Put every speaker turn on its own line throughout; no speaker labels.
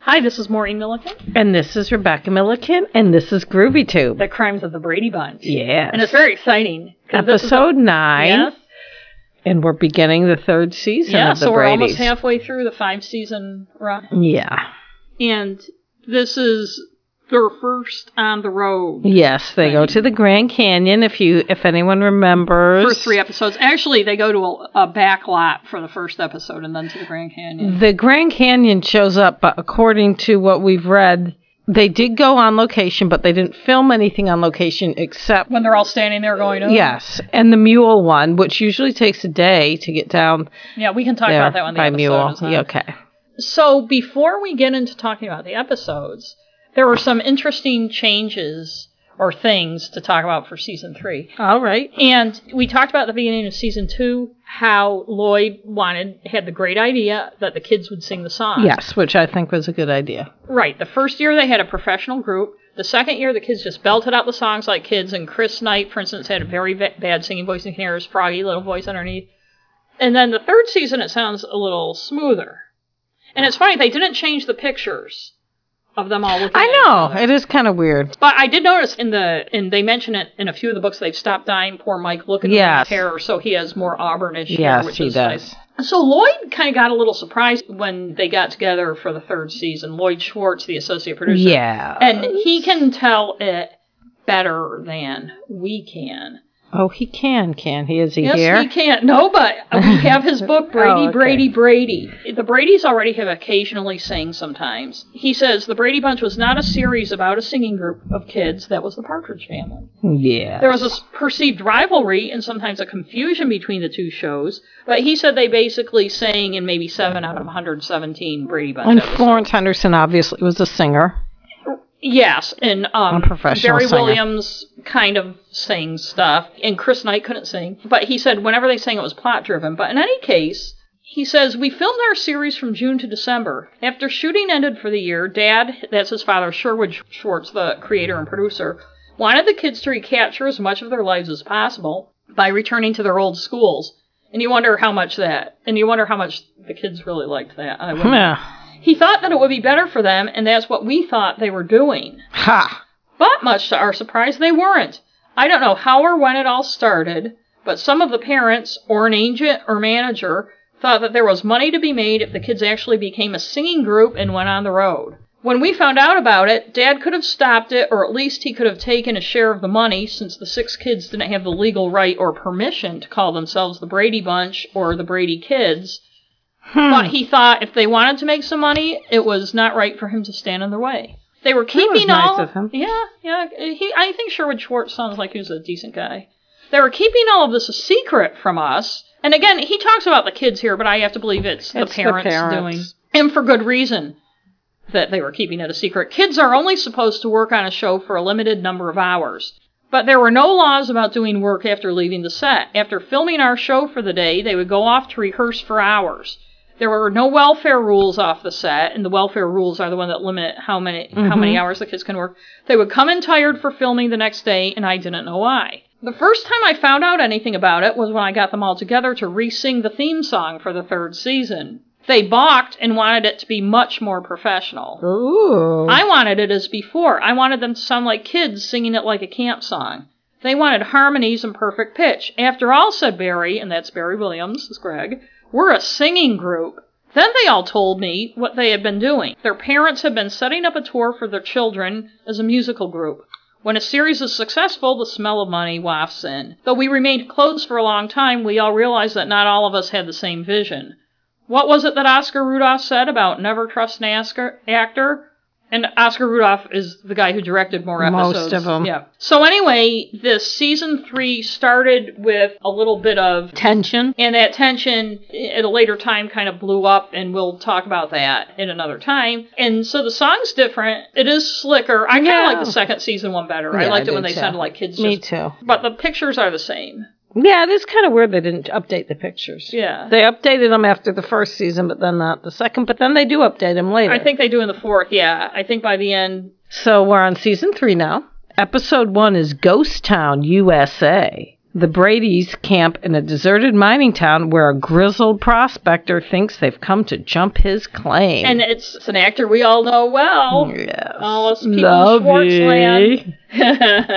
Hi, this is Maureen Milliken,
And this is Rebecca Milliken, and this is Groovy Tube.
The Crimes of the Brady Bunch.
Yes.
And it's very exciting. 'cause this is a-
Episode 9,
Yes.
and we're beginning the third season
Yeah,
of the
so we're
Brady's.
almost halfway through the five season run.
yeah.
And this is their first on the road
Yes, they go to the Grand Canyon if you if anyone remembers.
for three episodes. Actually, they go to a, a back lot for the first episode and then to the Grand Canyon.
The Grand Canyon shows up, but according to what we've read, they did go on location, but they didn't film anything on location except
When they're all standing there going, oh.
Yes, and the mule one, which usually takes a day to get down
Yeah, we can talk
there
about that when the
by
episode
mule.
is on.
Yeah, okay.
So before we get into talking about the episodes, there were some interesting changes or things to talk about for season three.
All right.
And we talked about at the beginning of season two how Lloyd wanted had the great idea that the kids would sing the song.
Yes, which I think was a good idea.
Right. The first year they had a professional group. The second year the kids just belted out the songs like kids. And Chris Knight, for instance, had a very va- bad singing voice and you can hear his froggy little voice underneath. And then the third season it sounds a little smoother. And it's funny they didn't change the pictures of them all looking.
I
at each
know
other.
it is kind of weird.
But I did notice in the and they mention it in a few of the books they've stopped dying. Poor Mike looking
Yes.
at his hair, so he has more auburnish hair.
Yes,
which
he
is
does.
nice. So Lloyd kind of got a little surprised when they got together for the third season. Lloyd Schwartz, the associate producer,
Yeah.
and he can tell it better than we can.
oh, he can, can he? Is he
Yes,
here?
he can. No, but we have his book, Brady,
Oh, okay.
Brady, Brady. The Brady's already have occasionally sang sometimes. He says the Brady Bunch was not a series about a singing group of kids. That was the Partridge Family.
yeah.
There was a s- perceived rivalry and sometimes a confusion between the two shows, but he said they basically sang in maybe seven out of 117 Brady Bunch.
and
episodes.
Florence Henderson obviously was a singer.
Yes, and um,
A professional
Barry
singer.
Williams kind of sang stuff, and Chris Knight couldn't sing, but he said whenever they sang, it was plot driven. But in any case, he says we filmed our series from June to December. After shooting ended for the year, Dad, that's his father, Sherwood Schwartz, the creator and producer, wanted the kids to recapture as much of their lives as possible by returning to their old schools. And you wonder how much that, and you wonder how much the kids really liked that. I wouldn't.
Yeah.
He thought that it would be better for them, and that's what we thought they were doing.
Ha.
But much to our surprise, they weren't. I don't know how or when it all started, but some of the parents or an agent or manager thought that there was money to be made if the kids actually became a singing group and went on the road. When we found out about it, Dad could have stopped it, or at least he could have taken a share of the money since the six kids didn't have the legal right or permission to call themselves the Brady Bunch or the Brady Kids.
Hmm.
But he thought if they wanted to make some money, it was not right for him to stand in their way. They were keeping
was nice
all.
of him.
Yeah, yeah. He, I think Sherwood Schwartz sounds like he's a decent guy. They were keeping all of this a secret from us. And again, he talks about the kids here, but I have to believe it's,
It's
the
the
parents doing.
parents.
And for good reason that they were keeping it a secret. Kids are only supposed to work on a show for a limited number of hours. But there were no laws about doing work after leaving the set. After filming our show for the day, they would go off to rehearse for hours. There were no welfare rules off the set, and the welfare rules are the one that limit how many how many hours the kids can work. They would come in tired for filming the next day, and I didn't know why. The first time I found out anything about it was when I got them all together to re-sing the theme song for the third season. They balked and wanted it to be much more professional.
Ooh.
I wanted it as before. I wanted them to sound like kids singing it like a camp song. They wanted harmonies and perfect pitch. After all, said Barry, and that's Barry Williams, is Greg, we're a singing group. Then they all told me what they had been doing. Their parents had been setting up a tour for their children as a musical group. When a series is successful, the smell of money wafts in. Though we remained close for a long time, we all realized that not all of us had the same vision. What was it that Oscar Rudolph said about never trust an Oscar actor? And Oscar Rudolph is the guy who directed more
Most
episodes.
of 'em.
Yeah. So anyway, this season three started with a little bit of
tension.
and that tension eh, at a later time kind of blew up, and we'll talk about that at another time. And so the song's different. It is slicker. I kind of
Yeah.
like the second season one better. I
Yeah,
liked
I
it when
did
they
too.
sounded like kids.
Me
just,
too.
But the pictures are the same.
Yeah, it is kind of weird they didn't update the pictures.
Yeah.
They updated them after the first season, but then not the second. But then they do update them later.
I think they do in the fourth. Yeah. I think by the end.
So we're on season three now. Episode one is Ghost Town, USA. The Brady's camp in a deserted mining town where a grizzled prospector thinks they've come to jump his claim.
And it's, it's an actor we all know well.
yes.
Oh, it's people
Lovey.
Schwartzland.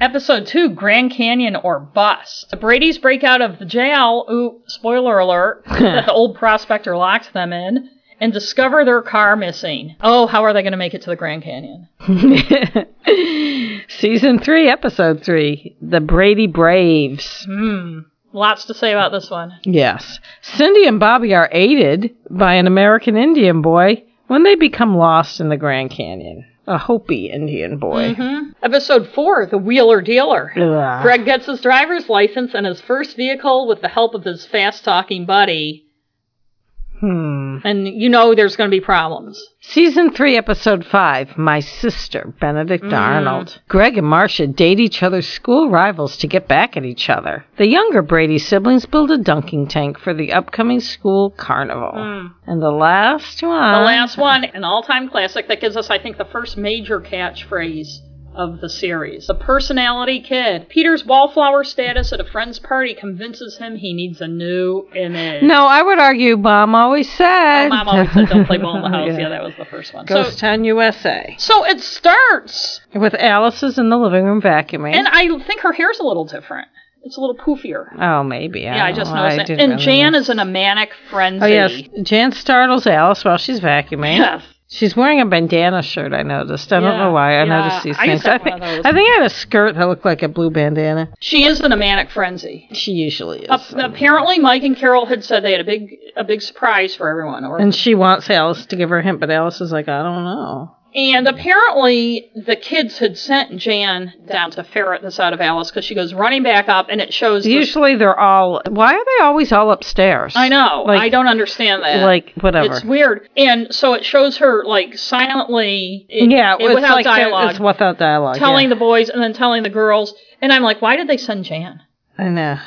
Episode 2 Grand Canyon or Bust. The Brady's break out of the jail, ooh, spoiler alert, that the old prospector locked them in, and discover their car missing. Oh, how are they going to make it to the Grand Canyon?
Season 3, Episode 3 The Brady Braves.
Hmm. Lots to say about this one.
Yes. Cindy and Bobby are aided by an American Indian boy when they become lost in the Grand Canyon. A Hopi Indian boy.
hmm Episode 4 The Wheeler Dealer.
Ugh.
Greg gets his driver's license and his first vehicle with the help of his fast talking buddy.
Hmm.
And you know there's going to be problems.
Season 3, Episode 5 My Sister, Benedict
Hmm.
Arnold. Greg and Marcia date each other's school rivals to get back at each other. The younger Brady siblings build a dunking tank for the upcoming school carnival. And the last one.
Hmm. The last one, an all time classic that gives us, I think, the first major catchphrase of the series. The personality kid. Peter's wallflower status at a friend's party convinces him he needs a new image.
No, I would argue Mom always said.
Mom always said, don't play ball in the house. yeah. that was the first one. So,
Ghost Town USA.
so it starts,
With Alice's in the living room vacuuming.
and I think her hair's a little different. It's a little poofier.
oh, maybe.
Yeah, I just noticed that.
didn't
And
really
Jan
notice.
is in a manic frenzy.
Oh, yes. Jan startles Alice while she's vacuuming.
Yes.
She's wearing a bandana shirt. I noticed. I don't
Yeah,
know why. I
yeah.
noticed these
I used
things.
to
I
have
think
one of those.
I think I had a skirt that looked like a blue bandana.
She is in a manic frenzy.
She usually
Up,
is.
apparently, Mike and Carol had said they had a big, a big surprise for everyone. Or,
and she wants Alice to give her a hint, but Alice is like, I don't know.
and apparently, the kids had sent Jan down to ferret this out of Alice because she goes running back up, and it shows. the-
Usually they're all. Why are they always all upstairs?
I know.
Like-
I don't understand that.
Like whatever.
it's weird, and so it shows her like silently, it-
yeah,
it- without
like they're-
dialogue,
It's without dialogue.
telling
yeah.
the boys and then telling the girls. And I'm like, why did they send Jan?
I know.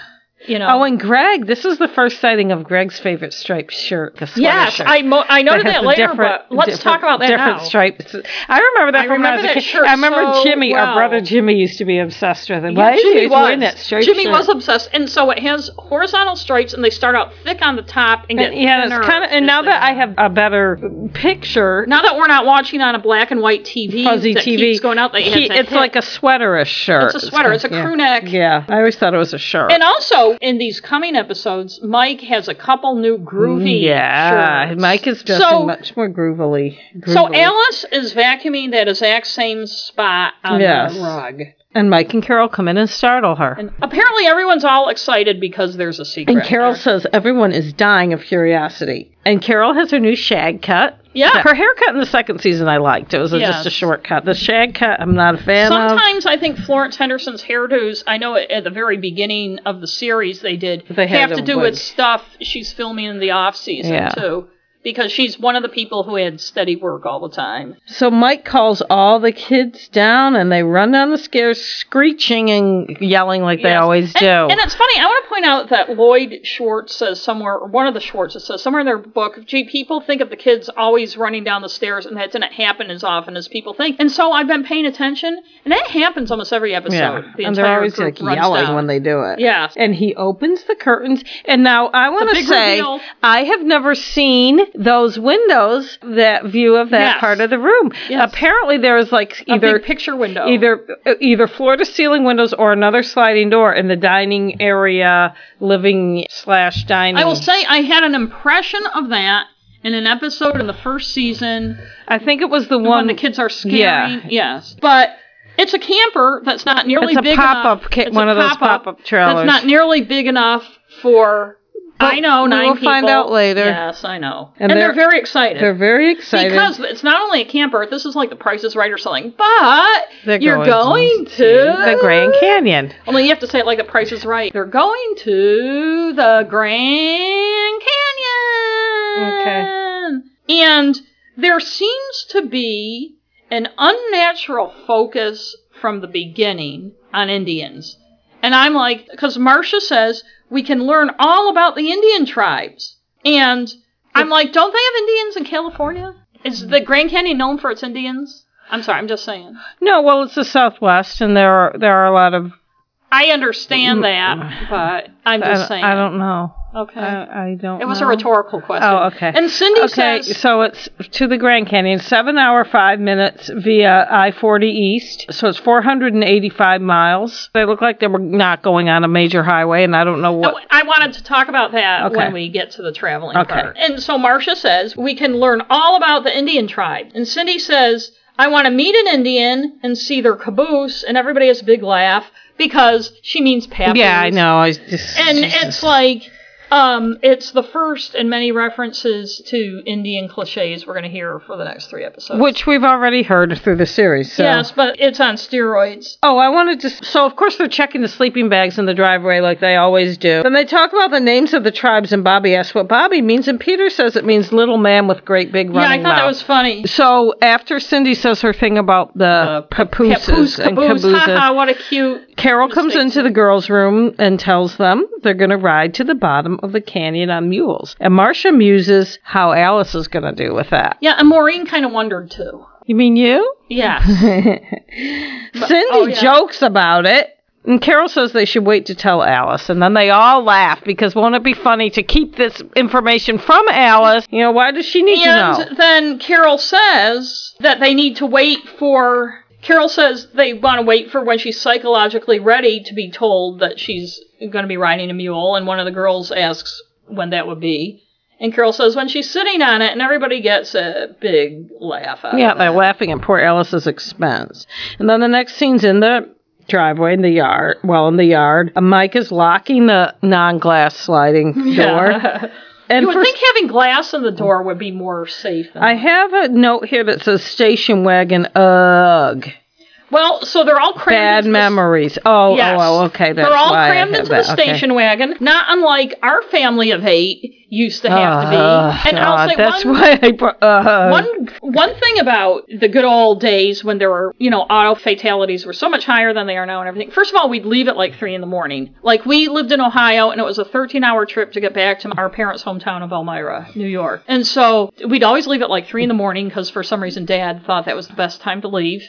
You know.
Oh, and Greg. This was the first sighting of Greg's favorite striped shirt. The sweater
yes,
shirt.
I mo- I noted
has
that
the
later,
different-
but let's
different-
talk about that
different
now.
stripes. I remember that
I
from when I was
remember
a
that
kid.
shirt
I remember
so
Jimmy,
well.
our brother Jimmy, used to be obsessed with it.
Yeah,
Why is he
Jimmy
always
was.
wearing that striped
Jimmy
shirt?
was obsessed, and so it has horizontal stripes, and they start out thick on the top and get
And, yeah, it's
thinner
kind of. And
as
now
they
that
go.
I have a better picture,
now that we're not watching on a black and white TV,
fuzzy
that
TV,
keeps going out. They had
he-
that
it's
hit.
like a sweaterish shirt.
It's a sweater. It's a
yeah.
crew neck.
Yeah, I always thought it was a shirt.
And also in these coming episodes, Mike has a couple new groovy.
Mm, yeah,
shirts.
Mike is dressing
So-
much more groovily.
So
groovily.
Alice is vacuuming that exact same spot on
Yes.
the rug,
and Mike and Carol come in and startle her.
and apparently everyone's all excited because there's a secret.
And Carol says everyone is dying of curiosity. And Carol has her new shag cut.
Yeah.
Her haircut in the second season I liked. It was a, just a
Yes.
short cut. The shag cut, I'm not a fan
Sometimes I think Florence Henderson's hairdos, I know at at the very beginning of the series they did,
They had
have to
them
do
wig.
with stuff she's filming in the off season
Yeah.
too. Because she's one of the people who had steady work all the time.
of. So Mike calls all the kids down and they run down the stairs screeching and yelling like they
Yes.
always
And-
do.
And it's funny, I want to point out that Lloyd Schwartz says somewhere, or one of the Schwartzes says somewhere in their book, gee, people think of the kids always running down the stairs, and that didn't happen as often as people think. And so I've been paying attention, and that happens almost every episode.
yeah.
The
and they're
entire
always
group
like
runs
yelling
down.
when they do it.
Yeah.
And he opens the curtains. And now I want to
big
say,
reveal.
I have never seen those windows, that view of that
Yes.
part of the room.
Yes.
Apparently, there is like
A
either
big picture window.
either uh, either floor to ceiling windows or another sliding door in the dining area, living slash dining.
I will say I had an impression of that in an episode in the first season
I think it was the
when
one.
the kids are scaring.
yeah.
Yes, but it's a camper that's not nearly
It's a
big
pop-up
enough.
ca- one of those pop-up trailers.
That's not nearly big enough for.
But
I know
we
nine
will find
people.
out later.
Yes, I know,
And
and, they're,
they're-
very excited.
they're very excited
because it's not only a camper. This is like the Price is Right or something. But
They're
you're
going
going, to
the Grand Canyon.
Only you have to say it like the Price is Right. They're going to the Grand Canyon. Okay. And there seems to be an unnatural focus from the beginning on Indians. And I'm like, because Marcia says we can learn all about the Indian tribes. And I'm like, don't they have Indians in California? Is the Grand Canyon known for its Indians? I'm sorry, I'm just saying.
No, well, it's the Southwest, and there are there are a lot of
I understand that, but I'm
Mm. I,
just
don't-
saying.
I don't know.
Okay.
I, I don't.
it was
know.
a rhetorical question.
Uh, Oh, okay.
And Cindy
okay,
says,
so it's to the Grand Canyon, seven hour five minutes via I forty east. So it's four hundred and eighty five miles. They look like they were not going on a major highway, and I don't know what.
Oh, I wanted to talk about that
Okay.
when we get to the traveling
Okay.
part. And so Marcia says, we can learn all about the Indian tribe. And Cindy says, I want to meet an Indian and see their caboose. And everybody has a big laugh because she means papoose.
yeah, I know. I just
And
Jesus.
it's like, um, it's the first in many references to Indian cliches we're going to hear for the next three episodes.
which we've already heard through the series. So.
Yes, but it's on steroids.
Oh, I wanted to. So, of course, they're checking the sleeping bags in the driveway like they always do. Then they talk about the names of the tribes, and Bobby asks what Bobby means, and Peter says it means little man with great big running
Yeah, I thought that
mouth.
was funny.
So after Cindy says her thing about the papooses
Papoose,
and
caboose, haha,
cabooses,
what a cute
Carol comes
Mistakes.
into the girls' room and tells them they're going to ride to the bottom of the canyon on mules. And Marcia muses how Alice is going to do with that.
Yeah, and Maureen kind of wondered too.
You mean you?
Yes.
Cindy
oh, yeah.
jokes about it. And Carol says they should wait to tell Alice. And then they all laugh because won't it be funny to keep this information from Alice? You know, why does she need to
and
know?
then Carol says that they need to wait for. Carol says they want to wait for when she's psychologically ready to be told that she's going to be riding a mule. And one of the girls asks when that would be. And Carol says when she's sitting on it, and everybody gets a big laugh out
Yeah,
of it.
they're laughing at poor Alice's expense. And then the next scene's in the driveway in the yard. Well, in the yard. And Mike is locking the non glass sliding door. And
you would
for
think having glass in the door would be more safe. Than
I have a note here that says station wagon. Ugh.
well, so they're all crammed.
Bad
into the-
memories. Oh,
Yes.
oh, oh, okay. That's
They're all
why I
crammed
have
into
that.
the
okay.
station wagon, not unlike our family of eight used to have to be.
Oh,
and I'll
God,
say
that's
one,
why I brought. Uh,
one one thing about the good old days when there were, you know, auto fatalities were so much higher than they are now and everything. First of all, we'd leave at like three in the morning. Like we lived in Ohio and it was a 13 hour trip to get back to our parents' hometown of Elmira, New York. And so we'd always leave at like three in the morning because for some reason dad thought that was the best time to leave.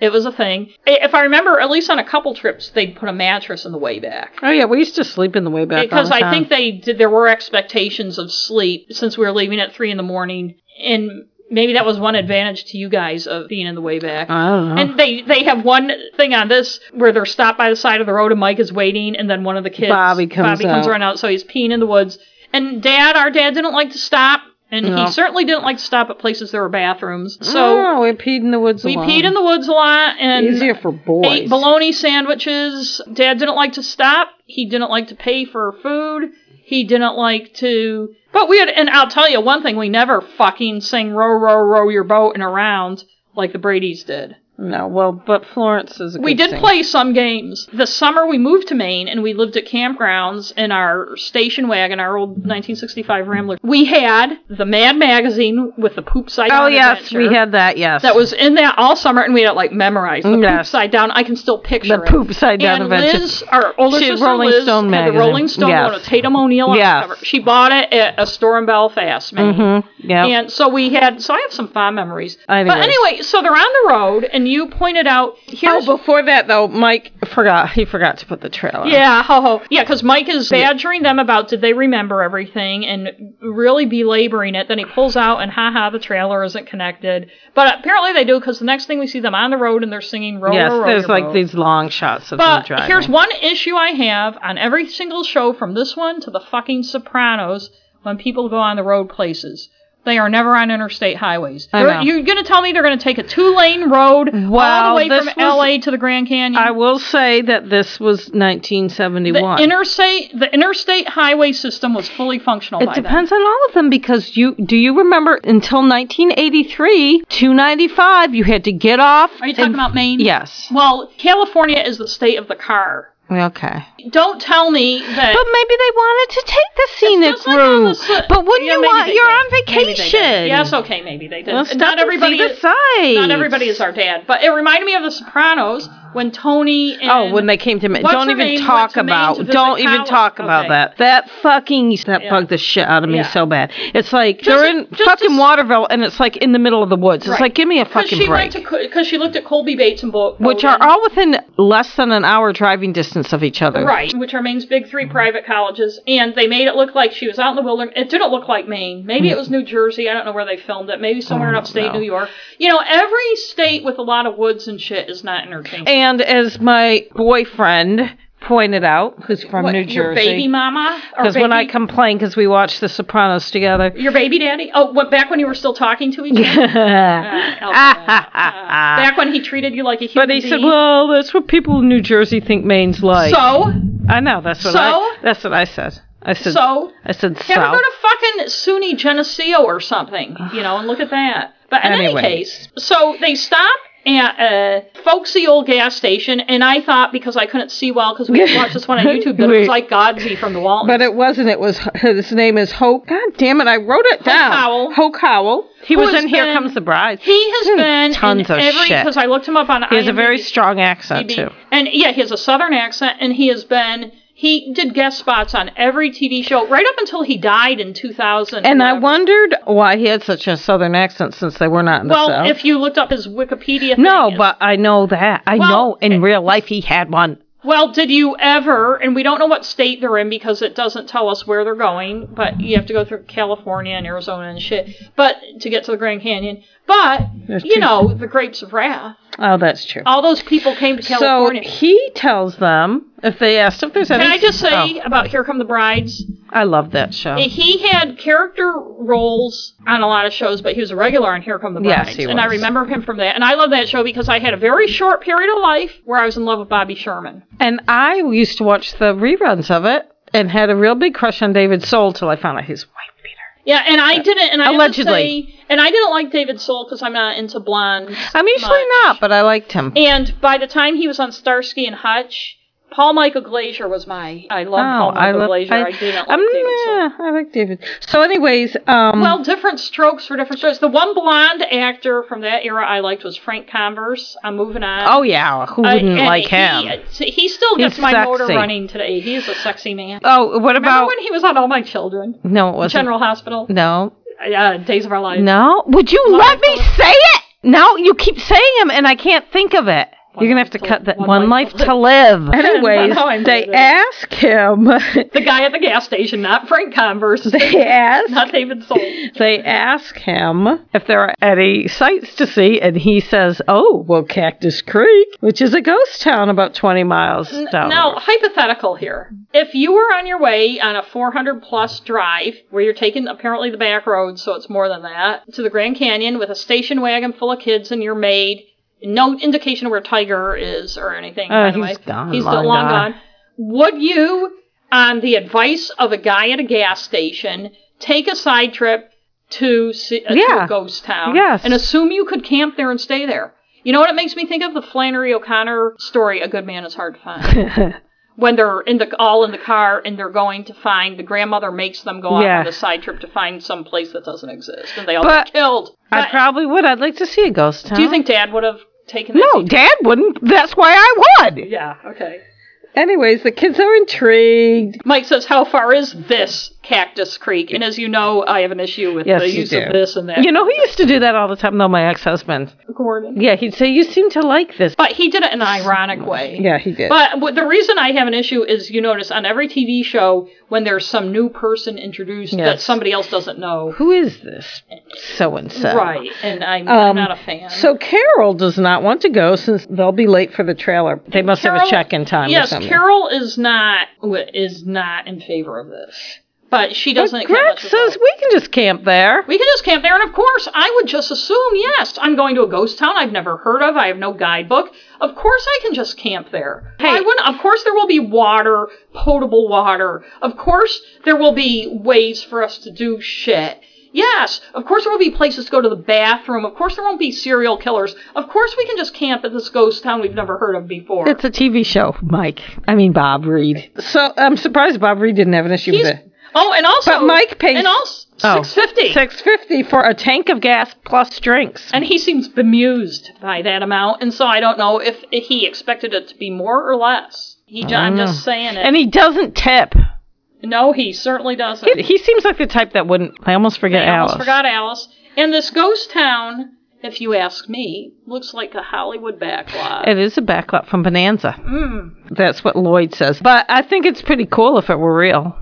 It was a thing. I- If I remember, at least on a couple trips, they'd put a mattress in the way back
oh yeah, we used to sleep in the way back. all
because
the
I
time.
think they did, there were expectations of sleep since we were leaving at three in the morning, and maybe that was one advantage to you guys of being in the way back.
I don't know.
and they they have one thing on this where they're stopped by the side of the road and Mike is waiting, and then one of the kids
Bobby comes
Bobby comes
out.
running out, so he's peeing in the woods. And Dad, our dad didn't like to stop, and
No.
he certainly didn't like to stop at places there were bathrooms. So
oh, we peed in the woods.
we peed in the woods a lot, and
easier for boys.
ate bologna sandwiches. Dad didn't like to stop. He didn't like to pay for food. He didn't like to. But we had, and I'll tell you one thing: we never fucking sang "Row, row, row your boat" and around like the Brady's did.
No, well, but Florence is. A
We
good
did
singer.
play some games. The summer we moved to Maine and we lived at campgrounds in our station wagon, our old 1965 Rambler. We had the Mad magazine with the poop side.
Oh
down
yes, we
adventure
had that. Yes,
That was in that all summer, and we had it like memorized. The poop
Yes.
side down. I can still picture
the
it.
poop side down
And
adventure.
Liz, our older
She had
sister
Rolling
Liz,
Stone
had the
magazine.
Rolling Stone
Yes.
one with Tatum O'Neill on
Yes.
the cover. She bought it at a store in Belfast, Maine.
Mm-hmm. Yeah.
And so we had, so I have some fond memories.
Anyways.
But anyway, so they're on the road, and you pointed out here's.
oh, before that though, Mike forgot. He forgot to put the trailer.
yeah, ho ho. Yeah, because Mike is badgering them about did they remember everything and really belaboring it. Then he pulls out and ha ha, the trailer isn't connected. But apparently they do because the next thing we see them on the road and they're singing "Row
Yes,
Row Row."
there's
Your
like
Boat.
these long shots of them
But
driving.
here's one issue I have on every single show from this one to the fucking Sopranos when people go on the road places. They are never on interstate highways.
I
They're-
know.
You're going to tell me they're going to take a two lane road all
Well,
the way
this
from
was-
LA to the Grand Canyon?
I will say that this was
the
1971.
interstate the interstate highway system was fully functional
It
by then.
depends on all of them because you do you remember until 1983, 295, you had to get off.
Are you talking
and-
about Maine?
Yes.
Well, California is the state of the car.
Okay.
Don't tell me that
But maybe they wanted to take the scenic
Just like all
route.
this, uh,
but wouldn't
yeah,
you
maybe
want?
they
You're
did.
on
Maybe they did.
vacation.
Yes, okay, maybe they did.
Well,
And
stop
not
and see
everybody
the sights.
Not everybody is our dad, but it reminded me of The Sopranos when Tony and
oh, when they came to Maine,
What's
don't
her
even
name went
talk
to Maine
about.
to visit
Don't even
Colin?
talk about
Okay.
that. That fucking that
Yeah.
bugged the shit out of me
Yeah.
so bad. It's like
Just
they're
a-
in
just a
fucking
s-
Waterville, and it's like in the middle of the woods. It's
Right.
like give me a
because
fucking
she
break.
went to because she looked at Colby Bates oh, and Bo-
which
Bowden.
are all within less than an hour driving distance of each other.
Right, which are Maine's big three private colleges, and they made it look like she was out in the wilderness. It didn't look like Maine. Maybe it was New Jersey. I don't know where they filmed it. Maybe somewhere in upstate
know.
New York. You know, every state with a lot of woods and shit is not entertaining.
And as my boyfriend pointed out, who's from
What,
New Jersey,
your baby mama, Or
because when I
baby-
complain because we watched The Sopranos together.
your baby daddy. Oh, what, back when you were still talking to each other. Ah, Elsa. Ah, back when he treated you like a human
But he said,
being.
"Well, that's what people in New Jersey think Maine's like."
so
I know that's what I
So?
that's what I said. I said
So?
I said
Have her
so.
go to fucking SUNY Geneseo or something, you know, and look at that. But in
Anyway.
any case, so they stop at a folksy old gas station, and I thought because I couldn't see well because we just watched this one on YouTube, but it
Wait.
was like Godsey from the Walton.
But it wasn't. It was his name is Hope. God damn it! I wrote it down.
Howell.
Hoke Howell. He
Who
was
has
in Here
been-
Comes the Bride. Hmm.
he has been
Tons
in
of
every
shit.
because I looked him up on.
He has a very strong accent too.
And yeah, he has a southern accent, and he has been. He did guest spots on every TV show right up until he died in 2000.
And I
whatever.
wondered why he had such a southern accent since they were not in the
Well,
south.
if you looked up his Wikipedia, thing,
no,
it's-
but I know that. I
Well, eh.
know in real life he had one.
Well, did you ever, and we don't know what state they're in because it doesn't tell us where they're going, but you have to go through California and Arizona and shit, but to get to the Grand Canyon. But, you
two-
know, the Grapes of Wrath.
Oh, that's true.
All those people came to
So
California.
he tells them if they asked if there's any.
Can I just say
Oh,
about Here Come the Brides?
I love that show.
He had character roles on a lot of shows, but he was a regular on Here Come the
Yes,
Brides.
he
And I
was.
remember him from that. And I love that show because I had a very short period of life where I was in love with Bobby Sherman.
And I used to watch the reruns of it and had a real big crush on David Soul till I found out he's white Peter.
Yeah, and I didn't, and I have to
Allegedly.
say, and I didn't like David Soul because I'm not into blondes.
I'm usually
much.
not, but I liked him.
And by the time he was on Starsky and Hutch, Paul Michael Glazier was my. I love Paul
Oh, I
Michael
love-
Glazier. I, didn't like
I'm-
David Soul.
yeah, I like David. So, anyways, um,
Well, different strokes for different strokes. The one blonde actor from that era I liked was Frank Converse. I'm moving on.
oh yeah, who
I-
wouldn't
and
like
he- uh,
him?
He, still gets
He's
my motor
sexy.
running today. He is a sexy man.
oh, what
Remember
about?
when he was on All My Children,
no, it wasn't.
General Hospital,
No,
uh, Days of Our Lives?
no. Would you let me
Life to
say it? No, you keep saying him, and I can't think of it. You're gonna have
life
to
to-
cut that
one
one life
life to
to live. Anyways,
How I made
they
it.
ask him.
The guy at the gas station, not Frank Converse,
they ask
not David Soul.
They ask him if there are any sights to see, and he says, "Oh, well, Cactus Creek, which is a ghost town about 20 miles down."
Now, hypothetical here. If you were on your way on a 400 plus drive, where you're taking apparently the back road, so it's more than that, to the Grand Canyon with a station wagon full of kids and your maid, no indication where Tiger is or anything,
Oh,
by the
he's
way.
gone,
he's
long
still long
gone.
gone. Would you, on the advice of a guy at a gas station, take a side trip to, see, uh, to
Yeah.
a ghost town
Yes.
and assume you could camp there and stay there? You know what it makes me think of? The Flannery O'Connor story, A Good Man is Hard to Find. when they're in the all in the car and they're going to find the grandmother makes them go
Yeah.
out on a side trip to find some place that doesn't exist and they all
But-
get killed.
I
But
probably would. I'd like to see a ghost town.
do you think dad would have taken that?
No, Dad wouldn't. That's why I would.
Yeah, okay.
Anyways, the kids are intrigued.
Mike says, How far is this Cactus Creek? And as you know, I have an issue with
Yes,
the
you
use
do.
of this and that.
You know, he used to do that all the time, though. My ex-husband.
Gordon.
Yeah, he'd say, "You seem to like this."
But he did it in an ironic way.
Yeah, he did.
But what- the reason I have an issue is you notice on every TV show when there's some new person introduced that
Yes.
somebody else doesn't know.
Who is this so and so?
Right, and I'm, I'm
Um,
not a fan.
So Carol does not want to go since they'll be late for the trailer. They must have a
Carol-
check-in time. or
Yes,
something.
Carol is not is not in favor of this, but she doesn't.
But
have
Greg
much of a
says
vote.
we can just camp there.
we can just camp there, and of course, I would just assume yes. I'm going to a ghost town I've never heard of. I have no guidebook. Of course, I can just camp there.
Hey.
I wouldn't. Of course, there will be water, potable water. Of course, there will be ways for us to do shit. Yes, of course there will be places to go to the bathroom. Of course there won't be serial killers. Of course we can just camp at this ghost town we've never heard of before.
It's a TV show, Mike. I mean Bob Reed. So I'm surprised Bob Reed didn't have an issue
He's-
with it.
Oh, and also,
But Mike Pace
and also, Six fifty.
Six fifty for a tank of gas plus drinks.
And he seems bemused by that amount, and so I don't know if he expected it to be more or less. He, I'm just saying it.
Mm. And he doesn't tip.
no, he certainly doesn't.
He, he seems like the type that wouldn't. I almost forget
I almost
Alice.
forgot Alice. And this ghost town, if you ask me, looks like a Hollywood backlot.
It is a backlot from Bonanza.
Hmm.
That's what Lloyd says. But I think it's pretty cool if it were real.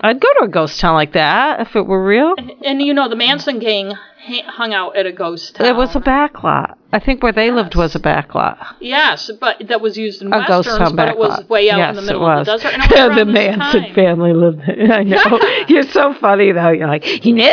I'd go to a ghost town like that if it were real.
and you know, the Manson gang ha- hung out at a ghost town.
It was a backlot. I think where they lived was a backlot.
yes, but that was used in
A ghost
westerns,
town
but it was
backlot.
way out
yes,
in the middle
it was.
of the desert. And it was around
the
this
Manson
time.
family lived there. I know. You're so funny though. You're like, he knew.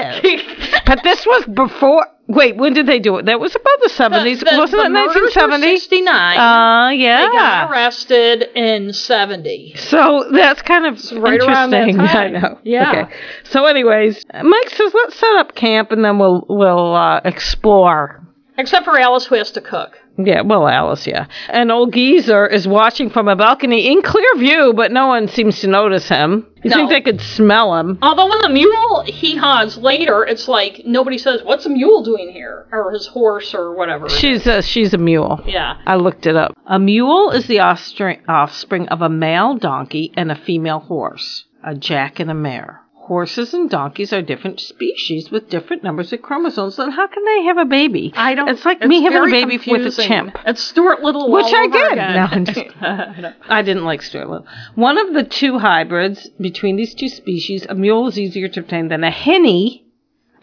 but this was before. Wait, when did they do it? That was about the
The-
seventies,
the-
wasn't
the
it?
murders were
Nineteen seventy.
69.
Uh,
they got
yeah.
arrested in 70.
So that's kind of
right around that
interesting. I
time.
know.
Yeah.
Okay. So, anyways, Mike says let's set up camp and then we'll we'll uh, explore
Except for Alice, who has to cook.
Yeah, well, Alice, yeah. An old geezer is watching from a balcony in clear view, but no one seems to notice him. You
No.
think they could smell him?
Although in the mule he has later, it's like nobody says, What's a mule doing here? Or his horse or whatever.
She's a, she's a mule.
yeah.
I looked it up. A mule is the offspring, offspring of a male donkey and a female horse, a jack and a mare. Horses and donkeys are different species with different numbers of chromosomes. Then how can they have a baby?
I don't.
It's like me having a
very
baby with a
confusing.
chimp.
It's Stuart Little,
Which
all
I
over
did.
again.
No, I'm just-
I know.
I didn't like Stuart Little. One of the two hybrids between these two species, a mule is easier to obtain than a henny.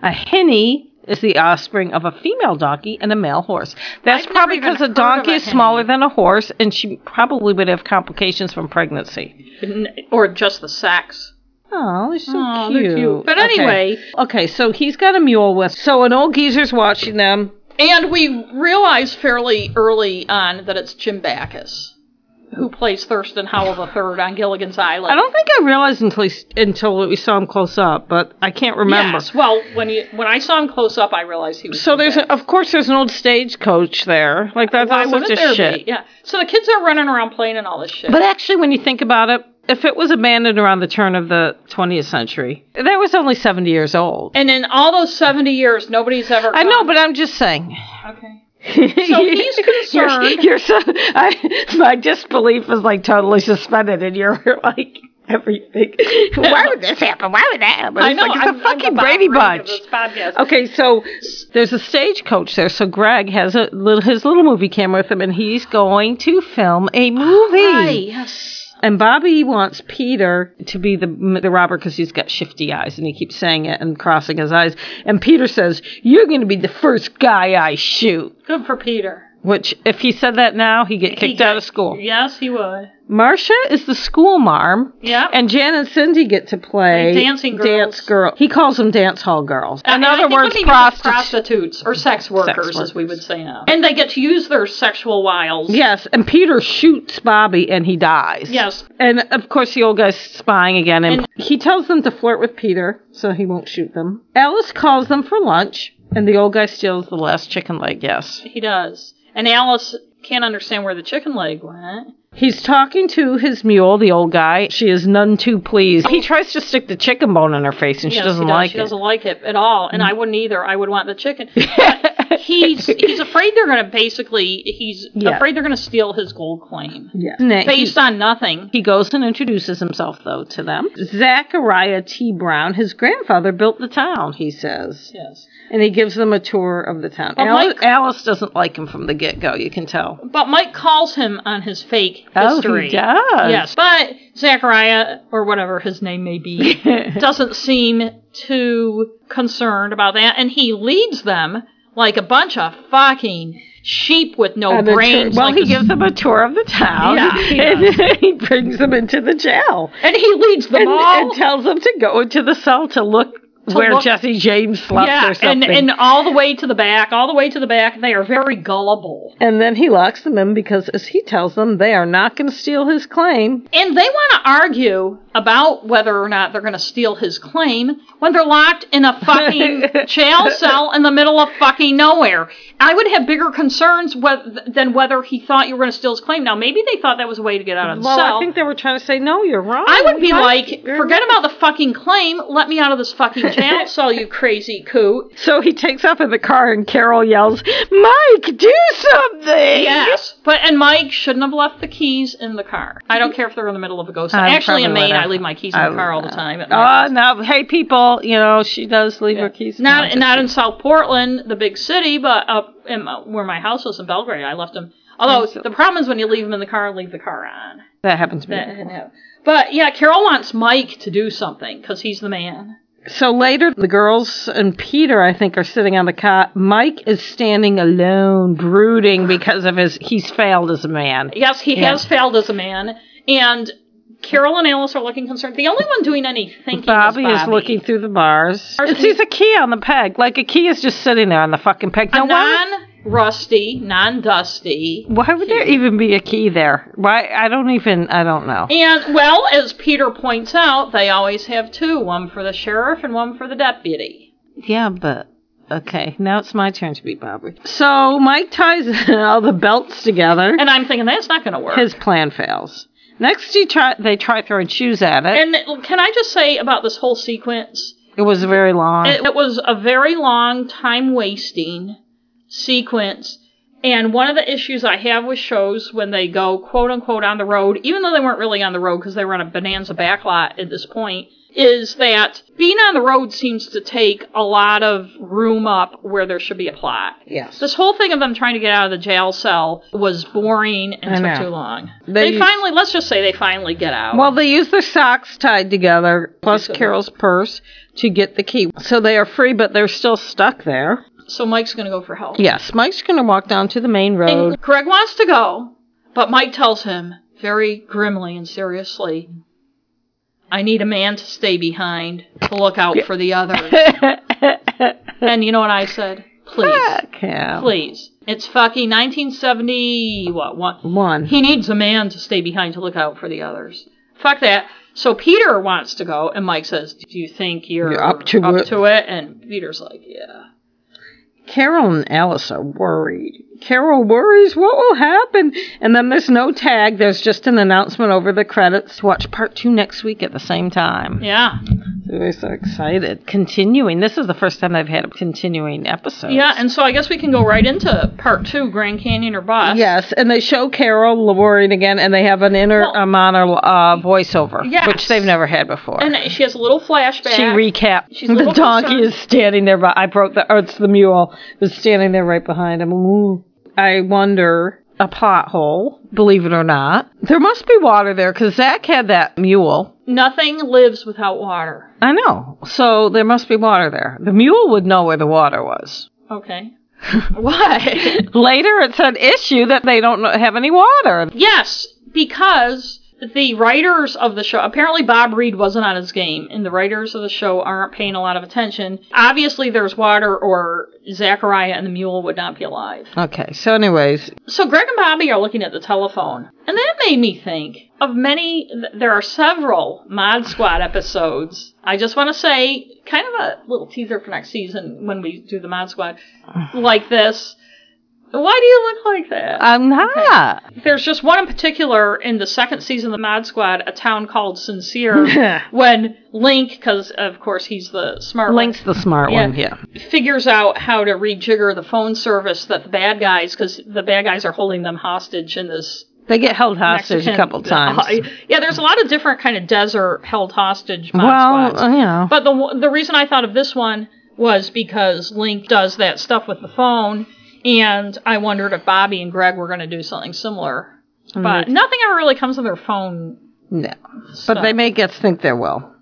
A henny is the offspring of a female donkey and a male horse. That's
I've never
probably
even
because a
heard
donkey
of a
is smaller
henny.
than a horse, and she probably would have complications from pregnancy.
N- or just the sacks.
Oh, they're so
Aw,
cute.
they're cute. But
Okay.
anyway-
okay, so he's got a mule with. So an old geezer's watching them.
And we realize fairly early on that it's Jim Backus who plays Thurston Howell the Third on Gilligan's Island.
I don't think I realized until he, until we saw him close up, but I can't remember.
Yes. Well, when you when I saw him close up, I realized he was.
So
Jim
there's, a, of course, there's an old stagecoach there. Like that's
Why
also
wouldn't
just
there
shit.
be? Yeah. So the kids are running around playing and all this shit.
But actually, when you think about it, if it was abandoned around the turn of the 20th century, that was only 70 years old.
and in all those 70 years, nobody's ever.
I know,
gone,
but I'm just saying.
Okay. So he's concerned.
You're, you're so, I, my disbelief is like totally suspended, and you're like everything. Why would this happen? Why would that happen?
I
It's
know.
like, it's
I'm-
a
I'm
fucking
the Bob
Brady
Reed of
Bunch.
this podcast.
Okay, so there's a stagecoach there. So Greg has a little his little movie camera with him, and he's going to film a movie.
Hi, yes.
And Bobby wants Peter to be the the robber because he's got shifty eyes, and he keeps saying it and crossing his eyes. And Peter says, "You're going to be the first guy I shoot."
Good for Peter.
Which, if he said that now, he'd get kicked out of school.
Yes, he would.
Marcia is the school marm.
Yeah.
And Jan and Cindy get to play
Dancing girls.
dance girl. He calls them dance hall girls. In
And I
other
think
words,
what he means is
prostitutes.
prostitutes or sex workers, as we
workers.
would say now. And they get to use their sexual wiles.
Yes, and Peter shoots Bobby and he dies.
Yes.
And of course, the old guy's spying again, and,
And-
he tells them to flirt with Peter so he won't shoot them. Alice calls them for lunch, and the old guy steals the last chicken leg, yes.
He does. And Alice can't understand where the chicken leg went.
He's talking to his mule, the old guy. She is none too pleased. He tries to stick the chicken bone in her face, and
Yes,
she doesn't
he does.
like
she
it. Mm-hmm.
doesn't like it at all, and I wouldn't either. I would want the chicken. But he's he's afraid they're going to basically he's
Yeah.
afraid they're going to steal his gold claim
Yeah. And then he-
based on nothing.
He goes and introduces himself, though, to them. Zachariah T. Brown, his grandfather, built the town, he says.
Yes,
And he gives them a tour of the town.
But
Al-
Mike-
Alice doesn't like him from the get go, you can tell.
but Mike calls him on his fake
Oh, he
history.
does.
Yes, but Zachariah or whatever his name may be doesn't seem too concerned about that, and he leads them like a bunch of fucking sheep with no
And a tour-
brains.
Well,
like
he
this-
gives them a tour of the town.
Yeah, he
and he brings them into the jail.
and he leads them
And,
all.
and tells them to go into the cell to look where
look-
Jesse James slept
yeah,
or something.
And, and all the way to the back, all the way to the back. They are very gullible.
And then he locks them in because, as he tells them, they are not going to steal his claim.
And they want to argue about whether or not they're going to steal his claim when they're locked in a fucking jail cell in the middle of fucking nowhere. I would have bigger concerns whe- than whether he thought you were going to steal his claim. Now, maybe they thought that was a way to get out of the
Well,
cell.
I think they were trying to say, no, you're wrong.
I would be
You're
like,
right.
forget about the fucking claim. Let me out of this fucking jail cell, you crazy coot.
So he takes off in the car and Carol yells, Mike, do something!
Yes, but and Mike shouldn't have left the keys in the car. I don't care if they're in the middle of a ghost. town.
I
Actually, in
probably
Maine,
would've.
I leave my keys in
I
the car all the
would've.
time. at my
Oh, no. Hey, people, you know, she does leave her keys. in
Not
the
not in
office.
South Portland, the big city, but up in my, where my house was in Belgrade, I left them. Although the problem is when you leave them in the car and leave the car on.
That happens to me.
That- no. But yeah, Carol wants Mike to do something because he's the man.
So later, the girls and Peter, I think, are sitting on the cot. Mike is standing alone, brooding because of his, he's failed as a man.
Yes, he
Yeah.
has failed as a man, and Carol and Alice are looking concerned. The only one doing any thinking
Bobby
is
is looking through the bars.
Are
It
she-
sees a key on the peg. Like a key is just sitting there on the fucking peg. Now,
A
why would-
non-rusty, non-dusty.
Why would there even be a key there? Why? I don't even. I don't know.
And well, as Peter points out, they always have two, one for the sheriff and one for the deputy.
Yeah, but okay. Now it's my turn to be Bobby. So Mike ties all the belts together.
And I'm thinking that's not going to work.
His plan fails. Next, he try. They try throwing shoes at it.
and can I just say about this whole sequence?
it was very long.
It, it was a very long, time wasting sequence. And one of the issues I have with shows when they go quote unquote on the road, even though they weren't really on the road because they were on a bonanza backlot at this point, is that being on the road seems to take a lot of room up where there should be a plot.
yes.
This whole thing of them trying to get out of the jail cell was boring and
I
took
know.
too long.
They-
They, finally, let's just say they finally get out.
Well, they use their socks tied together plus
Yes, it
Carol's purse to get the key. So they are free, but they're still stuck there.
so Mike's going to go for help.
Yes, Mike's going to walk down to the main road.
And Greg wants to go, but Mike tells him very grimly and seriously, I need a man to stay behind to look out for the others. and you know what I said? Please.
Cal.
Please. It's fucking 1970, what, one?
One.
He needs a man to stay behind to look out for the others. Fuck that. So Peter wants to go, and Mike says, Do you think you're,
You're up to it.
to it? And Peter's like, Yeah.
Carol and Alice are worried. Carol worries what will happen. And then there's no tag. There's just an announcement over the credits. Watch part two next week at the same time.
Yeah.
They're so excited. Continuing. This is the first time they've had a continuing episode.
Yeah, and so I guess we can go right into part two Grand Canyon or Bust.
Yes, and they show Carol worried again, and they have an inner
Well-
a mono uh, voiceover,
Yes.
which they've never had before.
And she has a little flashback.
she recapped.
She's a
the
little
donkey
concerned.
is standing there. By, I broke the. Oh, it's the mule is standing there right behind him. Ooh. I wonder a plot hole. Believe it or not, there must be water there because Zach had that mule.
Nothing lives without water.
I know, so there must be water there. The mule would know where the water was.
Okay. What?
Later, it's an issue that they don't know- have any water.
yes, because the writers of the show apparently Bob Reed wasn't on his game, and the writers of the show aren't paying a lot of attention. Obviously, there's water, or Zachariah and the mule would not be alive.
Okay, so anyways,
So Greg and Bobby are looking at the telephone, and that made me think of many. th- There are several Mod Squad episodes. I just want to say, kind of a little teaser for next season when we do the Mod Squad, like this. Why do you look like that?
I'm not.
There's just one in particular in the second season of the Mod Squad, a town called Sincere, when Link, because of course he's the smart one,
Link's the smart
Yeah.
one, yeah.
figures out how to rejigger the phone service that the bad guys, because the bad guys are holding them hostage in this
They get held hostage
Mexican-
a couple times.
yeah, there's a lot of different kind of desert held hostage mod
well, uh,
squads.
you know.
But the w- the reason I thought of this one was because Link does that stuff with the phone, and I wondered if Bobby and Greg were going to do something similar. But nothing ever really comes of their phone.
no. But
stuff.
they make us think they will.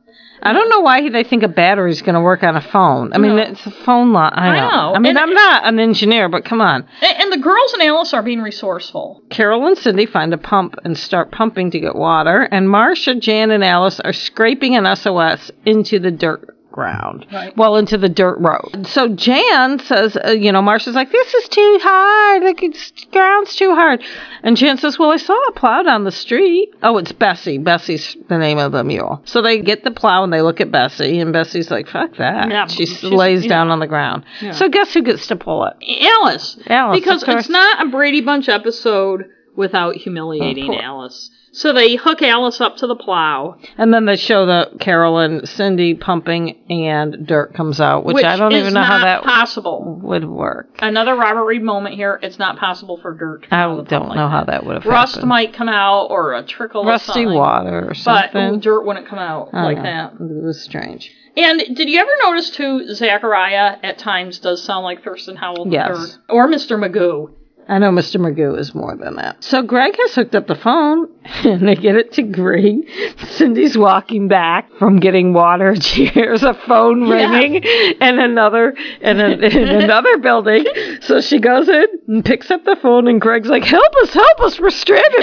I don't know why they think a battery's going to work on a phone. I mean,
No.
it's a phone line. I,
I
know.
know,
I mean,
and-
I'm not an engineer, but come on.
A- And the girls and Alice are being resourceful.
Carol and Cindy find a pump and start pumping to get water, and Marcia, Jan, and Alice are scraping an SOS into the dirt ground,
Right.
well into the dirt road. So Jan says, uh, you know, Marsha's like, this is too hard. Like, it's, ground's too hard. And Jan says, well, I saw a plow down the street. Oh, it's Bessie. Bessie's the name of the mule. So they get the plow and they look at Bessie, and Bessie's like, fuck that.
Yeah,
she
she's-
lays
yeah.
down on the ground.
Yeah.
So guess who gets to pull it?
Alice.
Alice,
Because
of course.
it's not a Brady Bunch episode without humiliating
Of course.
Alice. So they hook Alice up to the plow,
And then they show the Carol and Cindy pumping, and dirt comes out, which,
which
I don't
is
even know how
not
that
possible.
would work.
Another Robert Reed moment here. It's not possible for dirt. to come
I
out of the
don't
pump
know
like
how that would have
Rust
happened.
might come out or a trickle of
Rusty
something,
water or something. Oh,
but ooh, dirt wouldn't come out
I don't
like
know.
that.
It was strange.
And did you ever notice too? Zachariah at times does sound like Thurston Howell
Yes.
III or Mr. Magoo.
I know Mr. Magoo is more than that. So Greg has hooked up the phone, and they get it to Greg. Cindy's walking back from getting water. She hears a phone ringing in another in, an in another building. So she goes in and picks up the phone, and Greg's like, "Help us! Help us! We're stranded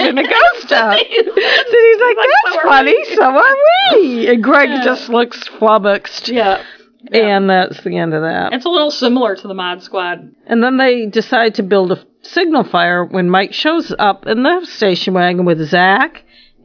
in a ghost town." Cindy's like,
like,
"That's
"So are
funny.
we."
So are we?" And Greg just looks flummoxed,
Yeah.
and that's the end of that.
It's a little similar to the Mod Squad.
And then they decide to build a signal fire when Mike shows up in the station wagon with Zach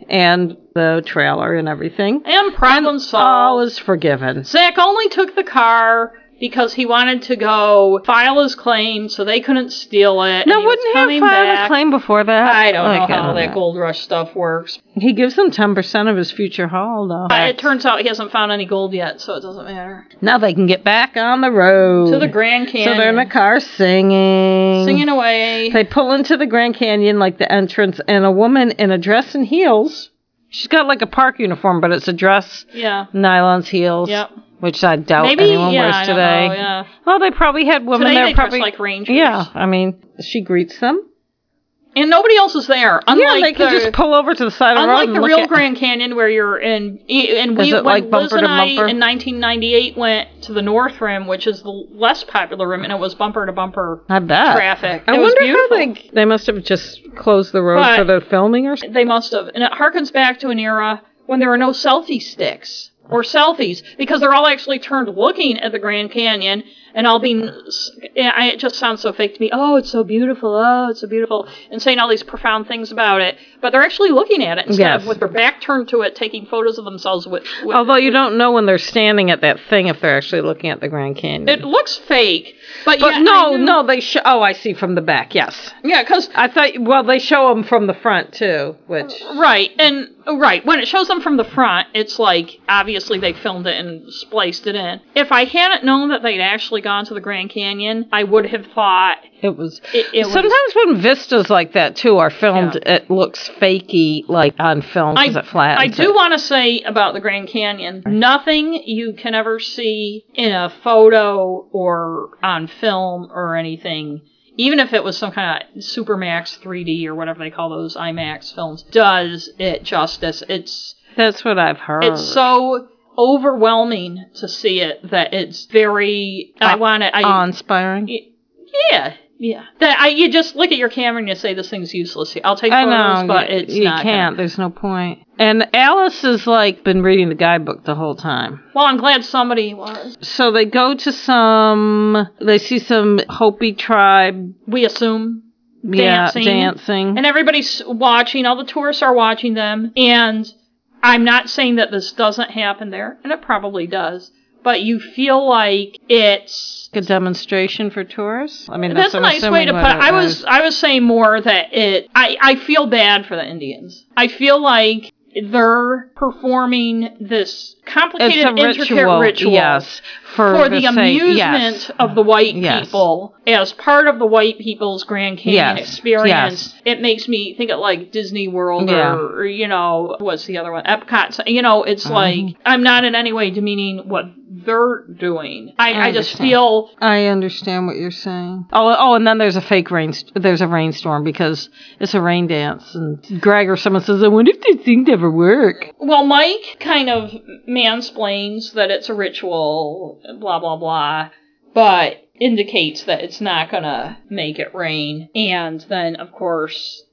and the trailer and everything.
And problem solved.
All is forgiven.
Zach only took the car because he wanted to go file his claim so they couldn't steal it. and
Now,
he was
wouldn't he have
coming
filed
back.
a claim Oh, before that?
I don't know
Like, I
how
don't
that
know.
gold rush stuff works.
He gives them 10% of his future haul, though.
But it turns out he hasn't found any gold yet, so it doesn't matter.
now they can get back on the road.
To the Grand Canyon.
Hmm. so they're in a car singing.
singing away.
They pull into the Grand Canyon, like the entrance, and a woman in a dress and heels. She's got like a park uniform, but it's a dress
yeah.
nylons heels.
Yep.
Which I doubt
Maybe
anyone
yeah, I
wears
don't
today.
know, yeah.
Well, they probably had women
Today
there
they dress
probably
like rangers.
Yeah, I mean, she greets them.
And nobody else is there. Unlike
yeah, they can
the,
just pull over to the side of the road
Unlike
and
the
look
real
at-
Grand Canyon, where you're in, e, and we
Is it
when
like
Liz
bumper
and
to
I
bumper?
in 1998 went to the North Rim, which is the less popular rim, and it was bumper to bumper.
I bet.
traffic.
I
It was
wonder
beautiful.
how they they must have just closed the road
But-
for their filming or something.
They must have, and it harkens back to an era when there were no selfie sticks or selfies because they're all actually turned looking at the Grand Canyon and all being. s- yeah, I- It just sounds so fake to me. Oh, it's so beautiful. Oh, it's so beautiful, and saying all these profound things about it, but they're actually looking at it instead
Yes.
of with their back turned to it, taking photos of themselves with. with
Although you don't know when they're standing at that thing if they're actually looking at the Grand Canyon.
It looks fake, but,
but
yeah,
no,
I knew-
no, they show. Oh, I see from the back. Yes,
yeah, because
I thought. Well, they show them from the front too, which
right and right when it shows them from the front, it's like obviously they filmed it and spliced it in. If I hadn't known that they'd actually gone to the Grand Canyon, I would have thought
it was.
it, it was.
Sometimes when vistas like that too are filmed,
Yeah.
it looks fakey, like on film
I,
because it flattens.
I do
it.
want to say about the Grand Canyon, nothing you can ever see in a photo or on film or anything, even if it was some kind of Supermax 3D or whatever they call those IMAX films, does it justice. It's
That's what I've heard.
it's so overwhelming to see it that it's very I want to I
awe-inspiring.
yeah yeah that I you just look at your camera and you say this thing's useless. I'll take
I
photos,
know,
but
you-
it's
you
not gonna-
can't. There's no point. And Alice has like been reading the guidebook the whole time.
Well, I'm glad somebody was.
So they go to some. They see some Hopi tribe.
We assume
Yeah,
Dancing.
dancing.
and everybody's watching all the tourists are watching them and i'm not saying that this doesn't happen there and it probably does but you feel like it's
a demonstration for tourists. I mean,
that's,
that's,
a
I'm
nice way
assuming
to put it.
what
I was I was saying more that it I, I feel bad for the Indians. I feel like they're performing this complicated
It's a
intricate
ritual,
ritual
yes, for,
for the,
sake-
amusement
yes.
of the white
Yes.
people as part of the white people's Grand Canyon
Yes.
experience.
Yes.
It makes me think of like Disney World
Yeah.
or, or, you know, what's the other one? Epcot. So, You know, it's
Mm-hmm.
like, I'm not in any way demeaning what they're doing. I, I, just
understand.
feel,
I understand what you're saying. Oh, oh, and then there's a fake rain. There's a rainstorm because it's a rain dance, and Greg or someone says, "I wonder if these things ever work."
well, Mike kind of mansplains that it's a ritual, blah, blah, blah, but indicates that it's not gonna make it rain. And then, of course,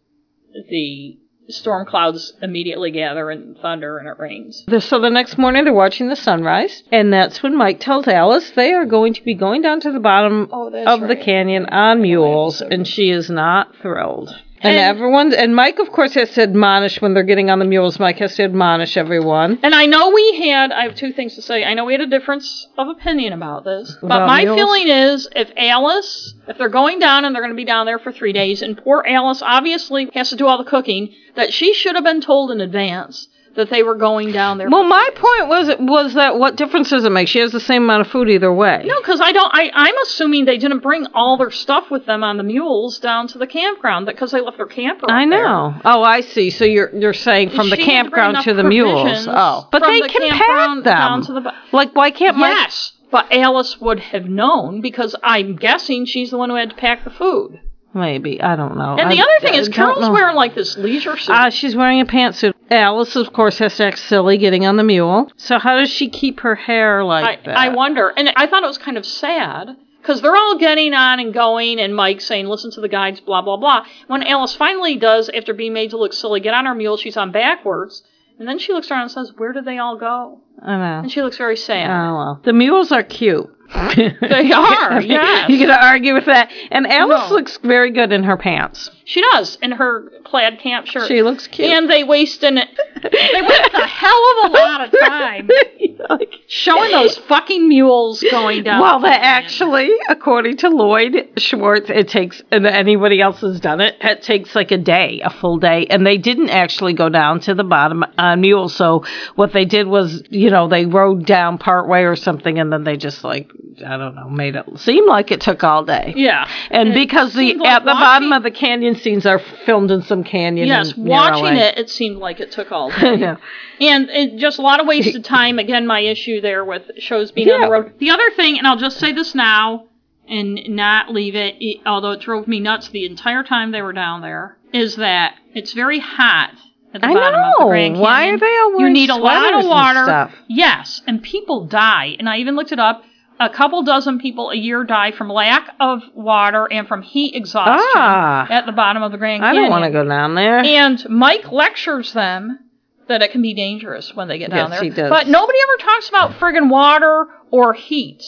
the storm clouds immediately gather and thunder and it rains.
The- So the next morning they're watching the sunrise, and that's when Mike tells Alice they are going to be going down to the bottom
Oh, that's
of the
right.
canyon on mules, and she is not thrilled. And,
And-
everyone, and Mike, of course, has to admonish when they're getting on the mules. Mike has to admonish everyone.
And I know we had, I have two things to say. I know we had a difference of opinion about this, but
About
my
mules?
feeling is if Alice, if they're going down and they're going to be down there for three days, and poor Alice obviously has to do all the cooking, that she should have been told in advance that they were going down there.
Well, my point was was that what difference does it make? She has the same amount of food either way.
no, because I don't. I, I'm assuming they didn't bring all their stuff with them on the mules down to the campground because they left their camper.
I
up there.
know. Oh, I see. So you're you're saying from the
She had to bring
campground
enough
to the mules.
provisions
Oh, but
from
they
the
can pack them.
campground down to the bu-
like, why can't Mike?
Yes, but Alice would have known because I'm guessing she's the one who had to pack the food.
Maybe I don't know.
And the
I-
other thing
I
is,
don't
Carol's
know.
wearing like this leisure suit.
Uh, she's wearing a pantsuit. Alice, of course, has to act silly getting on the mule. So how does she keep her hair
I,
like that?
I wonder. And I thought it was kind of sad because they're all getting on and going, and Mike saying, "Listen to the guides," blah blah blah. When Alice finally does, after being made to look silly, get on her mule, she's on backwards, and then she looks around and says, "Where did they all go?"
I know.
And she looks very sad.
Oh well, the mules are cute.
They are, yes.
You're gonna argue with that? And Alice
No.
looks very good in her pants.
She does in her plaid camp shirt.
She looks cute.
and they waste an they waste a hell of a lot of time
Like-
showing those fucking mules going down.
Well, that actually, according to Lloyd Schwartz, it takes, and anybody else has done it, it takes like a day, a full day. And they didn't actually go down to the bottom on mule. So what they did was, you know, they rode down partway or something, and then they just like, I don't know, made it seem like it took all day.
yeah.
And because the
seemed like
at the bottom
watching-
of the canyon scenes are filmed in some canyon.
Yes,
in- near
watching
LA.
it, it seemed like it took all
I
day.
know.
And it, just a lot of wasted time. Again, my issue there with shows being on
Yeah.
the road. The other thing, and I'll just say this now and not leave it, e- although it drove me nuts the entire time they were down there, is that it's very hot at the
I
bottom of the
know.
Grand Canyon.
Why are they all
You
wearing
need a lot
sweaters
of
and
water.
stuff?
Yes, and people die. And I even looked it up. A couple dozen people a year die from lack of water and from heat exhaustion
Ah.
at the bottom of the Grand
I
Canyon.
don't want to go down there.
And Mike lectures them that it can be dangerous when they get down
Yes,
there.
he does.
But nobody ever talks about friggin' water or heat.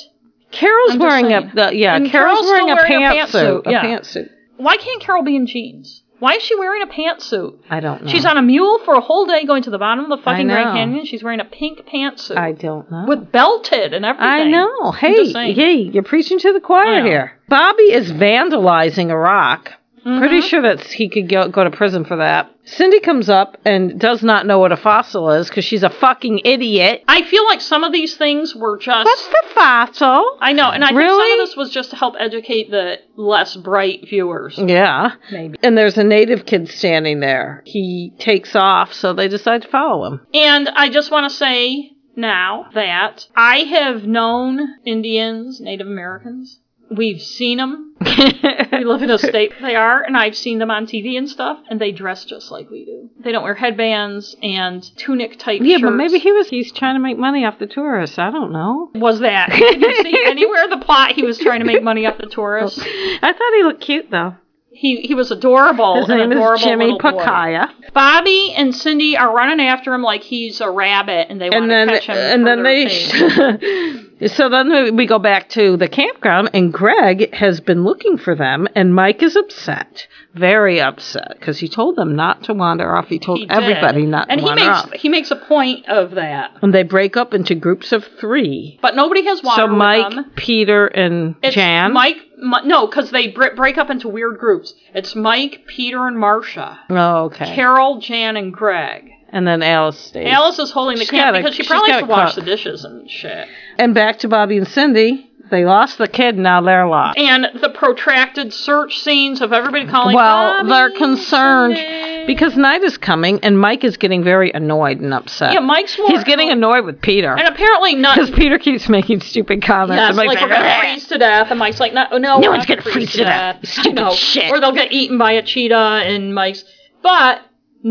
Carol's
I'm just
wearing
saying.
a the, yeah.
And
Carol's,
Carol's still
wearing a
wearing a
pantsuit.
pantsuit, yeah.
pantsuit.
Why can't Carol be in jeans? Why is she wearing a pantsuit?
I don't know.
She's on a mule for a whole day going to the bottom of the fucking
know.
Grand Canyon. She's wearing a pink pantsuit
I don't know.
with belted and everything.
I know. Hey,
just saying.
hey, you're preaching to the
I
choir
know.
here. Bobby is vandalizing a rock.
Mm-hmm.
Pretty sure that he could go, go to prison for that. Cindy comes up and does not know what a fossil is because she's a fucking idiot.
I feel like some of these things were just.
What's the fossil?
I know, and I think
Really?
some of this was just to help educate the less bright viewers.
Yeah.
Maybe.
And there's a native kid standing there. He takes off, so they decide to follow him.
And I just want to say now that I have known Indians, Native Americans. We've seen them. We live in a state they are, and I've seen them on TV and stuff, and they dress just like we do. They don't wear headbands and tunic type
Yeah,
shirts.
but maybe he was he's trying to make money off the tourists. I don't know.
was that. Did you see anywhere the plot he was trying to make money off the tourists?
I thought he looked cute though.
He he was adorable.
His
an
name
adorable
is Jimmy
little boy.
Pakaya.
Bobby and Cindy are running after him like he's a rabbit, and they want
And
to
then
catch him.
and
for
then
their
they
face.
So then we- we go back to the campground and Greg has been looking for them and Mike is upset. Very upset cuz he told them not to wander off. He told
He did.
everybody not
and
to
he
wander
makes
off.
he makes a point of that
And they break up into groups of 3.
but nobody has water
So
with
Mike,
them.
Peter and
It's
Jan.
mike Mi- no because they br- break up into weird groups it's mike peter and marcia
Oh, okay.
carol jan and greg
and then Alice stays.
alice is holding the
She's
camp
gotta-
because she
she's
probably has
gotta
to wash
cook.
the dishes and shit
And back to Bobby and Cindy. They lost the kid, now they're lost.
and the protracted search scenes of everybody calling
Well,
"Bobby,
they're concerned
Cindy."
because night is coming and Mike is getting very annoyed and upset.
yeah mike's more
He's getting annoyed with Peter
and apparently not
because Peter keeps making stupid comments.
Yes,
and
like,
Mike's
we're gonna freeze to death, and Mike's like, no, no, no
one's gonna freeze to death. Stupid shit.
Or they'll get eaten by a cheetah, and Mike's. But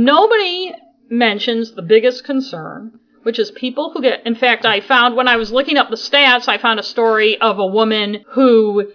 nobody mentions the biggest concern, which is people who get. In fact, I found when I was looking up the stats, I found a story of a woman who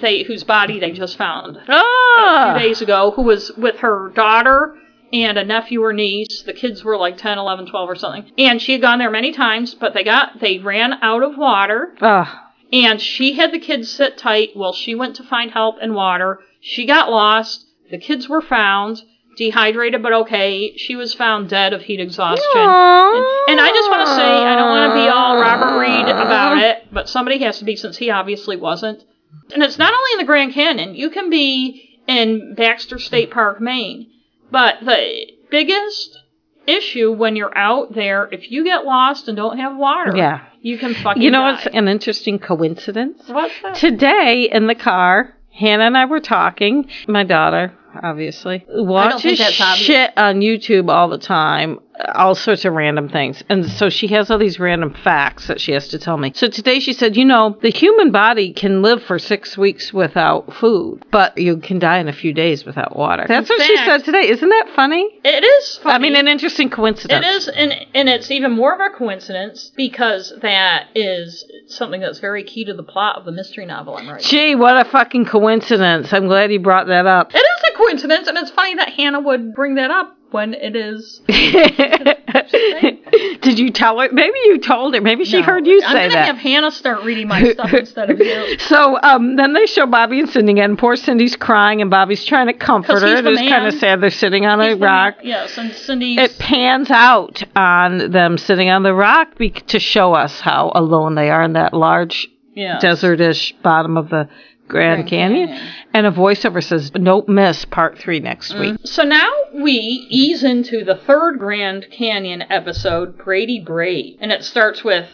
they whose body they just found
Ah!
days ago, who was with her daughter and a nephew or niece. The kids were like 10, 11, 12 or something. And she had gone there many times, but they got they ran out of water
Ugh.
and she had the kids sit tight while she went to find help and water. She got lost. The kids were found dehydrated but okay. She was found dead of heat exhaustion. And, and I just want to say I don't want to be all Robert Reed about it, but somebody has to be since he obviously wasn't. And it's not only in the Grand Canyon. You can be in Baxter State Park, Maine. But the biggest issue when you're out there, if you get lost and don't have water,
Yeah.
you can fucking
You know
die.
what's an interesting coincidence?
What's that?
Today in the car, Hannah and I were talking. My daughter, obviously, watches
think that's obvious.
shit on YouTube all the time, all sorts of random things. And so she has all these random facts that she has to tell me. So today she said, You know, the human body can live for six weeks without food, but you can die in a few days without water. That's
In
what she
fact-
said today. Isn't that funny?
it is funny.
I mean, an interesting coincidence.
It is, and and it's even more of a coincidence because that is something that's very key to the plot of the mystery novel I'm writing.
Gee, what a fucking coincidence. I'm glad you brought that up.
It is a coincidence, and it's funny that Hannah would bring that up when it is.
Did you tell her? Maybe you told her. Maybe she heard you
I'm
say
gonna have
that.
Hannah start reading my stuff instead of you.
So um, then they show Bobby and Cindy again. Poor Cindy's crying, and Bobby's trying to comfort
'Cause
her.
he's
It
the
was kind
man.
of sad. They're sitting on a rock.
Yes, and Cindy's.
It pans out on them sitting on the rock be- to show us how alone they are in that large
yeah.
desertish bottom of the Grand, Canyon. And a voiceover says, "Don't miss part three
Mm-hmm.
next week."
So now we ease into the third Grand Canyon episode, Brady Braid, and it starts with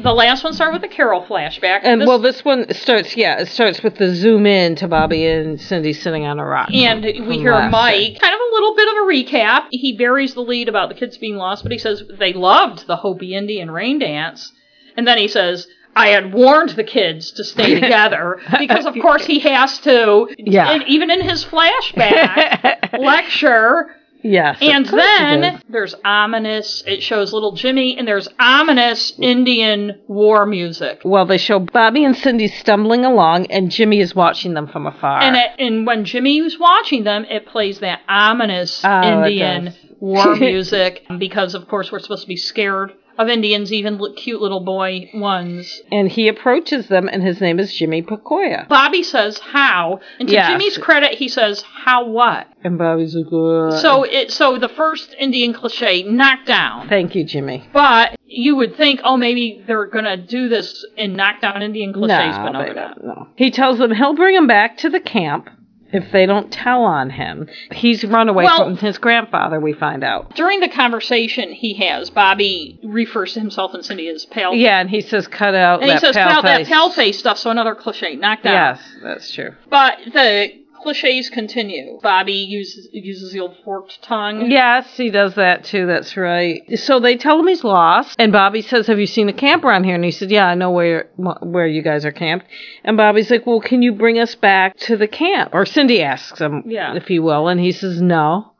the last one started with a Carol flashback.
And
This-
Um, well, this one starts. Yeah, it starts with the zoom in to Bobby and Cindy sitting on a rock.
And we
from
hear
last
Mike, kind of a little bit of a recap. He buries the lead about the kids being lost, but he says they loved the Hopi Indian rain dance. And then he says, I had warned the kids to stay together because, of course, he has to.
Yeah.
And even in his flashback lecture.
Yes. of
And
course he
then there's ominous, it shows little Jimmy, and there's ominous Indian war music.
did. Well, they show Bobby and Cindy stumbling along, and Jimmy is watching them from afar.
And it, and when Jimmy was watching them, it plays that ominous
Oh, it
Indian
does.
war music because, of course, we're supposed to be scared of Indians, even li- cute little boy ones.
And he approaches them, and his name is Jimmy Pacoya.
Bobby says how, and to
Yes.
Jimmy's credit, he says how what.
And Bobby's like, "Uh,
So it so the first Indian cliche knocked down.
thank you, Jimmy.
But you would think, oh, maybe they're gonna do this and knock down Indian cliches, but no,
they
they're not.
don't, no. He tells them he'll bring them back to the camp if they don't tell on him. He's run away
Well-
from his grandfather. We find out.
During the conversation he has, Bobby refers to himself and Cindy as pale
Yeah, and he says, "Cut out
And
that
he says,
pale
pal, that
face."
pale face stuff, so another cliche, knocked out.
Yes, that's true.
But the cliches continue. Bobby uses, uses the old forked tongue.
Yes, he does that too. That's right. So they tell him he's lost, and Bobby says, "Have you seen a camp around here?" And he said, "Yeah, I know where where you guys are camped." And Bobby's like, "Well, can you bring us back to the camp?" Or Cindy asks him,
Yeah.
if he will," and he says, "No."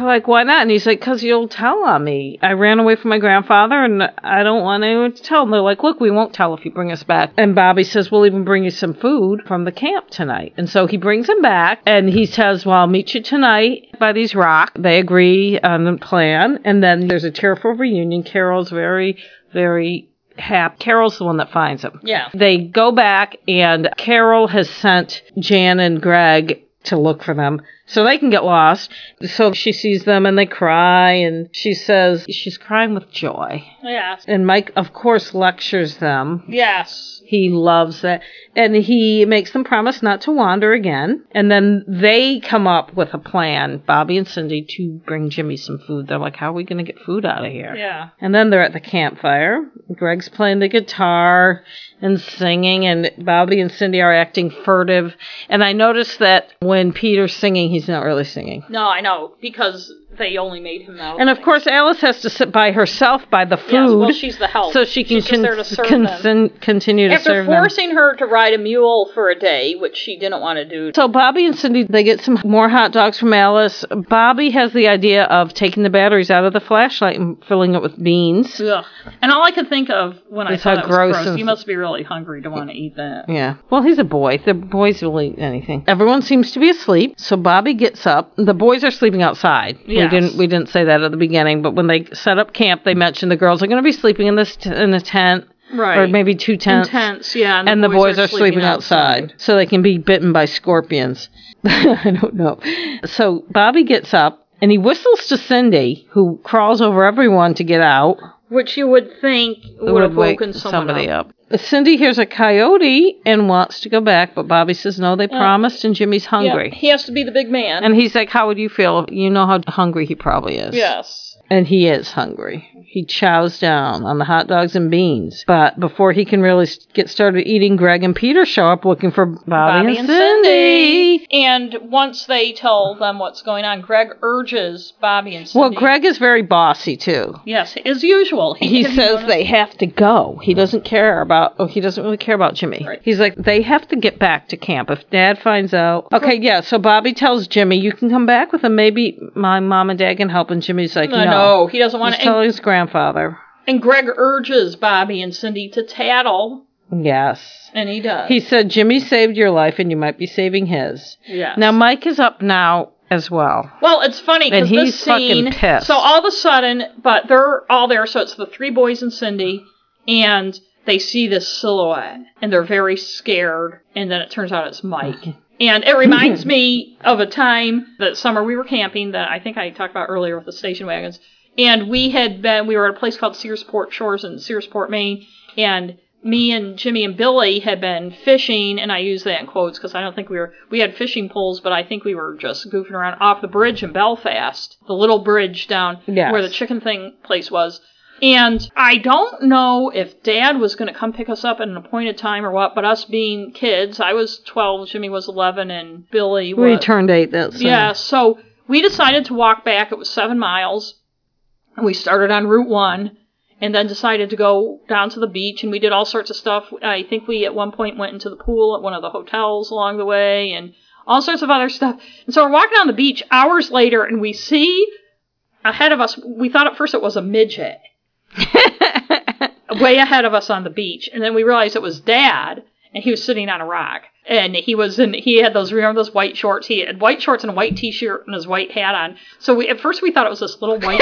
like, why not? And he's like, "Cause you'll tell on me. I ran away from my grandfather, and I don't want anyone to tell." And they're like, "Look, we won't tell if you bring us back." And Bobby says, "We'll even bring you some food from the camp tonight." And so he brings him back, and he says, "Well, I'll meet you tonight by these rocks." They agree on the plan, and then there's a tearful reunion. Carol's very, very happy. Carol's the one that finds him.
Yeah.
They go back, and Carol has sent Jan and Greg to look for them so they can get lost. So she sees them and they cry, and she says she's crying with joy.
Yes.
And Mike, of course, lectures them.
Yes.
He loves that. And he makes them promise not to wander again. And then they come up with a plan, Bobby and Cindy, to bring Jimmy some food. They're like, how are we going to get food out of here?
Yeah.
And then they're at the campfire. Greg's playing the guitar and singing, and Bobby and Cindy are acting furtive. And I noticed that when Peter's singing, he's not really singing.
No, I know, because they only made him that.
And of course, Alice has to sit by herself by the food,
yes, well, she's the help,
so she can
She's just there to
cons-
serve them.
consin- continue to
After
serve them.
forcing her to ride a mule for a day, which she didn't want to do,
So Bobby and Cindy they get some more hot dogs from Alice. Bobby has the idea of taking the batteries out of the flashlight and filling it with beans.
Ugh. And all I could think of when I
It's
saw
how
that
gross
was gross.
and-
You must be really hungry to want to eat that.
Yeah. Well, he's a boy. The boys will eat anything. Everyone seems to be asleep, so Bobby gets up. The boys are sleeping outside.
Yes.
We didn't we didn't say that at the beginning, but when they set up camp, they mentioned the girls are going to be sleeping in this t- in a tent
Right.
or maybe two tents.
Intense, yeah.
and the boys, are, sleeping, outside, so they can be bitten by scorpions. I don't know. So Bobby gets up and he whistles to Cindy, who crawls over everyone to get out.
Which you would think would, have
wake
woken someone
somebody up. Cindy hears a coyote and wants to go back, but Bobby says no, they promised, and Jimmy's
Yeah,
hungry.
he has to be the big man.
And he's like, "How would you feel? You know how hungry he probably is."
yes.
And he is hungry. He chows down on the hot dogs and beans. But before he can really s- get started eating, Greg and Peter show up looking for Bobby,
Bobby
and, Cindy.
And once they tell them what's going on, Greg urges Bobby and Cindy.
Well, Greg is very bossy too.
Yes, as usual.
He
didn't
says
wanna-
they have to go. He doesn't care about. Oh, he doesn't really care about Jimmy.
Right.
He's like they have to get back to camp if Dad finds out. Okay, yeah. So Bobby tells Jimmy, "You can come back with him. Maybe my mom and Dad can help." And Jimmy's like,
No,
"No."
no, he doesn't want
He's
to. And,
telling his grandfather.
and Greg urges Bobby and Cindy to tattle,
Yes.
and he does.
He said, "Jimmy saved your life, and you might be saving his."
yes.
Now Mike is up now as well.
Well, it's funny
And
because this
he's fucking
scene.
pissed.
So all of a sudden, but they're all there. So it's the three boys and Cindy, and they see this silhouette, and they're very scared. And then it turns out it's Mike. And it reminds me of a time that summer we were camping that I think I talked about earlier with the station wagons. And we had been, we were at a place called Searsport Shores in Searsport, Maine. And me and Jimmy and Billy had been fishing, and I use that in quotes because I don't think we were, we had fishing poles, but I think we were just goofing around off the bridge in Belfast, the little bridge down
Yes.
where the chicken thing place was. And I don't know if Dad was going to come pick us up at an appointed time or what, but us being kids, I was 12, Jimmy was 11, and Billy was.
We turned eight. That's
Yeah, so we decided to walk back. It was seven miles. And we started on Route 1 and then decided to go down to the beach and we did all sorts of stuff. I think we at one point went into the pool at one of the hotels along the way and all sorts of other stuff. And so we're walking on the beach hours later and we see ahead of us, we thought at first it was a midget way ahead of us on the beach, and then we realized it was Dad, and he was sitting on a rock, and he was in he had those remember those white shorts he had white shorts and a white t-shirt and his white hat on. So we at first we thought it was this little white,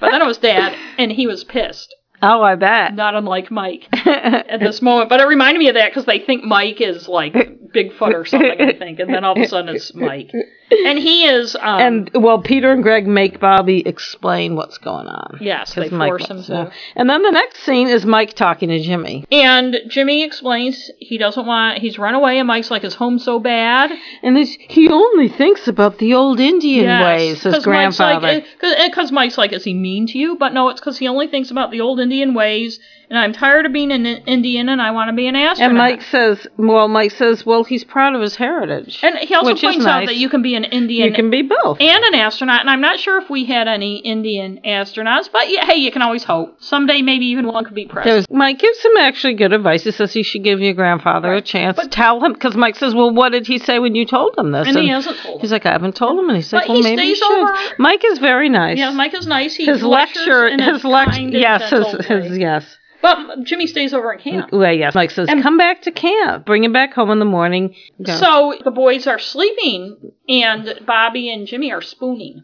but then it was Dad, and he was pissed,
Oh, I bet.
not unlike Mike at this moment. But it reminded me of that because they think Mike is like Bigfoot or something, I think, and then all of a sudden it's Mike, and he is um,
And well, Peter and Greg make Bobby explain what's going on.
yes, they
'Cause Mike
force him
wants
to.
know. And then the next scene is Mike talking to Jimmy.
And Jimmy explains he doesn't want, he's run away, and Mike's like, his home so bad.
And it's, he only thinks about the old Indian
Yes,
ways, his
'cause Mike's like-
grandfather.
it- 'cause Mike's like, is he mean to you? But no, it's because he only thinks about the old Indian ways, and I'm tired of being an I- Indian, and I want to be an astronaut.
and Mike says, well, Mike says, well, he's proud of his heritage.
and he also
which is
points out
nice.
that you can be an Indian
you can be both.
and an astronaut, and I'm not sure if we had any Indian astronauts, but yeah, hey, you can always hope. Someday, maybe even one could be president.
There's, Mike gives him actually good advice. He says he should give your grandfather a chance. But tell him, because Mike says, well, what did he say when you told him this?
And he hasn't told
He's like, I haven't told him. And he's like,
But
well,
he
maybe you
stays
should.
over-
Mike is very nice.
yeah, Mike is nice. He
his
lectures
lecture,
in
his
a
lecture,
kind and
yes,
gentle
his, his,
way.
yes.
But Jimmy stays over in camp.
Well, yes. Mike says, come back to camp. Bring him back home in the morning. Go.
So the boys are sleeping, and Bobby and Jimmy are spooning.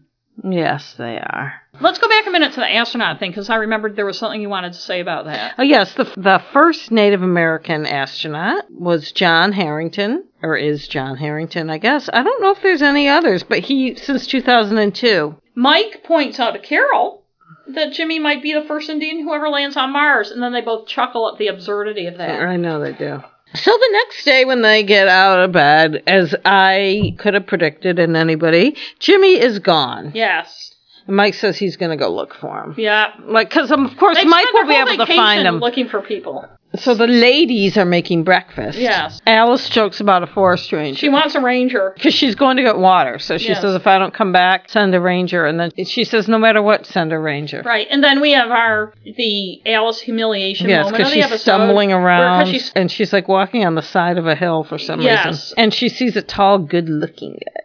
yes, they are.
Let's go back a minute to the astronaut thing because I remembered there was something you wanted to say about that.
Oh, yes. The, the first Native American astronaut was John Harrington, or is John Harrington, I guess. I don't know if there's any others, but he, since 2002.
Mike points out to Carol that Jimmy might be the first Indian who ever lands on Mars, and then they both chuckle at the absurdity of that.
I know they do. So the next day, when they get out of bed, as I could have predicted in anybody, Jimmy is gone.
Yes.
Mike says he's going to go look for him.
Yeah.
Like, because of course
They
Mike
spend
will be
their whole
able to
vacation
find him.
Looking for people.
So the ladies are making breakfast.
Yes.
Alice jokes about a forest
She
ranger.
wants a ranger.
Because she's going to get water. So she
Yes.
says, if I don't come back, send a ranger. And then she says, no matter what, send a ranger.
Right. And then we have our the Alice humiliation
Yes,
moment
because
of the
she's
episode.
stumbling
where- 'cause
around
she's-
and she's like walking on the side of a hill for some
Yes.
reason. And she sees a tall, good looking guy.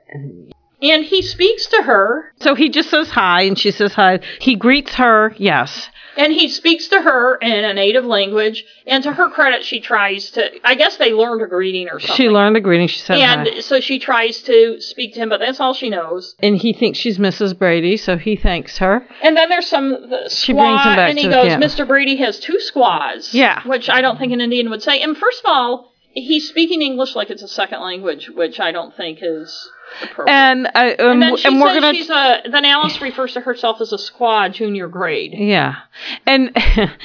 and he speaks to her,
So he just says hi and she says hi. He greets her, yes.
and he speaks to her in a native language. And to her credit, she tries to. I guess they learned a greeting or something.
She learned the greeting, she said
and
hi.
so she tries to speak to him, but that's all she knows.
And he thinks she's Mrs. Brady, so he thanks her.
And then there's some the squaw,
She brings him back
and he
to the
goes,
camp.
"Mr. Brady has two squaws."
Yeah.
which I don't think an Indian would say. And first of all, he's speaking English like it's a second language, which I don't think is appropriate.
And I um,
And then she
and we're
says
gonna
she's a. Then Alice refers to herself as a squaw junior grade.
Yeah. And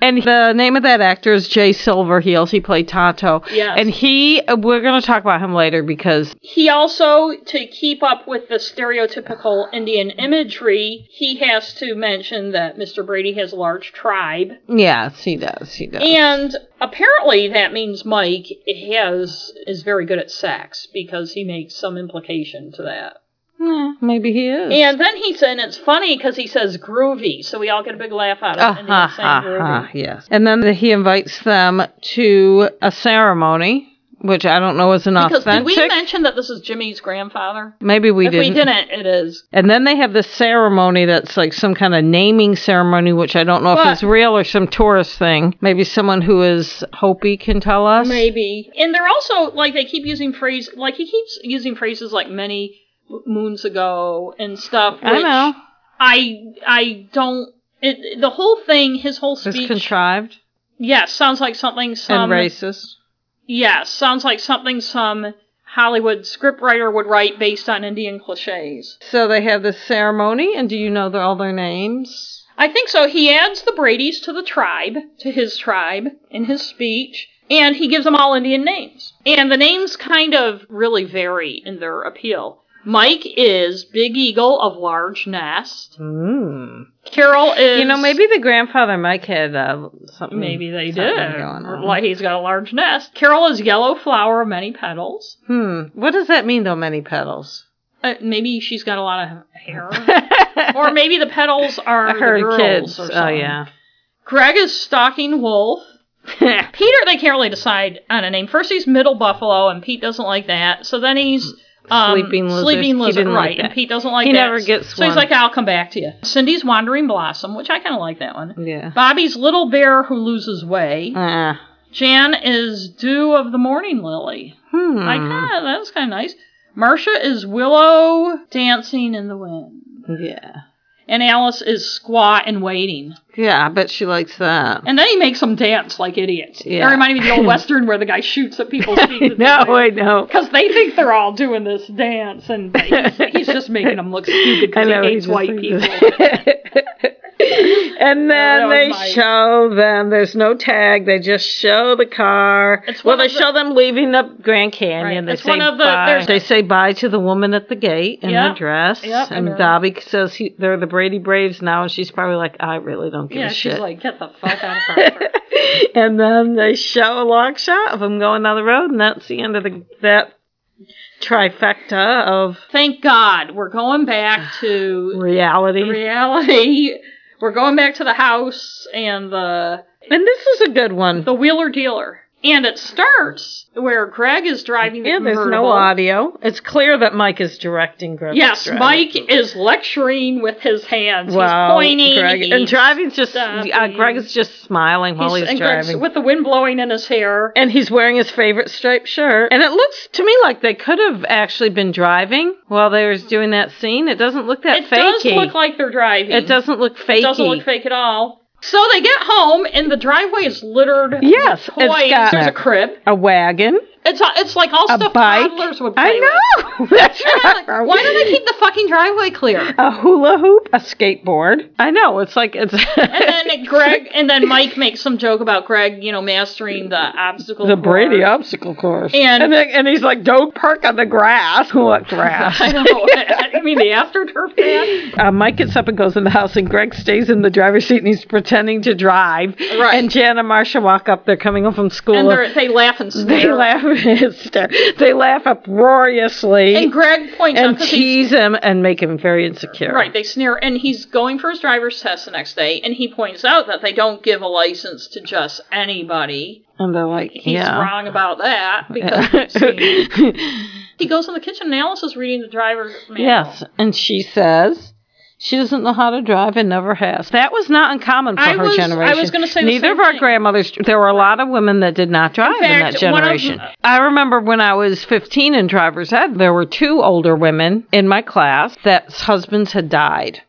and the name of that actor is Jay Silverheels. He played Tonto.
Yes.
And he we're gonna talk about him later because
He also, to keep up with the stereotypical Indian imagery, he has to mention that Mr. Brady has a large tribe.
yes, he does. He does.
And apparently that means Mike has is very good at sex because he makes some implication to that.
Yeah, maybe he is.
And then he said, and it's funny because he says groovy, so we all get a big laugh out of it.
Ah,
And
ah,
saying
ah,
groovy.
yes. And then the, he invites them to a ceremony, which I don't know is an
Because did
uh-huh. authentic.
we mention that this is Jimmy's grandfather?
Maybe we
if
didn't.
we didn't, it is.
And then they have this ceremony that's like some kind of naming ceremony, which I don't know if
But-
is real or some tourist thing. Maybe someone who is Hopi can tell us.
Maybe. And they're also like they keep using phrase like he keeps using phrases like many m- moons ago and stuff. Which
I know.
I I don't. It, the whole thing, his whole
It's
speech,
contrived
yes, sounds like something some
and racist.
yes, sounds like something some Hollywood scriptwriter would write based on Indian cliches.
So they have this ceremony, and do you know their, all their names?
I think so. He adds the Brady's to the tribe, to his tribe, in his speech, and he gives them all Indian names. And the names kind of really vary in their appeal. Mike is Big Eagle of Large Nest.
Mm.
Carol Hmm. is.
You know, maybe the grandfather Mike had uh, something.
Maybe they
something
did.
going on.
Like he's got a large nest. Carol is Yellow Flower of Many Petals.
Hmm. What does that mean, though? Many petals.
Uh, maybe she's got a lot of hair. or maybe the petals are
her
the girls
kids.
Or
oh
something.
yeah.
Greg is stalking Wolf. Peter, they can't really decide on a name. First, he's Middle Buffalo, and Pete doesn't like that. So then he's um,
Sleeping Lizard.
Sleeping
He
Lizard,
didn't like
right?
that.
and Pete doesn't like
He
that.
never gets
So he's
one.
like, "I'll come back to you." Cindy's Wandering Blossom, which I kind of like that one.
yeah.
Bobby's Little Bear Who Loses Way.
Uh,
Jan is Dew of the Morning Lily.
hmm.
I kind of that's kind of nice. Marcia is Willow Dancing in the Wind.
yeah.
And Alice is squat and waiting.
Yeah. I bet she likes that.
And then he makes them dance like idiots.
Yeah.
That reminded me of the old western where the guy shoots at people's feet.
no, I know.
Because they think they're all doing this dance, and he's, he's just making them look stupid
I
because he
know.
hates
just
white
thinks-
people.
and
that
then
was
they
my-
show them. There's no tag. They just show the car.
It's
well,
one
they
of the-
show them leaving the Grand Canyon.
Right.
They
It's
say
one of the-
bye.
there's-
They say bye to the woman at the gate in
Yeah.
her dress.
Yep, I
And
know.
Dobby says he, they're the Brady Braves now, and she's probably like, I really don't give
yeah,
a
she's
shit.
like, get the fuck out of here.
and then they show a long shot of him going down the road, and that's the end of the that trifecta of
Thank God we're going back to
reality.
reality. We're going back to the house and the
and this is a good one.
the wheeler dealer. And it starts where Greg is driving the
Yeah, there's no
convertible.
audio. It's clear that Mike is directing Greg.
Yes,
driving.
Mike is lecturing with his hands.
Wow,
he's pointing
Greg,
he's
and driving's just uh,
stopping.
Greg is just smiling while he's,
and Greg's-
driving,
with the wind blowing in his hair.
and he's wearing his favorite striped shirt. And it looks to me like they could have actually been driving while they was doing that scene. It doesn't look that
it
fakey.
does look like they're driving.
it doesn't look fakey.
It doesn't look fake at all. So they get home, and the driveway is littered.
Yes,
with
it's
toys.
got-
There's a crib.
a wagon.
It's it's like all
A
stuff
bike?
toddlers would play
I know. That's
with.
right.
Yeah, Why do they keep the fucking driveway clear?
a hula hoop, a skateboard? I know. It's like it's
And then Greg and then Mike makes some joke about Greg, you know, mastering the obstacle.
the
course.
Brady obstacle course.
And-
and, then, and he's like, don't park on the grass. What grass?
I don't know. I mean, the astroturf man.
uh, Mike gets up and goes in the house, and Greg stays in the driver's seat and he's pretending to drive.
Right.
And Jan and Marcia walk up. They're coming home from school.
And they're, they laugh and sneer.
they laugh. it's ter- they laugh uproariously
And Greg points out
and
'cause he's
tease him and make him very insecure.
Right, they sneer, and he's going for his driver's test the next day, and he points out that they don't give a license to just anybody.
And they're like,
He's
yeah.
wrong about that because we've seen- he goes in the kitchen analysis reading the driver's manual.
yes. And she says. She doesn't know how to drive and never has. That was not uncommon for
I
her
was- I
generation.
was gonna say the
neither
same
of our
thing.
grandmothers. There were a lot of women that did not drive in,
fact,
that
one of-
generation. I remember when I was 15 in driver's ed, there were two older women in my class that husbands had died,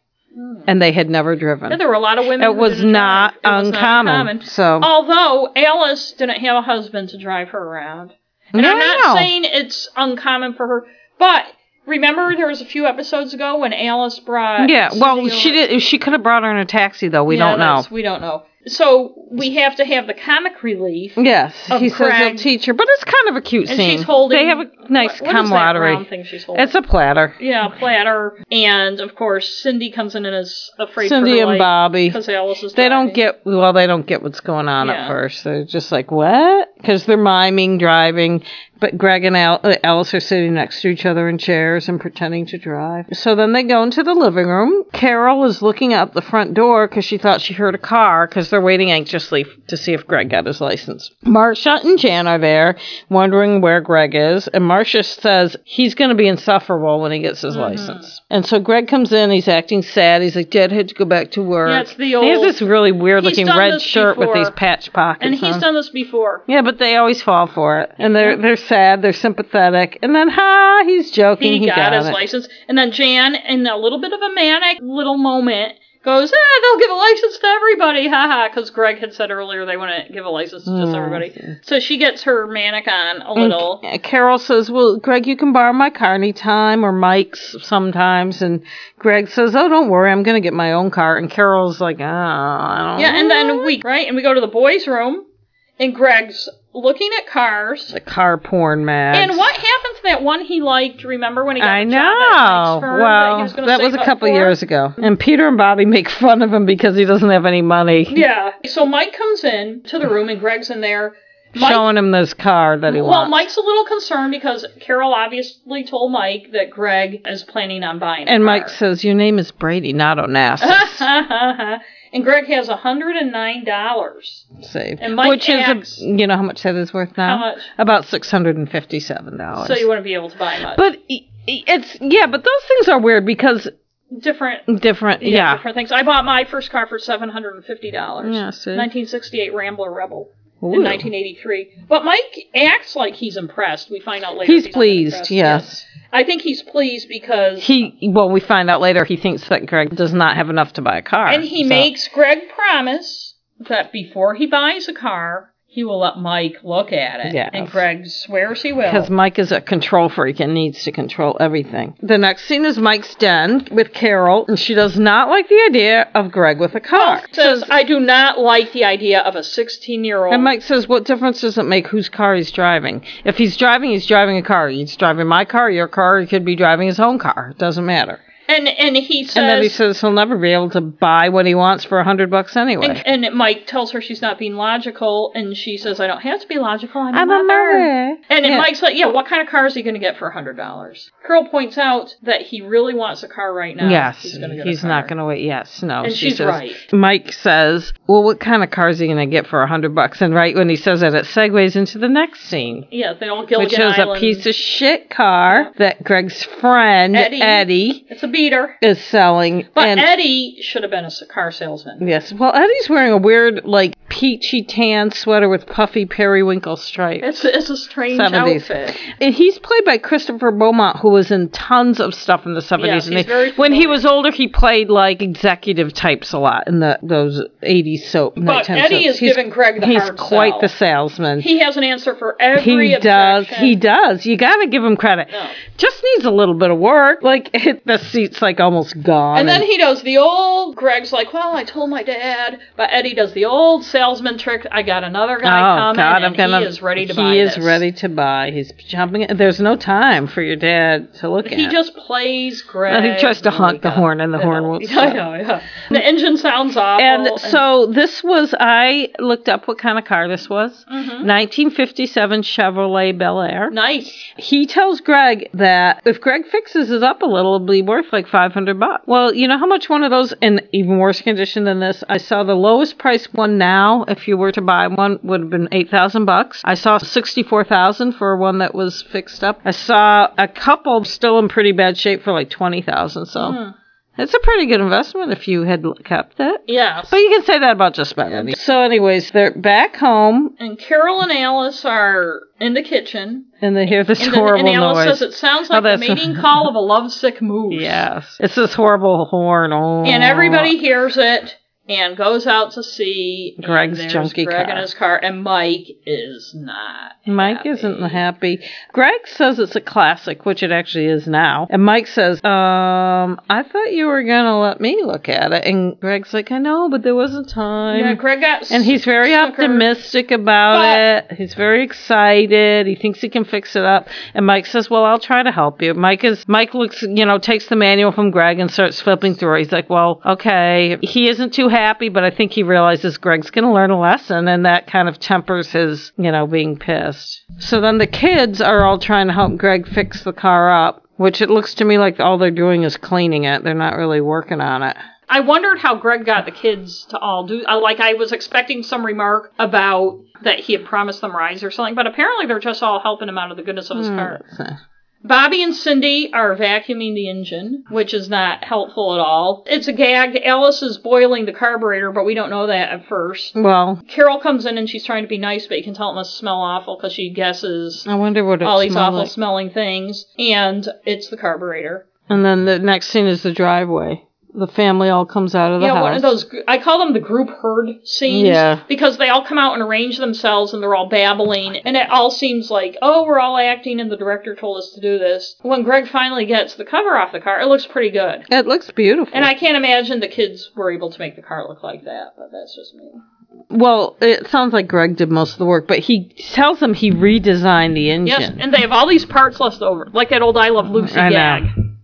and they had never driven.
Yeah, there were a lot of women.
It
Hmm. who
was
didn't
not
drive. It was Oh,
uncommon, so-
although Alice didn't have a husband to drive her around, and
No,
I'm not
no.
saying it's uncommon for her, but remember there was a few episodes ago when Alice brought
Yeah, well,
Susie
she
over-
did. She could have brought her in a taxi, though. We
Yeah,
don't know.
that's- We don't know. So we have to have the comic relief.
Yes,
Of
he says
Craig.
he'll teach her, but it's kind of a cute
And
scene.
she's holding.
They have a nice
what- what is that
camaraderie.
round thing she's holding?
It's a platter.
yeah, platter, and of course Cindy comes in and is afraid.
Cindy
for her
and Bobby.
because Alice is.
They don't
driving.
get well. They don't get what's going on
Yeah.
at first. They're just like what? Because they're miming driving, but Greg and Al- uh, Alice are sitting next to each other in chairs and pretending to drive. So then they go into the living room. Carol is looking out the front door because she thought she heard a car. Because they're waiting anxiously f- to see if Greg got his license. Marcia and Jan are there, wondering where Greg is, and Marcia says he's going to be insufferable when he gets
Mm-hmm.
his license. And so Greg comes in. He's acting sad. He's like, "Dad had to go back to work."
Yeah, it's the
He has
old-
this really weird
He's
looking
done
red
this
shirt with
before.
these patch pockets.
And he's
on.
done this before.
Yeah, but they always fall for it, and they're they're sad, they're sympathetic, and then ha, he's joking.
He,
He,
got, his
it.
license, and then Jan, in a little bit of a manic little moment, goes, "Ah, they'll give a license to everybody, haha." Because Greg had said earlier they want to give a license to
Mm.
just everybody. So she gets her manic on a little.
Uh, Carol says, "Well, Greg, you can borrow my car anytime, or Mike's sometimes." And Greg says, "Oh, don't worry, I'm going to get my own car." And Carol's like, "Oh, I don't
Yeah, and
know."
then we right, and we go to the boys' room, and Greg's looking at cars.
the car porn mag.
And what happened to that one he liked? Remember when he got
I
the job at
know.
Mike's firm
Well,
he
that
gonna
was,
save
a
up
couple
for?
years ago. And Peter and Bobby make fun of him because he doesn't have any money.
Yeah. So Mike comes in to the room, and Greg's in there. Mike,
showing him this car that he
well,
wants.
Mike's a little concerned because Carol obviously told Mike that Greg is planning on buying. a car.
and Mike says, "Your name is Brady, not Onassis."
and Greg has hundred and nine dollars.
Saved.
And Mike
Which
asks-
is, a, you know, how much that is worth now?
How much?
About six hundred and fifty-seven dollars.
So you wouldn't be able to buy much.
but i- i- it's yeah, but those things are weird because
different
different.
yeah,
Yeah,
different things. I bought my first car for seven hundred and fifty dollars.
Yeah, see.
nineteen sixty-eight Rambler Rebel.
Ooh.
In 1983, but Mike acts like he's impressed. We find out later
he's
not
pleased.
impressed.
Yes.
I think he's pleased because
he. Well, we find out later he thinks that Greg does not have enough to buy a car,
and he
so-
makes Greg promise that before he buys a car, he will let Mike look at it.
Yes.
And Greg swears he will.
Because Mike is a control freak and needs to control everything. The next scene is Mike's den with Carol, and she does not like the idea of Greg with a car.
says, I do not like the idea of a 16 year old.
And Mike says, What difference does it make whose car he's driving? If he's driving, he's driving a car. He's driving my car, your car, he could be driving his own car. It doesn't matter.
And, and he says,
And then he says he'll never be able to buy what he wants for a hundred bucks anyway.
and, and Mike tells her she's not being logical, and she says, I don't have to be logical. I'm,
I'm
a mother.
a mother.
And then
Yeah.
Mike's like, Yeah, what kind of car is he going to get for a $100? Carol points out that he really wants a car right now.
yes.
He's,
He's,
gonna get a
not
car.
gonna wait. Yes, no.
And
she
she's
says,
right.
Mike says, Well, what kind of car is he gonna get for a hundred bucks? And right when he says that it segues into the next scene.
Yeah, the old Gilligan
Which is
Island.
a piece of shit car that Greg's friend
Eddie.
Eddie
It's a Peter.
is selling.
But
and
Eddie should have been a s- car salesman.
yes, well, Eddie's wearing a weird, like, peachy tan sweater with puffy periwinkle stripes.
It's it's a strange
70s.
outfit.
And he's played by Christopher Beaumont, who was in tons of stuff in the 70s.
Yes,
and
he's
they-
very
when he
familiar.
was older, he played like executive types a lot in the those 80s soap.
But Eddie is
he's,
giving Craig the
He's
hard
quite
sell.
the salesman.
He has an answer for every
He does.
objection.
He does. You got to give him credit.
No.
Just needs a little bit of work. Like it, the seat's like almost gone.
And then he does the old Greg's like, well, I told my dad, but Eddie does the old salesman trick. I got another
oh
guy coming,
God,
and
I'm gonna.
he is ready to
he
buy.
is
this.
ready to buy. He's jumping. in- There's no time for your dad to look at.
He just plays Greg.
And he tries to
when
honk
we
the
got-
horn, and the
I
horn
know.
won't
Yeah, I
stop.
know, yeah. The engine sounds awful.
And so this was, I looked up what kind of car this was.
Mm-hmm.
1957 Chevrolet Bel Air.
nice.
He tells Greg that if Greg fixes it up a little, it'll be worth like 500 bucks. Well, you know how much one of those in even worse condition than this? I saw the lowest price one now, if you were to buy one, would have been 8,000 bucks. I saw 64,000 for one that was fixed up. I saw a couple still in pretty bad shape for like 20,000. So
Hmm.
it's a pretty good investment if you had kept it.
Yes.
But you can say that about just about anything. So, anyways, they're back home
and Carol and Alice are in the kitchen.
and they hear this
And, then-
horrible
and Alice
noise.
says it sounds
Oh,
like the
that's-
mating call of a lovesick moose.
yes, it's this horrible horn. Oh,
And everybody hears it and goes out to see and
Greg's
there's
junky
Greg
car.
in his car, and Mike is not.
Mike
happy.
isn't happy. Greg says it's a classic, which it actually is now. And Mike says, "Um, I thought you were gonna let me look at it." And Greg's like, "I know, but there wasn't time."
Yeah, Greg got.
and he's very
snickered.
optimistic about it. He's very excited. He thinks he can fix it up. And Mike says, "Well, I'll try to help you." Mike is Mike looks, you know, takes the manual from Greg and starts flipping through. it. He's like, "Well, okay." He isn't too happy, but I think he realizes Greg's going to learn a lesson, and that kind of tempers his, you know, being pissed. So then the kids are all trying to help Greg fix the car up, which it looks to me like all they're doing is cleaning it. They're not really working on it.
I wondered how Greg got the kids to all do. I- Like I was expecting some remark about that he had promised them rides or something, but apparently they're just all helping him out of the goodness of his
Hmm.
heart.
So-
Bobby and Cindy are vacuuming the engine, which is not helpful at all. It's a gag. Alice is boiling the carburetor, but we don't know that at first.
Well,
Carol comes in and she's trying to be nice, but you can tell it must smell awful because she guesses
I wonder what it
all these
smelled
awful
like.
smelling things, and it's the carburetor.
And then the next scene is the driveway. The family all comes out of the
yeah,
house.
one of those. gr- I call them the group herd scenes.
Yeah.
Because they all come out and arrange themselves, and they're all babbling, and it all seems like, oh, we're all acting, and the director told us to do this. When Greg finally gets the cover off the car, it looks pretty good.
It looks beautiful.
And I can't imagine the kids were able to make the car look like that, but that's just me.
well, it sounds like Greg did most of the work, but he tells them he redesigned the engine.
Yes, and they have all these parts left over, like that old "I Love Lucy"
I know.
gag.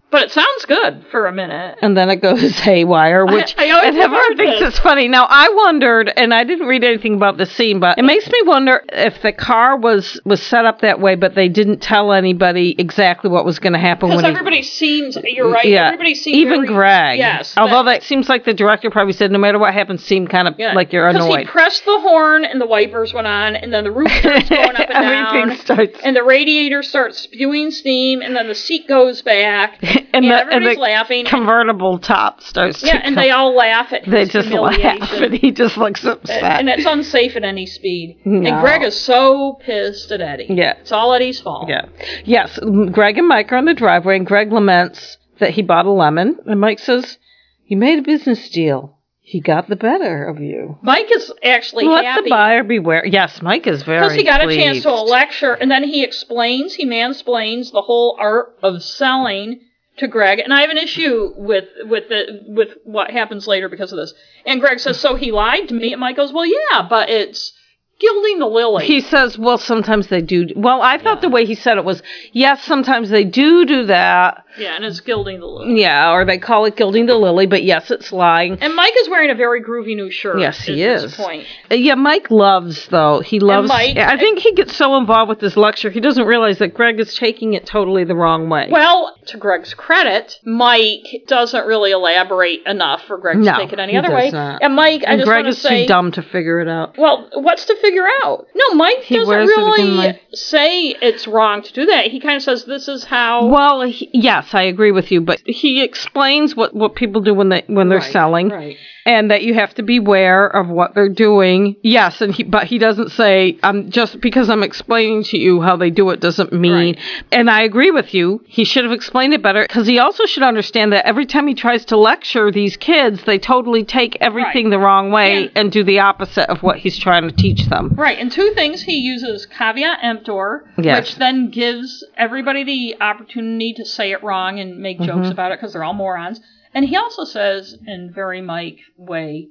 But it sounds good for a minute.
and then it goes haywire, which
I always
and everyone
wondered
thinks
this.
it's funny. Now I wondered, and I didn't read anything about the scene, but it makes me wonder if the car was was set up that way, but they didn't tell anybody exactly what was going to happen
Because
when he
everybody seems, you're right.
Yeah,
Everybody seems
even
very-
Greg.
Yes.
although that seems like the director probably said, no matter what happens, seem kind of like you're
Because he
annoyed.
pressed the horn and the wipers went on, and then the roof starts going up and
Everything
down,
starts.
and the radiator starts spewing steam, and then the seat goes back, and,
and the, and
everybody's
the
laughing. and-
convertible top starts
yeah,
to
and
come-
they all laugh at his
they just
humiliation.
laugh and he just looks upset
And it's unsafe at any speed.
No.
And Greg is so pissed at Eddie.
Yeah.
It's all Eddie's fault.
yeah yes m- greg and mike are in the driveway and greg laments that he bought a lemon and mike says you made a business deal he got the better of you
Mike is actually
let the
happy
buyer beware yes mike is very
because he got a chance to
pleased.
lecture, and then he explains, he mansplains the whole art of selling to Greg. And I have an issue with with the with what happens later because of this. And Greg says, "So he lied to me." And Mike goes, "Well, yeah, but it's gilding the lily."
He says, well, sometimes they do. Well, I thought the way he said it was, yes, sometimes they do do that.
yeah, and it's gilding the lily.
Yeah, or they call it gilding the lily, but yes, it's lying.
And Mike is wearing a very groovy new shirt.
Yes, he
at this
is.
point.
Uh, Yeah, Mike loves though. He loves.
Mike-
I think he gets so involved with this lecture, he doesn't realize that Greg is taking it totally the wrong way.
Well, to Greg's credit, Mike doesn't really elaborate enough for Greg
No,
to take it any
he
other
does
way.
not.
And Mike, I
and
just
Greg
want
is
to say,
too dumb to figure it out.
well, what's to figure out. No, Mike
He
doesn't
wears it again,
really
like-
say it's wrong to do that. He kind of says this is how.
Well, he, yes, I agree with you, but he explains what, what people do when they when they're
Right,
selling,
right.
and that you have to beware of what they're doing. Yes, and he, but he doesn't say I'm just because I'm explaining to you how they do it doesn't mean.
Right.
And I agree with you. He should have explained it better because he also should understand that every time he tries to lecture these kids, they totally take everything the wrong way
Yeah.
and do the opposite of what he's trying to teach them.
Right, and two things he uses caveat emptor,
Yes.
which then gives everybody the opportunity to say it wrong and make
Mm-hmm.
jokes about it because they're all morons. And he also says, in very Mike way,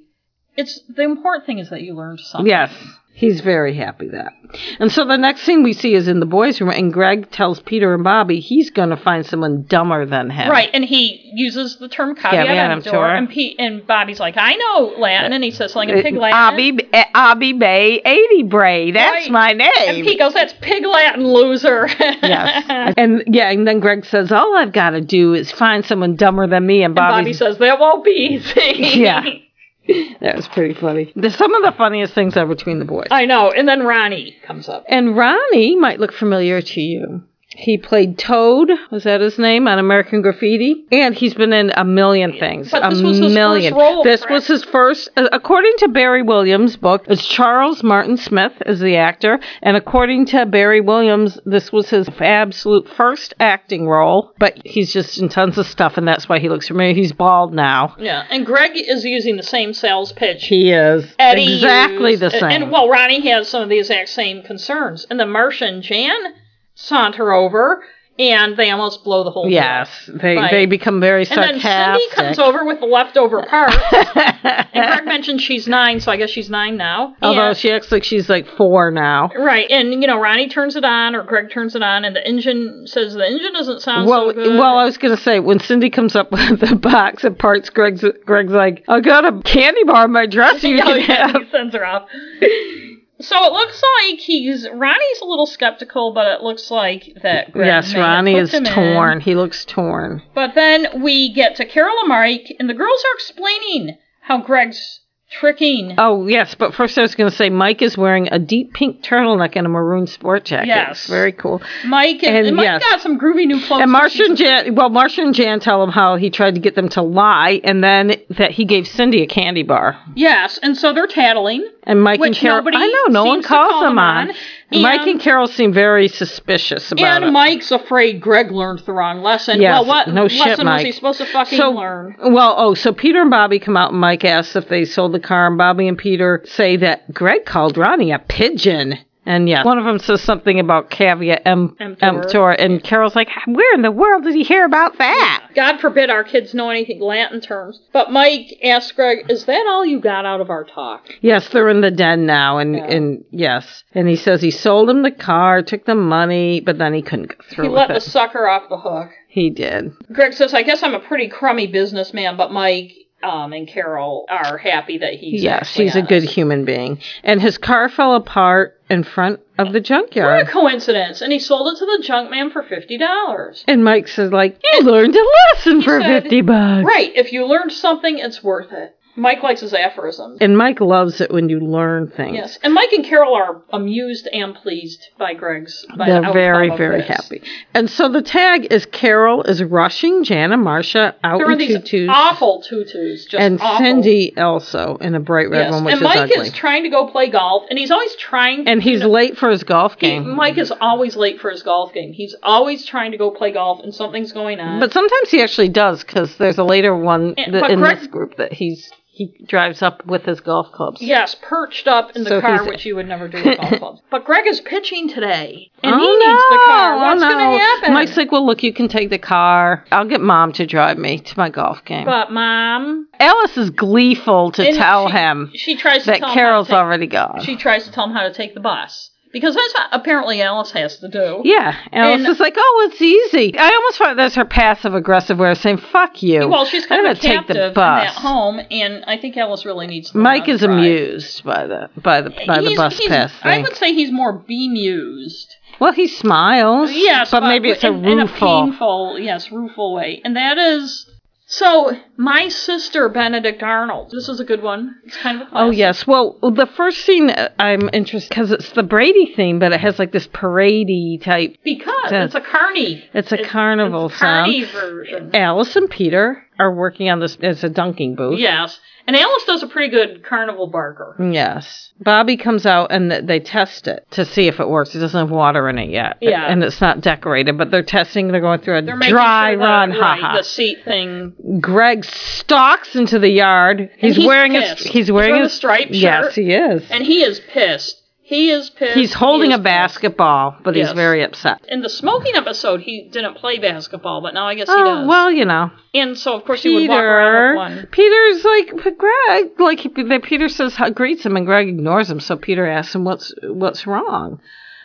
it's the important thing is that you learned something.
Yes. He's very happy that. And so the next scene we see is in the boys' room, and Greg tells Peter and Bobby he's going to find someone dumber than him.
Right, and he uses the term caveat
Caveat
emptor,
emptor.
and Pete and Bobby's like, I know Latin, and he says something in pig Latin.
Abby, eh, Abby Bay 80 Bray.
Right.
That's my name.
and Pete goes, "That's pig Latin, loser."
yes. And yeah, and then Greg says, All I've got to do is find someone dumber than me. And
Bobby
Bobby's.
says that won't be easy.
Yeah. that was pretty funny. There's some of the funniest things are between the boys.
I know. And then Ronnie comes up.
And Ronnie might look familiar to you. He played Toad, was that his name, on American Graffiti? And he's been in a million things.
But
a
this was his first
million.
role,
this
correct?
was his first, uh, according to Barry Williams' book, it's Charles Martin Smith is the actor. And according to Barry Williams, this was his absolute first acting role. But he's just in tons of stuff, and that's why he looks familiar. He's bald now.
Yeah, and Greg is using the same sales pitch.
He is
Eddie
exactly
used,
the same.
And, well, Ronnie has some of the exact same concerns. And the Martian Jan saunter over, and they almost blow the whole.
yes, they
Right.
they become very
deal. And
sarcastic.
then Cindy comes over with the leftover parts. and Greg mentioned she's nine, so I guess she's nine now.
Although
And-
she acts like she's like four now.
Right, and you know Ronnie turns it on, or Greg turns it on, and the engine says the engine doesn't sound
Well,
so good.
well, I was gonna say when Cindy comes up with the box of parts, Greg's Greg's like, I got a candy bar in my dress you
Oh,
can
yeah,
have.
he sends her off. So it looks like he's Ronnie's a little skeptical, but it looks like that. Greg
Yes,
may have
Ronnie
put
is
him in.
torn. He looks torn.
But then we get to Carol and Mike, and the girls are explaining how Greg's tricking.
Oh yes, but first I was gonna say Mike is wearing a deep pink turtleneck and a maroon sport jacket.
Yes.
It's very cool.
Mike and,
and
and Mike
yes.
got some groovy new clothes.
And Marcia and
She's-
Jan, well, Marcia and Jan tell him how he tried to get them to lie, and then that he gave Cindy a candy bar.
yes, and so they're tattling.
And Mike
Which
and Carol,
nobody
I know no one
seems to
calls
call
them
them
on.
on. And-
Mike and Carol seem very suspicious about it.
And Mike's afraid Greg learned the wrong lesson.
Yes,
well, what
no
lesson
shit,
was he
Mike.
supposed to fucking
So-
learn?
Well, oh, so Peter and Bobby come out, and Mike asks if they sold the car, and Bobby and Peter say that Greg called Ronnie a pigeon. And yeah, one of them says something about caveat em-
Emptor.
emptor, and Carol's like, "Where in the world did he hear about that?"
God forbid our kids know anything Latin terms. But Mike asks Greg, "Is that all you got out of our talk?"
Yes, they're in the den now, and
Yeah.
and yes, and he says he sold him the car, took the money, but then he couldn't go through
He
with
let the
it.
sucker off the hook.
He did.
Greg says, "I guess I'm a pretty crummy businessman, but Mike um, and Carol are happy that he's
Yes,
actually
he's a
honest."
good human being. And his car fell apart in front of the junkyard.
What a coincidence! And he sold it to the junk man for fifty dollars.
And Mike says, like, you learned a lesson for
said-
50 bucks.
Right? If you learned something, it's worth it. Mike likes his aphorisms.
And Mike loves it when you learn things.
Yes, and Mike and Carol are amused and pleased by Greg's. By the
They're
outcome
very,
of
very
this.
happy. And so the tag is Carol is rushing Jan and Marcia out
There are
in
these
tutus.
awful tutus, just
And
awful.
Cindy also in a bright red
Yes,
one, which
and
is
Mike
ugly.
is trying to go play golf, and he's always trying. To,
and he's late for his golf
he-
game.
Mike is always late for his golf game. He's always trying to go play golf, and something's going on.
But sometimes he actually does because there's a later one
And-
that,
but
in
Greg-
this group that he's he drives up with his golf clubs.
yes, perched up in the
So
car,
he's-
which you would never do with golf clubs. But Greg is pitching today, and
oh,
he
no.
needs the car.
Oh,
What's
no.
going to happen?
Mike's like, well, look, you can take the car. I'll get mom to drive me to my golf game.
but mom,
Alice is gleeful to
and
tell
she-
him
she tries to
that
tell him how to
Carol's
take-
already gone.
She tries to tell him how to take the bus because that's what apparently Alice has to do.
yeah, Alice
And-
is like, "Oh, it's easy." I almost thought that's her passive aggressive way of saying "fuck you."
Well, she's
I'm
kind
gonna
of captive
take the
in
bus.
that home, and I think Alice really needs. To learn how
Mike
to
is
drive.
amused by the by the by the
He's-
bus
he's-
pass
I
thing.
would say he's more bemused.
well, he smiles.
Yes,
but maybe it's a
in, in a
rueful.
painful, yes, rueful way, and that is So, my sister Benedict Arnold. This is a good one. It's kind of a
Oh
classic.
yes. Well, the first scene uh, I'm interested because it's the Brady theme, but it has like this paradey type.
because
Yeah.
it's a carny.
It's a
It's-
carnival
it's a
sound.
carny version.
Alice and Peter are working on this as a dunking booth.
Yes, and Alice does a pretty good carnival barker.
Yes. Bobby comes out and th- they test it to see if it works. It doesn't have water in it yet.
Yeah.
And it's not decorated, but they're testing. They're going through a
They're making
dry
sure that-
run.
right,
haha.
The seat thing.
Greg stalks into the yard. He's,
he's
wearing
pissed.
his. He's wearing
wearing
his
a striped
Yes,
shirt.
he is.
And he is pissed. He is pissed.
he's holding
He
a
is pissed.
basketball, but
Yes.
he's very upset.
In the smoking episode, he didn't play basketball, but now I guess he
Oh
does.
well, you know,
and so of course he would walk around with one.
Peter. Peter's like "But Greg. Like he, that Peter says, how- greets him, and Greg ignores him. So Peter asks him, "What's what's wrong?"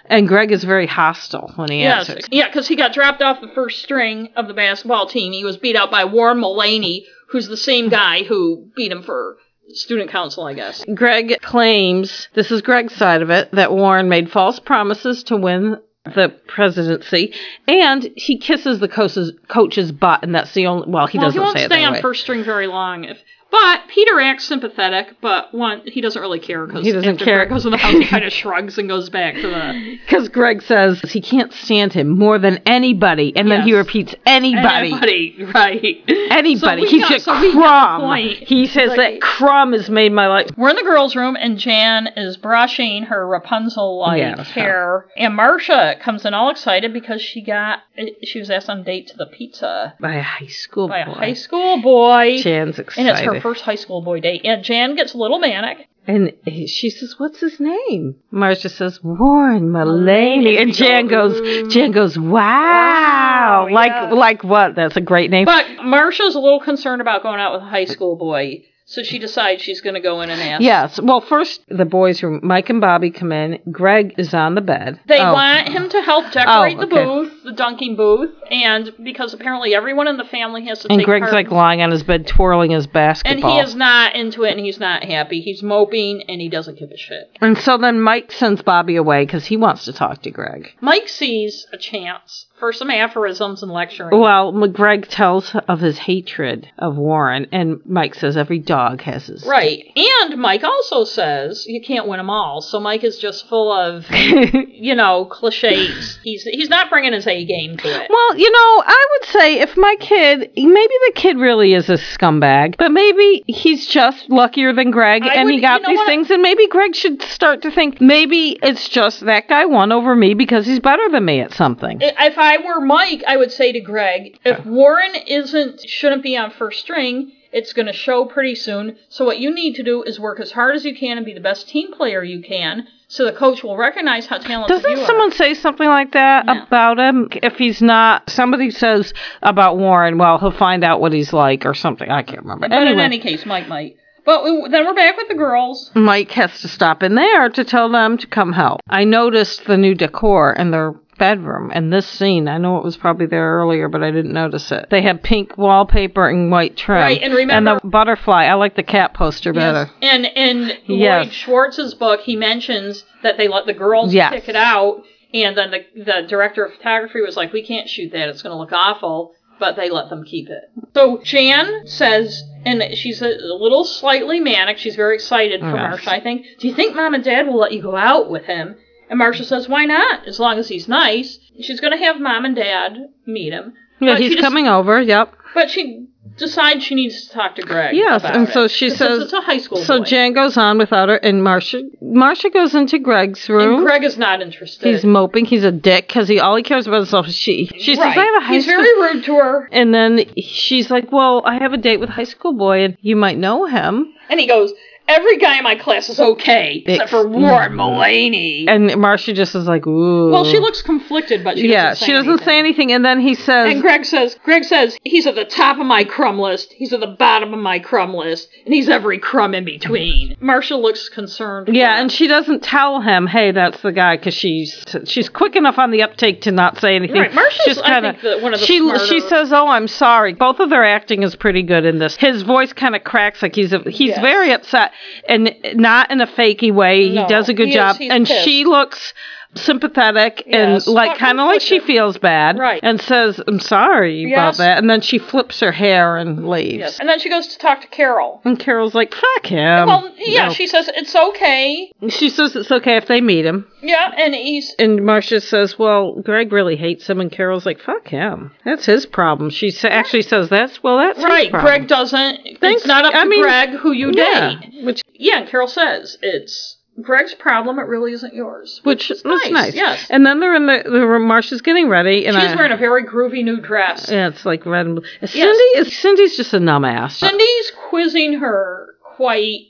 And Greg is very hostile when he
Yes,
answers.
yeah, because he got dropped off the first string of the basketball team. He was beat out by Warren Mullaney, who's the same guy who beat him for student council, I guess.
Greg claims this is Greg's side of it that Warren made false promises to win the presidency, and he kisses the coach's, coach's butt, and that's the only. Well, he
well,
doesn't
he won't
say it
stay
that
on
way.
first string very long. If, but Peter acts sympathetic, but one he doesn't really care because
He doesn't
after
care.
Greg goes in the house, he kind of shrugs and goes back to the
Because Greg says he can't stand him more than anybody, and then he
Yes.
repeats anybody.
anybody, right?
Anybody.
So we
He's
got-
a
so we get the
crumb.
point.
He says
Like-
that crumb has made my life.
We're in the girls' room, and Jan is brushing her Rapunzel-like
Yeah, it was
hair. And Marcia comes in all excited because she got she was asked on a date to the pizza
By a high school
by a
boy.
high school boy,
Jan's excited.
and it's her first high school boy date. And Jan gets a little manic.
And he- she says, "What's his name?" Marcia says, "Warren Mullaney." And Jan goes, "Jan goes, wow,
Wow,
like
yes.
like what? That's a great name."
But Marcia's a little concerned about going out with a high school boy, so she decides she's going to go in and ask.
yes. Well, first the boys' room. Mike and Bobby come in. Greg is on the bed.
They
Oh.
want him to help decorate
Oh,
the
okay.
booth, the dunking booth, and because apparently everyone in the family has to
And
take
Greg's
part.
like lying on his bed twirling his
And
basketball.
he is not into it, and he's not happy. He's moping, and he doesn't give a shit.
And so then Mike sends Bobby away because he wants to talk to Greg.
Mike sees a chance for some aphorisms and lecturing.
Well, McGreg tells of his hatred of Warren, and Mike says every dog has his.
Right. And Mike also says you can't win them all. So Mike is just full of, you know, cliches. He's he's not bringing his A game to it.
Well, you know, I would say if my kid, maybe the kid really is a scumbag, but maybe he's just luckier than Greg
I
and
would-
he got
you know
these
what?
things, and maybe Greg should start to think maybe it's just that guy won over me because he's better than me at something.
I- If I were Mike, I would say to Greg, if Warren isn't shouldn't be on first string, it's going to show pretty soon. So what you need to do is work as hard as you can and be the best team player you can, so the coach will recognize how talented
Doesn't
you
someone
are.
say something like that
No.
about him? If he's not, somebody says about Warren, well, he'll find out what he's like or something. I can't remember.
But in
Anyway.
any case, Mike might. But we, then we're back with the girls.
Mike has to stop in there to tell them to come help. I noticed the new decor in their bedroom and this scene. I know it was probably there earlier, but I didn't notice it. They have pink wallpaper and white trim.
Right, and remember-
the butterfly. I like the cat poster better.
And in
Yes.
Lloyd Schwartz's book, he mentions that they let the girls
Yes.
pick it out, and then the the director of photography was like, "We can't shoot that; it's going to look awful." But they let them keep it. So Jan says, and she's a little slightly manic. She's very excited for
Yes.
Marsha. I think. Do you think mom and dad will let you go out with him? And Marsha says, "Why not? As long as he's nice." She's going to have mom and dad meet him.
Yeah,
But she
he's
just-
coming over. Yep.
But she decides she needs to talk to Greg.
Yes,
about
and so
it,
she
because
says-
it's a high school.
So
boy.
Jan goes on without her, and Marcia Marcia goes into Greg's room.
And Greg is not interested.
he's moping. He's a dick because he all he cares about himself is she. She says,
Right.
"I have a high
He's
school."
very rude to her.
and then she's like, "Well, I have a date with a high school boy, and you might know him."
And he goes, Every guy in my class is okay, except
Ex-
for Warren Mullaney.
And Marcia just is like, ooh.
well, she looks conflicted, but she
Yeah,
doesn't say
she doesn't
anything.
say anything. And then he says,
And Greg says, Greg says, he's at the top of my crumb list, he's at the bottom of my crumb list, and he's every crumb in between. Marcia looks concerned.
yeah, and she doesn't tell him, hey, that's the guy, because she's she's quick enough on the uptake to not say anything.
Right, Marcia's,
Just
I
kinda-
think, the- one of the
she she
smarter-
says, oh, I'm sorry. Both of their acting is pretty good in this. His voice kind of cracks, like he's a, he's
Yes.
very upset, and not in a fakey way.
No,
he does a good
he is-
job,
he's
and
pissed.
she looks sympathetic
Yes.
and like
Not
kind of like she
conflicted.
feels bad
Right.
and says, "I'm sorry
Yes.
about that," and then she flips her hair and leaves.
Yes. And then she goes to talk to Carol.
And Carol's like, "Fuck him."
well, yeah,
Oh, No.
she says it's okay.
she says it's okay if they meet him.
Yeah, and he's
And Marcia says, "Well, Greg really hates him," and Carol's like, "Fuck him. That's his problem." She sa- actually says, "That's well, that's his
right.
problem."
Greg doesn't.
Thanks.
It's not up to
I mean,
Greg who you
Yeah,
date.
which
Yeah, and Carol says it's Greg's problem. It really isn't yours.
which was nice.
nice, yes.
And then they're in the, the room. Marcia's getting ready, and
She's
I-
wearing a very groovy new dress.
yeah, it's like red. And blue. Cindy is Cindy's just a numb ass.
Cindy's quizzing her quite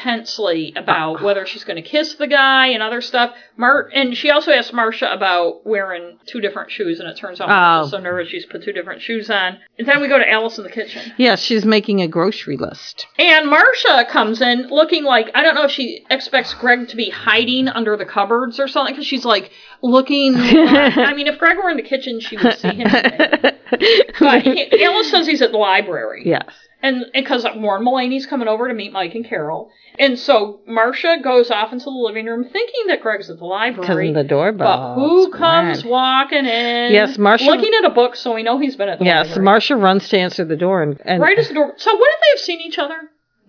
intensely
Ah.
about whether she's going to kiss the guy and other stuff. Mar- and she also asked Marcia about wearing two different shoes, and it turns out Marcia's
Oh.
so nervous she's put two different shoes on. And then we go to Alice in the kitchen.
Yeah, she's making a grocery list.
And Marcia comes in looking like I don't know if she expects Greg to be hiding under the cupboards or something because she's like looking. I mean, if Greg were in the kitchen, she would see him. But he- Alice says he's at the library.
yes.
And because Warren Mullaney's coming over to meet Mike and Carol. And so Marcia goes off into the living room thinking that Greg's at the
Because
library.
of the
but
doorbell.
who
It's
comes
weird.
walking in?
Yes, Marcia-
Looking at a book, so we know he's been at the
Yes,
library.
Marcia runs to answer the door, and, and
Right as the door. So, what if they have seen each other?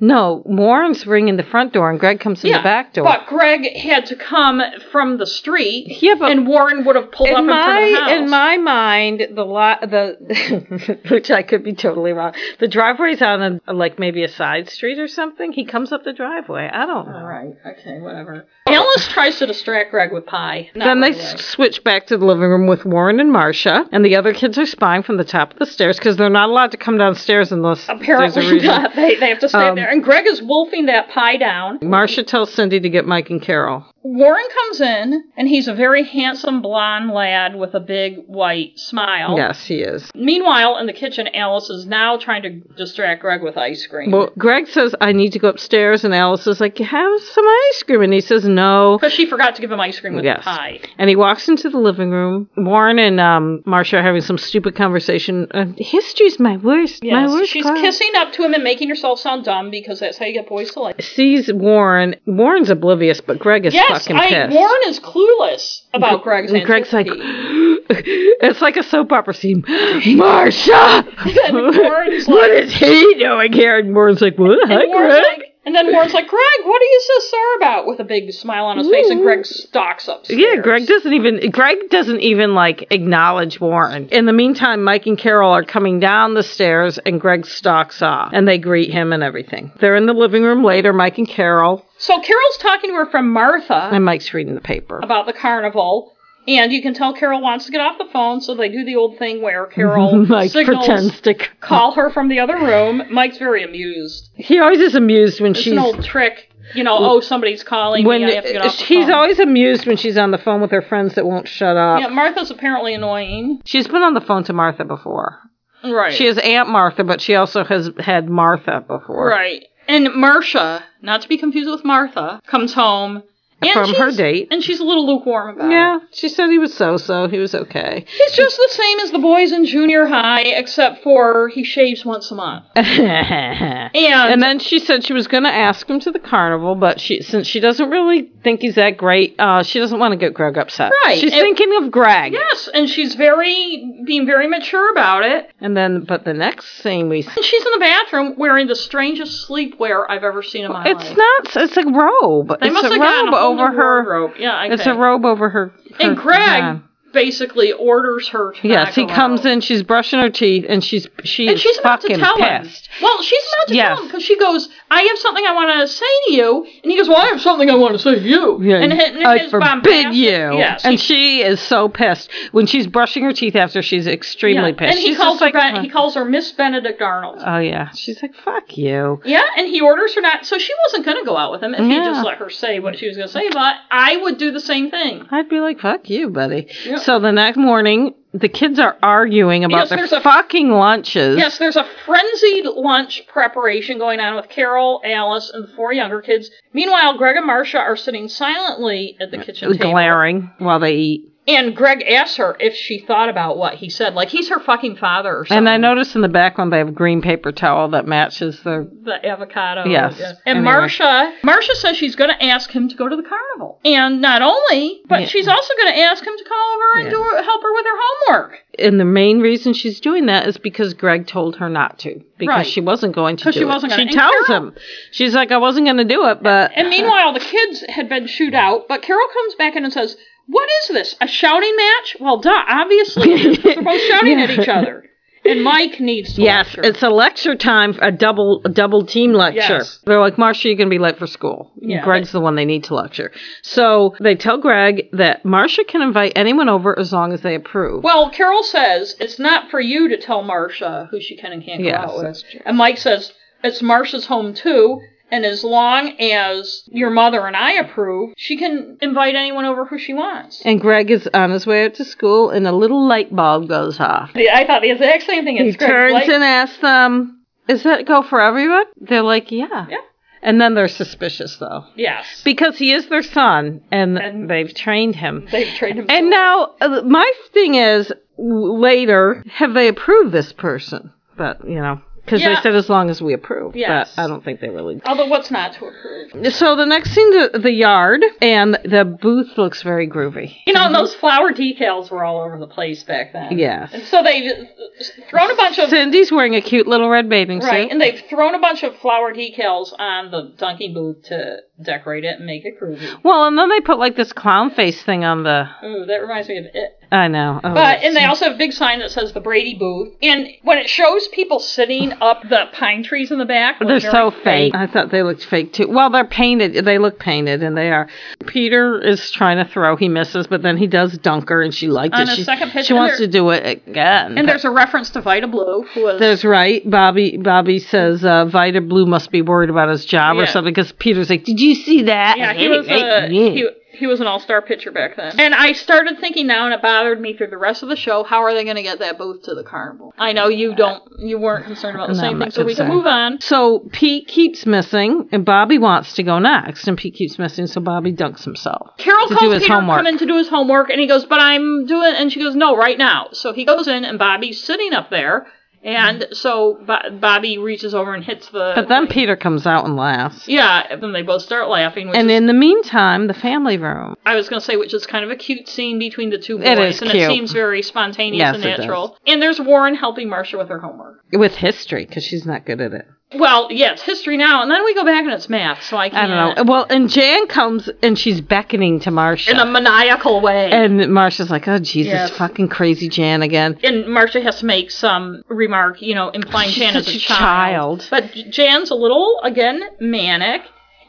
no, Warren's ringing the front door, and Greg comes in the back door.
But Greg had to come from the street.
Yeah, but-
and Warren would have pulled up
in
in front of the
my
house.
in my mind, the lot the which I could be totally wrong. The driveway's on a, like maybe a side street or something. He comes up the driveway. I don't know.
All right. Okay. Whatever. Alice tries to distract Greg with pie. Not
Then they
really.
s switch back to the living room with Warren and Marcia, and the other kids are spying from the top of the stairs because they're not allowed to come downstairs unless there's a
Apparently
reason.
not. They, they have to stay
Um,
there. And Greg is wolfing that pie down.
Marcia tells Cindy to get Mike and Carol.
Warren comes in, and he's a very handsome blonde lad with a big white smile.
Yes, he is.
Meanwhile, in the kitchen, Alice is now trying to distract Greg with ice cream.
Well, Greg says I need to go upstairs, and Alice is like, "Have some ice cream," and he says, "No."
because she forgot to give him ice cream with
Yes.
pie.
And he walks into the living room. Warren and um, Marcia are having some stupid conversation. Uh, history's my worst. my
Yes,
worst.
she's
class.
kissing up to him and making herself sound dumb because that's how you get boys to like.
Sees Warren. Warren's oblivious, but Greg is
Yes,
fucking
I,
pissed.
Warren is clueless about Greg's.
and Greg's like,
antipathy.
it's like a soap opera scene. Marcia,
And Warren's
what
like-
is he doing here? And Warren's like, what? Hi,
And Warren's
Greg.
like, and then Warren's like, Greg, what are you so sore about? With a big smile on his face, and Greg stalks upstairs.
Yeah, Greg doesn't even Greg doesn't even like acknowledge Warren. In the meantime, Mike and Carol are coming down the stairs and Greg stalks off and they greet him and everything. They're in the living room later, Mike and Carol,
So Carol's talking to her friend Martha
and Mike's reading the paper.
about the carnival. And you can tell Carol wants to get off the phone, so they do the old thing where Carol
Mike
signals,
pretends to
call her from the other room. Mike's very amused.
He always is amused when
It's
she's
an old trick, you know. Oh, somebody's calling
when
me. I have to get off the
he's
phone.
always amused when she's on the phone with her friends that won't shut up.
Yeah, Martha's apparently annoying.
She's been on the phone to Martha before.
Right.
She is Aunt Martha, but she also has had Martha before.
Right. And Marcia, not to be confused with Martha, comes home and
From her
she's-
date.
and she's a little lukewarm about it.
Yeah, she said he was so so. He was okay.
He's just the same as the boys in junior high, except for he shaves once a month.
and
And,
then she said she was going to ask him to the carnival, but she since she doesn't really think he's that great, uh, she doesn't want to get Greg upset.
Right,
She's
it-
thinking of Greg.
yes, and she's very being very mature about it.
And then, but the next scene we see,
And she's in the bathroom wearing the strangest sleepwear I've ever seen in my life.
it's not. It's a robe.
They
it's
must
a
have gotten
robe
a whole
over
new
her.
wardrobe. Yeah, okay.
It's a robe over her. her
And Greg
gown.
basically orders her to.
Yes,
not
he
go
comes
out.
in. She's brushing her teeth, and she's she
and
is
she's about to
fucking
tell
pissed.
him. Well, she's about to tell
Yes.
him because she goes, "I have something I want to say to you," and he goes, "Well, I have something I want to say to you."
Yeah,
and, hi- and
I
his
forbid
bombastic-
you.
Yes,
and
he-
she is so pissed when she's brushing her teeth after she's
yeah.
extremely pissed.
And he
she's
calls
just
her
like,
Ben- he calls her Miss Benedict Arnold.
oh yeah, she's like, fuck you.
yeah, and he orders her not. So she wasn't going to go out with him if he
Yeah.
just let her say what she was going to say. But I would do the same thing.
I'd be like, fuck you, buddy.
Yeah.
So the next morning, the kids are arguing about
Yes,
their
there's a-
fucking lunches.
Yes, there's a frenzied lunch preparation going on with Carol, Alice, and the four younger kids. Meanwhile, Greg and Marcia are sitting silently at the kitchen table.
glaring while they eat.
And Greg asked her if she thought about what he said. Like he's her fucking father or something.
And I noticed in the background they have green paper towel that matches the.
the avocado.
Yes.
And
Anyway.
Marcia, Marcia says she's going to ask him to go to the carnival, and not only, but
Yeah.
she's also going to ask him to come over and
Yeah.
do help her with her homework
And the main reason she's doing that is because Greg told her not to because
Right.
she wasn't going to do
'Cause she
it.
wasn't gonna-
she
and
tells
Carol-
him. She's like, I wasn't going to do it, but
And meanwhile, the kids had been chewed out, but Carol comes back in and says, What is this? A shouting match? Well, duh, obviously. They're both shouting at each other. And Mike needs to.
Yes,
lecture.
it's a lecture time, a double a double team lecture.
Yes.
They're like, Marcia, you're going to be late for school.
Yeah.
Greg's the one they need to lecture. So they tell Greg that Marcia can invite anyone over as long as they approve.
Well, Carol says, It's not for you to tell Marcia who she can and can't go
Yes,
out with.
that's true.
And Mike says, It's Marcia's home, too. And as long as your mother and I approve, she can invite anyone over who she wants.
and Greg is on his way out to school, and a little light bulb goes off.
I thought the exact same thing.
He
It's great.
turns
Like-
and asks them, "Is that go for everyone?" They're like, "Yeah."
Yeah.
And then they're suspicious though,
Yes.
because he is their son, and,
And-
they've trained him.
They've trained him.
And now, uh, my thing is, w- later, have they approved this person? But you know, because
Yeah.
they said as long as we approve.
Yes.
But I don't think they really.
Although, what's not to approve?
So the next scene, the, the yard and the booth looks very groovy.
You know, and those flower decals were all over the place back then.
Yes.
And so they've uh, thrown a bunch of
Cindy's wearing a cute little red bathing
right,
suit.
and they've thrown a bunch of flower decals on the dunking booth to decorate it and make it groovy.
well, and then they put like this clown face thing on the.
Ooh, that reminds me of it.
I know. Oh,
But
that's-
and they also have a big sign that says the Brady Booth. And when it shows people sitting up the pine trees in the back,
They're
which are
so fake. I thought they looked fake too. Well, they're painted. They look painted, and they are. Peter is trying to throw. He misses, but then he does dunk her, and she liked
On
it.
the
She,
second pitch,
she
and
wants
there-
to do it again.
And there's a reference to Vita Blue, who was
That's right. Bobby Bobby says uh, Vita Blue must be worried about his job
Yeah.
or something because Peter's like, "Did you see that?"
Yeah, he was a he, he was an all star pitcher back then. And I started thinking now, and it bothered me through the rest of the show. How are they going to get that booth to the carnival? I know you don't, you weren't concerned about the
No,
same
Uh, I'm
thing,
not
so we can
concerned.
move on.
So Pete keeps missing, and Bobby wants to go next, and Pete keeps missing, so Bobby dunks himself.
Carol
To do
calls
his
Peter
homework.
to come in to do his homework, and he goes, "But I'm doing," and she goes, "No, right now." So he goes in, and Bobby's sitting up there. And so Bo- Bobby reaches over and hits the.
But then Peter comes out and laughs.
yeah, and then they both start laughing. Which
And
is,
in the meantime, the family room.
I was going to say, which is kind of a cute scene between the two boys,
It is
and it
cute.
seems very spontaneous
Yes,
and
it does.
natural. And there's Warren helping Marcia with her homework.
with history because she's not good at it.
Well, yeah, it's history now, and then we go back and it's math, so I
I
can't.
don't know. Well, and Jan comes and she's beckoning to Marcia,
In a maniacal way.
and Marcia's like, "Oh Jesus,
Yes.
fucking crazy Jan again."
and Marcia has to make some remark, you know, implying
She's
Jan is
such
a
a
child.
child.
But J- Jan's a little, again, manic,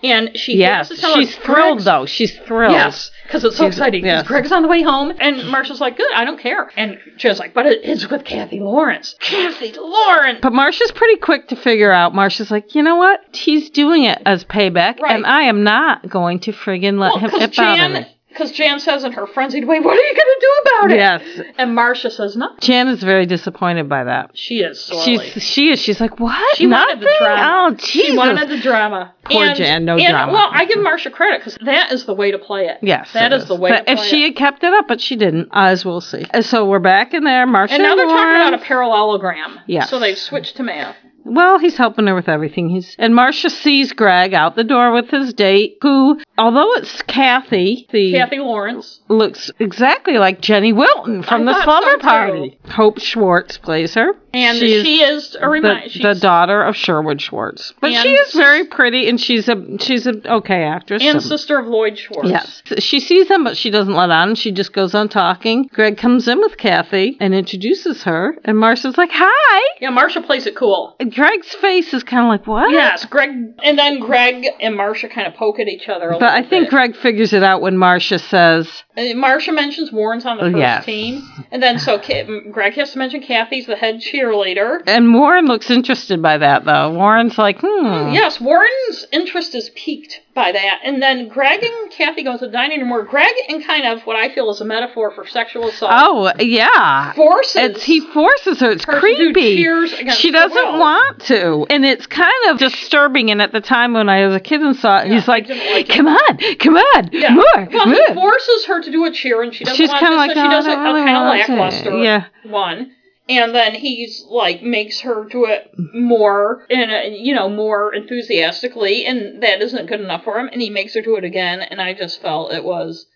and she
Yes,
has to tell
she's
us
thrilled
Greg's-
though. She's thrilled.
Yes, because it's so
She's-
exciting. 'cause
yes.
Greg's on the way home, and Marcia's like, "Good, I don't care." And Joe's like, "But it is with Kathy Lawrence." Kathy Lawrence.
But Marcia's pretty quick to figure out. Marcia's like, you know what? He's doing it as payback,
Right.
and I am not going to friggin' let him.
Because
It bother
Jan,
me.
because Jan says in her frenzied way, "What are you going to do about it?"
Yes,
And Marcia says, "No,
Jan is very disappointed by that.
she is sorely.
She's she is. She's like, what?
She wanted the
Nothing?
drama.
Oh Jesus!
she wanted the drama.
Poor Jan, no
and,
drama.
Well, I give Marcia credit because that is the way to play it.
Yes,
that
it
is the way.
But
to
if
play
she
it.
had kept it up, but she didn't, as we'll see. And So we're back in there, Marcia.
and now they're talking
Lawrence.
about a parallelogram.
Yes.
So they've switched to math.
Well, he's helping her with everything. He's and Marcia sees Greg out the door with his date, who, although it's Kathy, the
Kathy Lawrence.
looks exactly like Jenny Wilton from
I
the
thought
slumber
so, too.
party. Hope Schwartz plays her,
And
She is
she is a reminder.
the, the daughter of Sherwood Schwartz. But
And
she is
sis-
very pretty, and she's a she's an okay actress.
and
So-
sister of Lloyd Schwartz.
Yes. She sees him, but she doesn't let on. She just goes on talking. Greg comes in with Kathy and introduces her, and Marcia's like, Hi!
Yeah, Marcia plays it cool.
And Greg's face is kind of like, What?
Yes, Greg, and then Greg and Marcia kind of poke at each other a little
But I think
bit.
Greg figures it out when Marcia says,
And Marcia mentions Warren's on the first
Oh, Yes.
team, and then so Ka- Greg has to mention Kathy's the head cheerleader.
and Warren looks interested by that, though. Warren's like, Hmm.
Yes, Warren's interest is piqued by that. And then Greg and Kathy go into the dining room where Greg, in kind of what I feel is a metaphor for sexual assault,
Oh, yeah.
forces
It's, he forces her. It's
her to do
creepy.
cheers against
She
her
doesn't
will.
want to. And it's kind of disturbing. And at the time when I was a kid and saw it, he's
I
like,
didn't like it.
come on, come on,
Yeah.
more,
Well, he
more.
forces her to do a cheer, and she doesn't
She's
want
kinda
to,
like,
so
"No,
she
I
does
don't
a
really
kind of
want it."
lackluster
Yeah.
one. And then he's like makes her do it more and uh, you know more enthusiastically, and that isn't good enough for him. And he makes her do it again, and I just felt it was.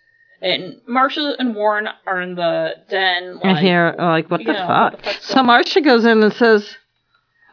And Marcia and Warren are in the den.
And
Like,
here, uh, like, what the
Yeah, what
fuck?
the fuck's
so Marcia goes in and says,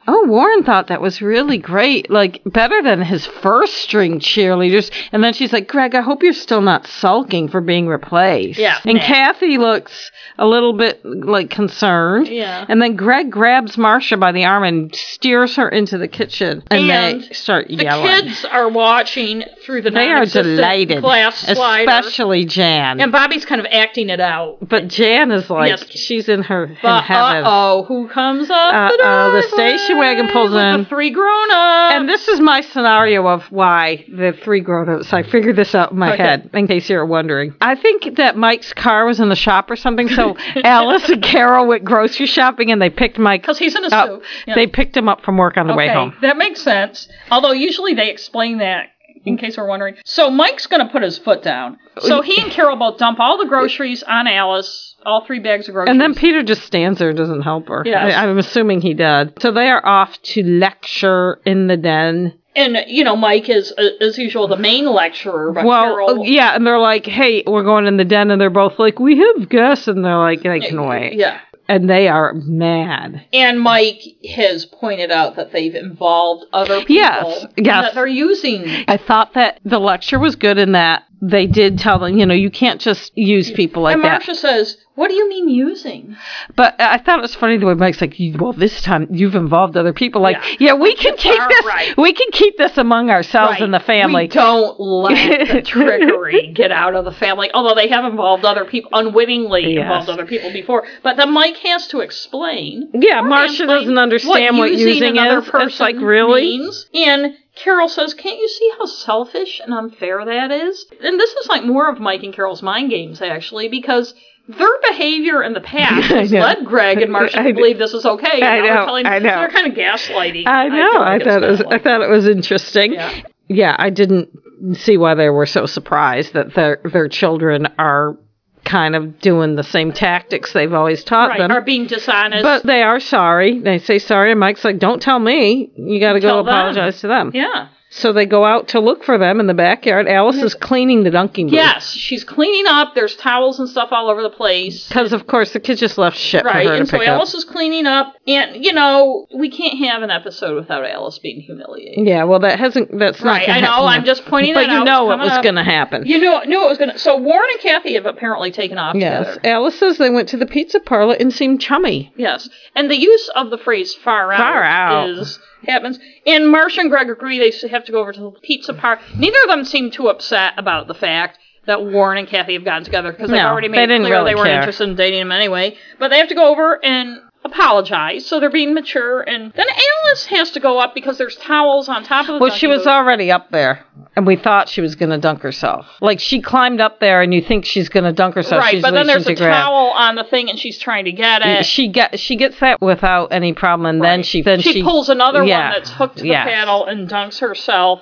Oh, Warren thought that was really great, like better than his first string cheerleaders. And then she's like, Greg, I hope you're still not sulking for being replaced.
Yeah.
And
Yeah.
Kathy looks a little bit like concerned.
Yeah.
And then Greg grabs Marcia by the arm and steers her into the kitchen. And,
And
they start
the
yelling.
kids are watching through the
they are
non-existent
delighted.
glass slider,
Especially Jan.
and Bobby's kind of acting it out.
but Jan is like,
Yes.
she's in her in
But uh
heaven.
oh, who comes up?
Uh-oh, the
the
station wagon pulls
with
in.
The three grown ups.
And this is my scenario of why the three grown-ups. I figured this out in my
Okay.
head, in case you're wondering. I think that Mike's car was in the shop or something, so Alice and Carol went grocery shopping, and they picked Mike
because he's in a
up.
suit. Yeah.
Oh, They picked him up from work on the way
okay,
home.
that makes sense. Although usually they explain that. In case we're wondering, so Mike's going to put his foot down. So he and Carol both dump all the groceries on Alice, all three bags of groceries.
And then Peter just stands there and doesn't help her.
Yes.
I, I'm assuming he did. So they are off to lecture in the den.
and you know, Mike is uh, as usual the main lecturer. But
Well, uh,
Carol,
yeah, and they're like, hey, we're going in the den, and they're both like, we have guests, and they're like, they can wait.
yeah.
And they are mad.
And Mike has pointed out that they've involved other people.
Yes,
and
yes.
That they're using
I thought that the lecture was good in that they did tell them, you know, you can't just use people like
and
that.
Marcia says, "What do you mean using?"
But I thought it was funny the way Mike's like, "You- well, this time you've involved other people. Like, yeah,
Yeah.
we can take
are
this,
right.
we can keep this among ourselves and the family.
We don't let the trickery get out of the family. Although they have involved other people, unwittingly
Yes.
involved other people before. But then Mike has to explain.
yeah,
Or
Marcia
explain
doesn't understand what using,
another
is. It's like,
person
really?
means. And Carol says, "Can't you see how selfish and unfair that is?" And this is like more of Mike and Carol's mind games, actually, because. Their behavior in the past
I
has
know.
led Greg and Marcia
I
to
know.
believe this is okay. and
I
now they're
know,
telling-
I know.
They're kind of gaslighting.
I
feel
know. I,
like it's
thought it was.
gaslighting.
I thought it was interesting.
Yeah.
Yeah, I didn't see why they were so surprised that their their children are kind of doing the same tactics they've always taught
right,
them.
are being dishonest.
But they are sorry. They say sorry, and Mike's like, "Don't tell me. You got to go
Tell them.
apologize to them."
yeah.
So they go out to look for them in the backyard. Alice is cleaning the dunking booth.
Yes, she's cleaning up. There's towels and stuff all over the place.
because of course the kid just left shit
Right,
for her
and
to
so
pick up.
Alice is cleaning up, and you know we can't have an episode without Alice being humiliated.
Yeah, well, that hasn't. That's not.
Right,
gonna
I know.
happen.
I'm just pointing
But
that
you
out.
know
It's
it
coming
was
up.
going to happen.
You know, knew it was gonna. So Warren and Kathy have apparently taken off
Yes,
together.
Alice says they went to the pizza parlor and seemed chummy.
Yes, and the use of the phrase "far out"
Far out.
is happens. And Marsh and Greg agree they s- have to go over to the pizza parlor. Neither of them seem too upset about the fact that Warren and Kathy have gotten together because they've
No,
already made
they
it
didn't
clear
really
they were
care.
interested in dating him anyway. But they have to go over and apologize, so they're being mature. And then Alice has to go up because there's towels on top of the.
Well, she
dunking
was
booth.
already up there, and we thought she was going to dunk herself. Like she climbed up there, and you think she's going to dunk herself.
right,
she's
but then
reaching
there's
to
a
grab.
towel on the thing, and she's trying to get it.
she get she gets that without any problem, and then she then
she,
she
pulls another
yeah,
one that's hooked to
yes.
the paddle and dunks herself.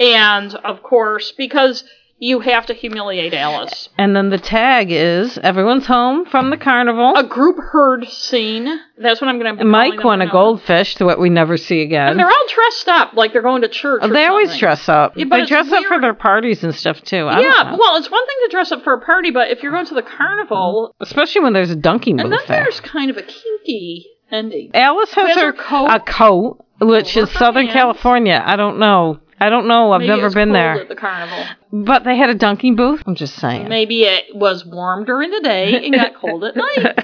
And of course, because you have to humiliate Alice.
And then the tag is everyone's home from the carnival.
A group herd scene. That's what I'm going to.
Mike won a goldfish that we never see again.
And they're all dressed up like they're going to church. or
Oh, They always
something.
dress up.
Yeah, but
they
it's
dress up for
weird.
their parties and stuff too. I don't
Yeah,
know.
well, it's one thing to dress up for a party, but if you're going to the carnival,
especially when there's a dunking
and
booth
then
there.
there's kind of a kinky ending.
Alice has,
has
her
her coat
a coat, which
over
is
her
Southern
hands.
California. I don't know. I don't know. I've
Maybe
never
it's
been
cold
there.
at the carnival.
But they had a dunking booth. I'm just saying.
Maybe it was warm during the day and got cold at night.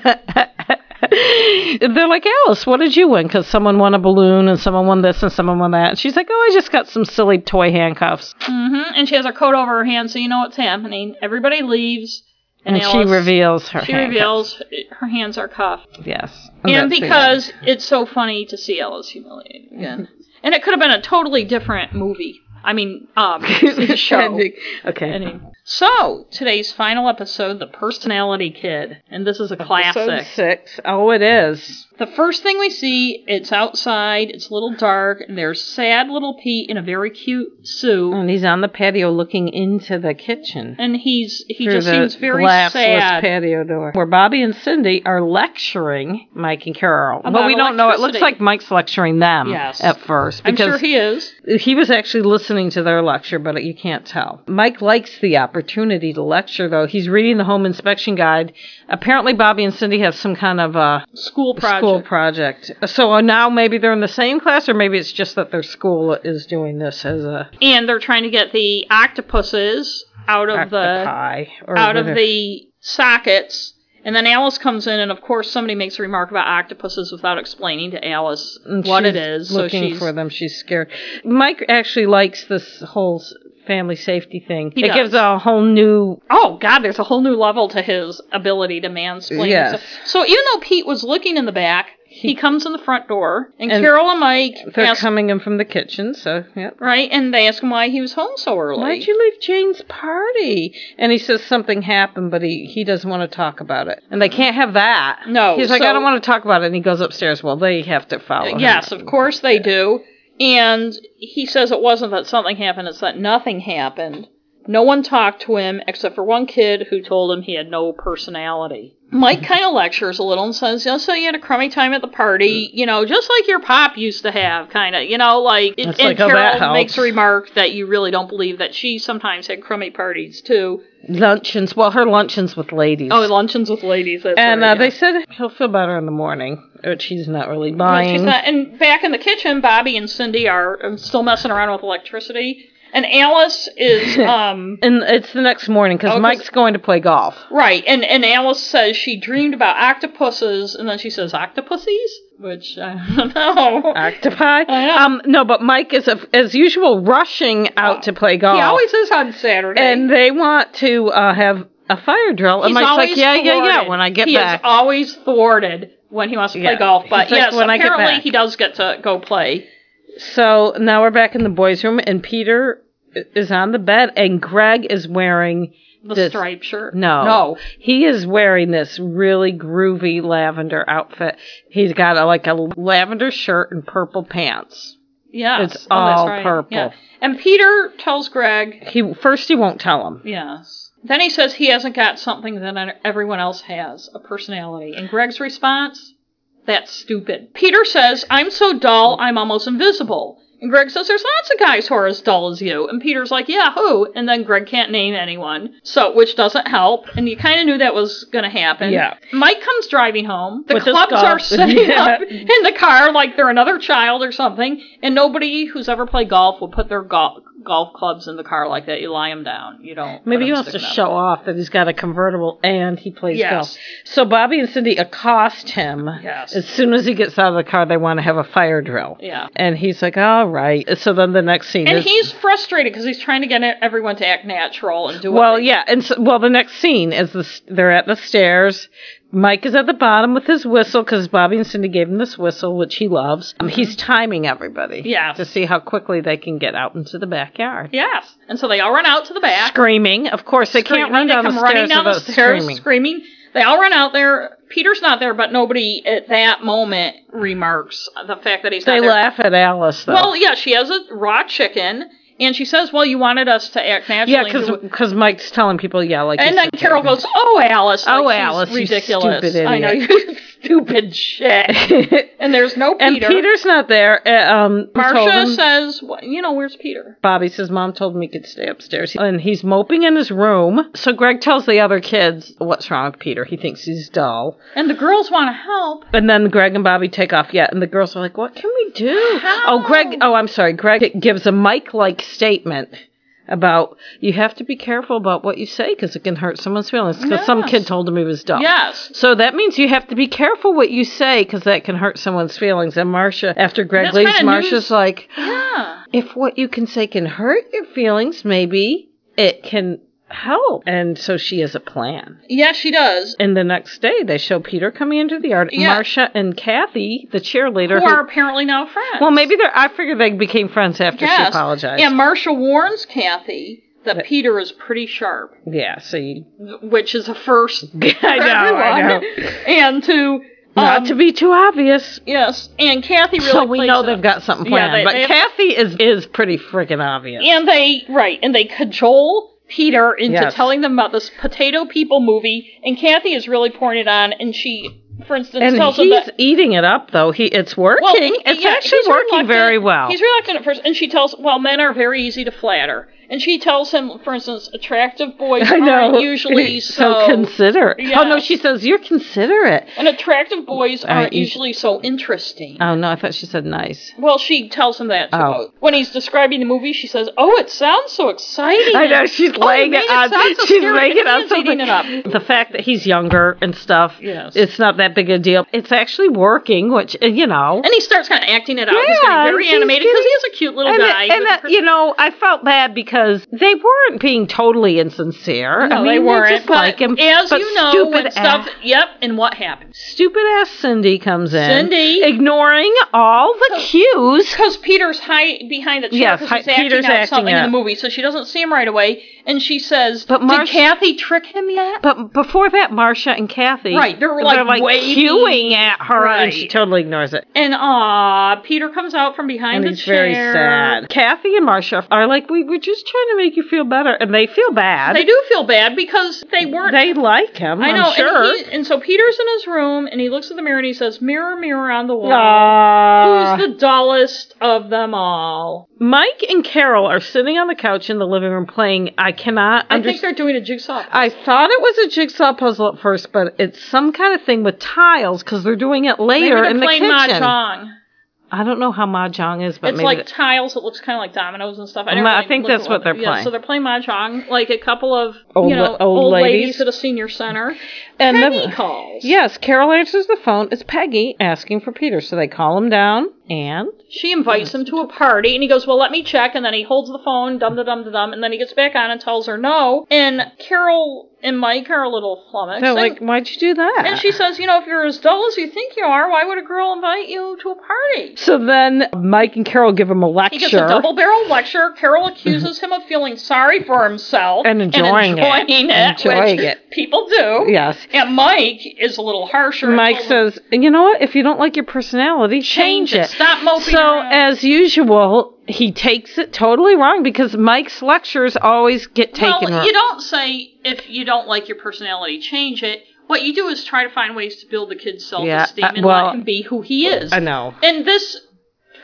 They're like, Alice, what did you win? Because someone won a balloon and someone won this and someone won that. And she's like, oh, I just got some silly toy handcuffs.
hmm And she has her coat over her hand, so you know what's happening. Everybody leaves, and,
And
Alice-
she reveals her
She
handcuffs.
reveals her hands are cuffed,
Yes.
and
Oh, that's the end. Mm-hmm.
because it's so funny to see Alice humiliated again, and it could have been a totally different movie. I mean, um, show.
Ending. Okay.
Ending. So today's final episode, the personality kid, and this is a
Episode
classic.
six. Oh, it is.
The first thing we see, it's outside, it's a little dark, and there's sad little Pete in a very cute suit,
And he's on the patio looking into the kitchen.
and he's he
through
just
the
seems very
glassless
sad.
patio door where Bobby and Cindy are lecturing Mike and Carol.
About
but we don't know. It looks
electricity.
like Mike's lecturing them
Yes.
at first
I'm sure
because
he is.
he was actually listening to their lecture, but you can't tell. Mike likes the opportunity to lecture, though. He's reading the home inspection guide. Apparently, Bobby and Cindy have some kind of uh,
School project.
school project. So uh, now maybe they're in the same class, or maybe it's just that their school is doing this as a
and they're trying to get the octopuses out of the
octopi or
out of
whatever.
the sockets. And then Alice comes in, and of course somebody makes a remark about octopuses without explaining to Alice
And
what
she's
it is. So
Looking
she's
for them, she's scared. Mike actually likes this whole s- family safety thing.
He
it
does.
gives a whole new.
Oh God, there's a whole new level to his ability to mansplain.
Yes.
himself. So even though Pete was looking in the back, he comes in the front door, and,
And
Carol and Mike
They're
ask
coming in from the kitchen, so yep.
right, and they ask him why he was home so early.
Why'd you leave Jane's party? And he says something happened, but he, he doesn't want to talk about it. And they can't have that.
Mm-hmm. No,
He's like,
so-
I don't want to talk about it. And he goes upstairs. Well, they have to follow. him.
Yes, of course they do. And he says it wasn't that something happened; it's that nothing happened. No one talked to him except for one kid who told him he had no personality. Mike kind of lectures a little and says, "Yeah, so you had a crummy time at the party, you know, just like your pop used to have, kind of, you know, like." It,
That's
and
like how that
Carol
helps.
makes a remark that you really don't believe that she sometimes had crummy parties too.
Luncheons. Well, her luncheons with ladies.
Oh, luncheons with ladies. That's
and
right,
uh,
yeah.
they said he'll feel better in the morning, which he's not really
No,
buying.
she's not. And back in the kitchen, Bobby and Cindy are um, still messing around with electricity, and Alice is um
And it's the next morning because
'cause-
Mike's going to play golf.
right. And and Alice says she dreamed about octopuses, and then she says octopuses, which I don't know.
Octopi.
know.
Um, no, but Mike is a, as usual rushing out to play golf,
Oh. he always is on Saturday.
and they want to uh, have a fire drill. and
He's
Mike's like,
always
yeah, yeah, yeah.
thwarted.
When I get
he
back,
is always thwarted when he wants to play
Yeah.
golf.
He's
But
like,
yes,
"When I get
apparently
back."
he does get to go play.
so now we're back in the boys' room, and Peter i- is on the bed, and Greg is wearing
The
This-
striped shirt.
no,
no.
he is wearing this really groovy lavender outfit. He's got a, like a lavender shirt and purple pants.
Yeah,
It's all purple.
And Peter tells Greg
He first he won't tell him.
Yes. Then he says he hasn't got something that everyone else has a personality. And Greg's response? That's stupid. Peter says, I'm so dull, I'm almost invisible. And Greg says, There's lots of guys who are as dull as you. And Peter's like, Yeah, who? And then Greg can't name anyone. So, which doesn't help. And you kind of knew that was going to happen.
Yeah.
Mike comes driving home. The
With his
clubs are
golf.
sitting
Yeah.
up in the car like they're another child or something. And nobody who's ever played golf will put their golf golf clubs in the car like that. You lie them down. You don't.
Maybe
let
he
'em
wants to
stick 'em out.
show off that he's got a convertible and he plays
Yes.
golf. So Bobby and Cindy accost him.
Yes.
As soon as he gets out of the car, they want to have a fire drill.
Yeah.
And he's like, all right. So then the next scene
And
is.
he's frustrated because he's trying to get everyone to act natural and do what
well,
they-
yeah, and so, well, the next scene is this, they're at the stairs. Mike is at the bottom with his whistle because Bobby and Cindy gave him this whistle, which he loves. Um, he's timing everybody,
Mm-hmm. Yes.
to see how quickly they can get out into the backyard.
Yes. And so they all run out to the back.
Screaming, of course, they
screaming.
can't run
They
down
come
the
running
stairs
down the
without
stairs
screaming.
screaming. They all run out there. Peter's not there, but nobody at that moment remarks the fact that he's
They
not there.
laugh at Alice though.
Well, yeah, she has a raw chicken, and she says, "Well, you wanted us to act naturally."
Yeah,
and do what-
because Mike's telling people, yeah, like. you
and then
said,
Carol goes, "Oh, Alice! like,
Oh,
she's
Alice, you
ridiculous!
stupid
I know
idiot."
you stupid shit." and there's no Peter.
and Peter's not there. Uh, um, Marcia told
Marcia
him,
says, "Wh- "You know, where's Peter?"
Bobby says, "Mom told me he could stay upstairs," and he's moping in his room. So Greg tells the other kids what's wrong with Peter. He thinks he's dull.
And the girls want to help.
And then Greg and Bobby take off. Yeah, and the girls are like, "What can we do?"
How?
Oh, Greg. Oh, I'm sorry. Greg gives a Mike-like statement. About you have to be careful about what you say because it can hurt someone's feelings. Because some
Yes.
kid told him he was dull.
Yes.
So that means you have to be careful what you say because that can hurt someone's feelings. And Marcia, after Greg
That's
leaves,
kinda
Marcia's
news.
like,
Yeah.
if what you can say can hurt your feelings, maybe it can help. And so she has a plan.
Yes, she does.
And the next day, they show Peter coming into the yard.
Yeah.
Marcia and Kathy, the cheerleader,
Who
who-
are apparently now friends.
well, maybe they're. I figure they became friends after she
Yes.
apologized.
And Marcia warns Kathy that Peter is pretty sharp,
yeah. So you,
which is a first.
I know. I know.
and to
Not
um,
to be too obvious.
yes, and Kathy really.
so we
plays
know
it
they've
up.
got something
Yeah,
planned.
they-
but
they-
Kathy is is pretty freaking obvious.
And they right, and they cajole Peter into
Yes.
telling them about this potato people movie, and Kathy is really pouring it on, and she, for instance,
And
tells him
he's
that.
eating it up, though. He it's working.
Well, he-
it's
yeah,
actually
he's
working
reluctant-
very well.
He's reluctant at first, and she tells, "Well, men are very easy to flatter." And she tells him, for instance, attractive boys
I know.
aren't usually
so,
so.
considerate.
Yeah.
Oh no, she says you're considerate.
and attractive boys aren't
you-
usually so interesting.
Oh no, I thought she said nice.
Well, she tells him that. too.
Oh.
When he's describing the movie, she says, "Oh, it sounds so exciting."
I know she's
Oh,
laying
man,
it on.
sounds so
she's
scary.
laying it
Everyone
on
is eating
something.
it up.
The fact that he's younger and stuff.
Yes.
It's not that big a deal. It's actually working, which uh, you know.
And he starts kind of acting it out. he's
Yeah,
getting very
he's
animated because
getting-
he's a cute little
and,
guy.
and,
with
uh,
a per-
you know, I felt bad because they weren't being totally insincere. I
no,
mean,
they weren't.
just
but
like him.
as
but
you know,
stupid
when
ass,
stuff. Yep. And what happens?
stupid ass Cindy comes in,
Cindy.
ignoring all the cues.
Because Peter's high behind the chair.
Yes,
'cause
hi-
he's acting
Peter's
out
acting
something
out.
in the movie, so she doesn't see him right away. And she says,
But Marsh-
"Did Kathy trick him yet?"
But before that, Marcia and Kathy,
Right, they're like waving.
cueing at her, and
Right.
she totally ignores it.
And ah, Peter comes out from behind
And
the
it's
chair.
very sad. Kathy and Marcia are like, we were just trying to make you feel better, and they feel bad.
They do feel bad because they weren't
They like him.
I know.
am sure.
And, he, and so Peter's in his room, and he looks at the mirror and he says, "Mirror, mirror on the wall,
Aw.
who's the dullest of them all?"
Mike and Carol are sitting on the couch in the living room playing. I cannot
I think
understand.
they're doing a jigsaw. puzzle.
I thought it was a jigsaw puzzle at first, but it's some kind of thing with tiles because they're doing it
Maybe
later
they're
in the
playing
kitchen.
mahjong.
I don't know how mahjong is, but
It's
maybe
like
th-
tiles. It looks kind of like dominoes and stuff. I, didn't
Ma- I
really
think
look
that's
at
what they're
yeah,
playing.
So they're playing mahjong, like a couple of
Old
you know
la- old ladies.
ladies at a senior center. And
the-
Penny calls.
yes. Carol answers the phone. It's Peggy asking for Peter, so they call him down and
She invites him to a party, and he goes, "Well, let me check." And then he holds the phone, dum da dum da dum, and then he gets back on and tells her no. And Carol and Mike are a little flummoxed.
they're
and-
like, "Why'd you do that?"
And she says, you know, if you're as dull as you think you are, why would a girl invite you to a party?
so then Mike and Carol give him a lecture.
He gets a double barrel lecture. Carol accuses him of feeling sorry for himself
Mm-hmm. And enjoying it.
enjoying it,
Enjoying
which
it.
people do.
yes.
And Mike is a little harsher. and
Mike
told him,
says, "You know what? If you don't like your personality, change,
Change it. Stop moping
So,
around.
as usual, he takes it totally wrong because Mike's lectures always get taken
well,
wrong.
you don't say if you don't like your personality, change it. What you do is try to find ways to build the kid's self-esteem
Yeah, uh,
and
well,
let him be who he is.
I know.
And this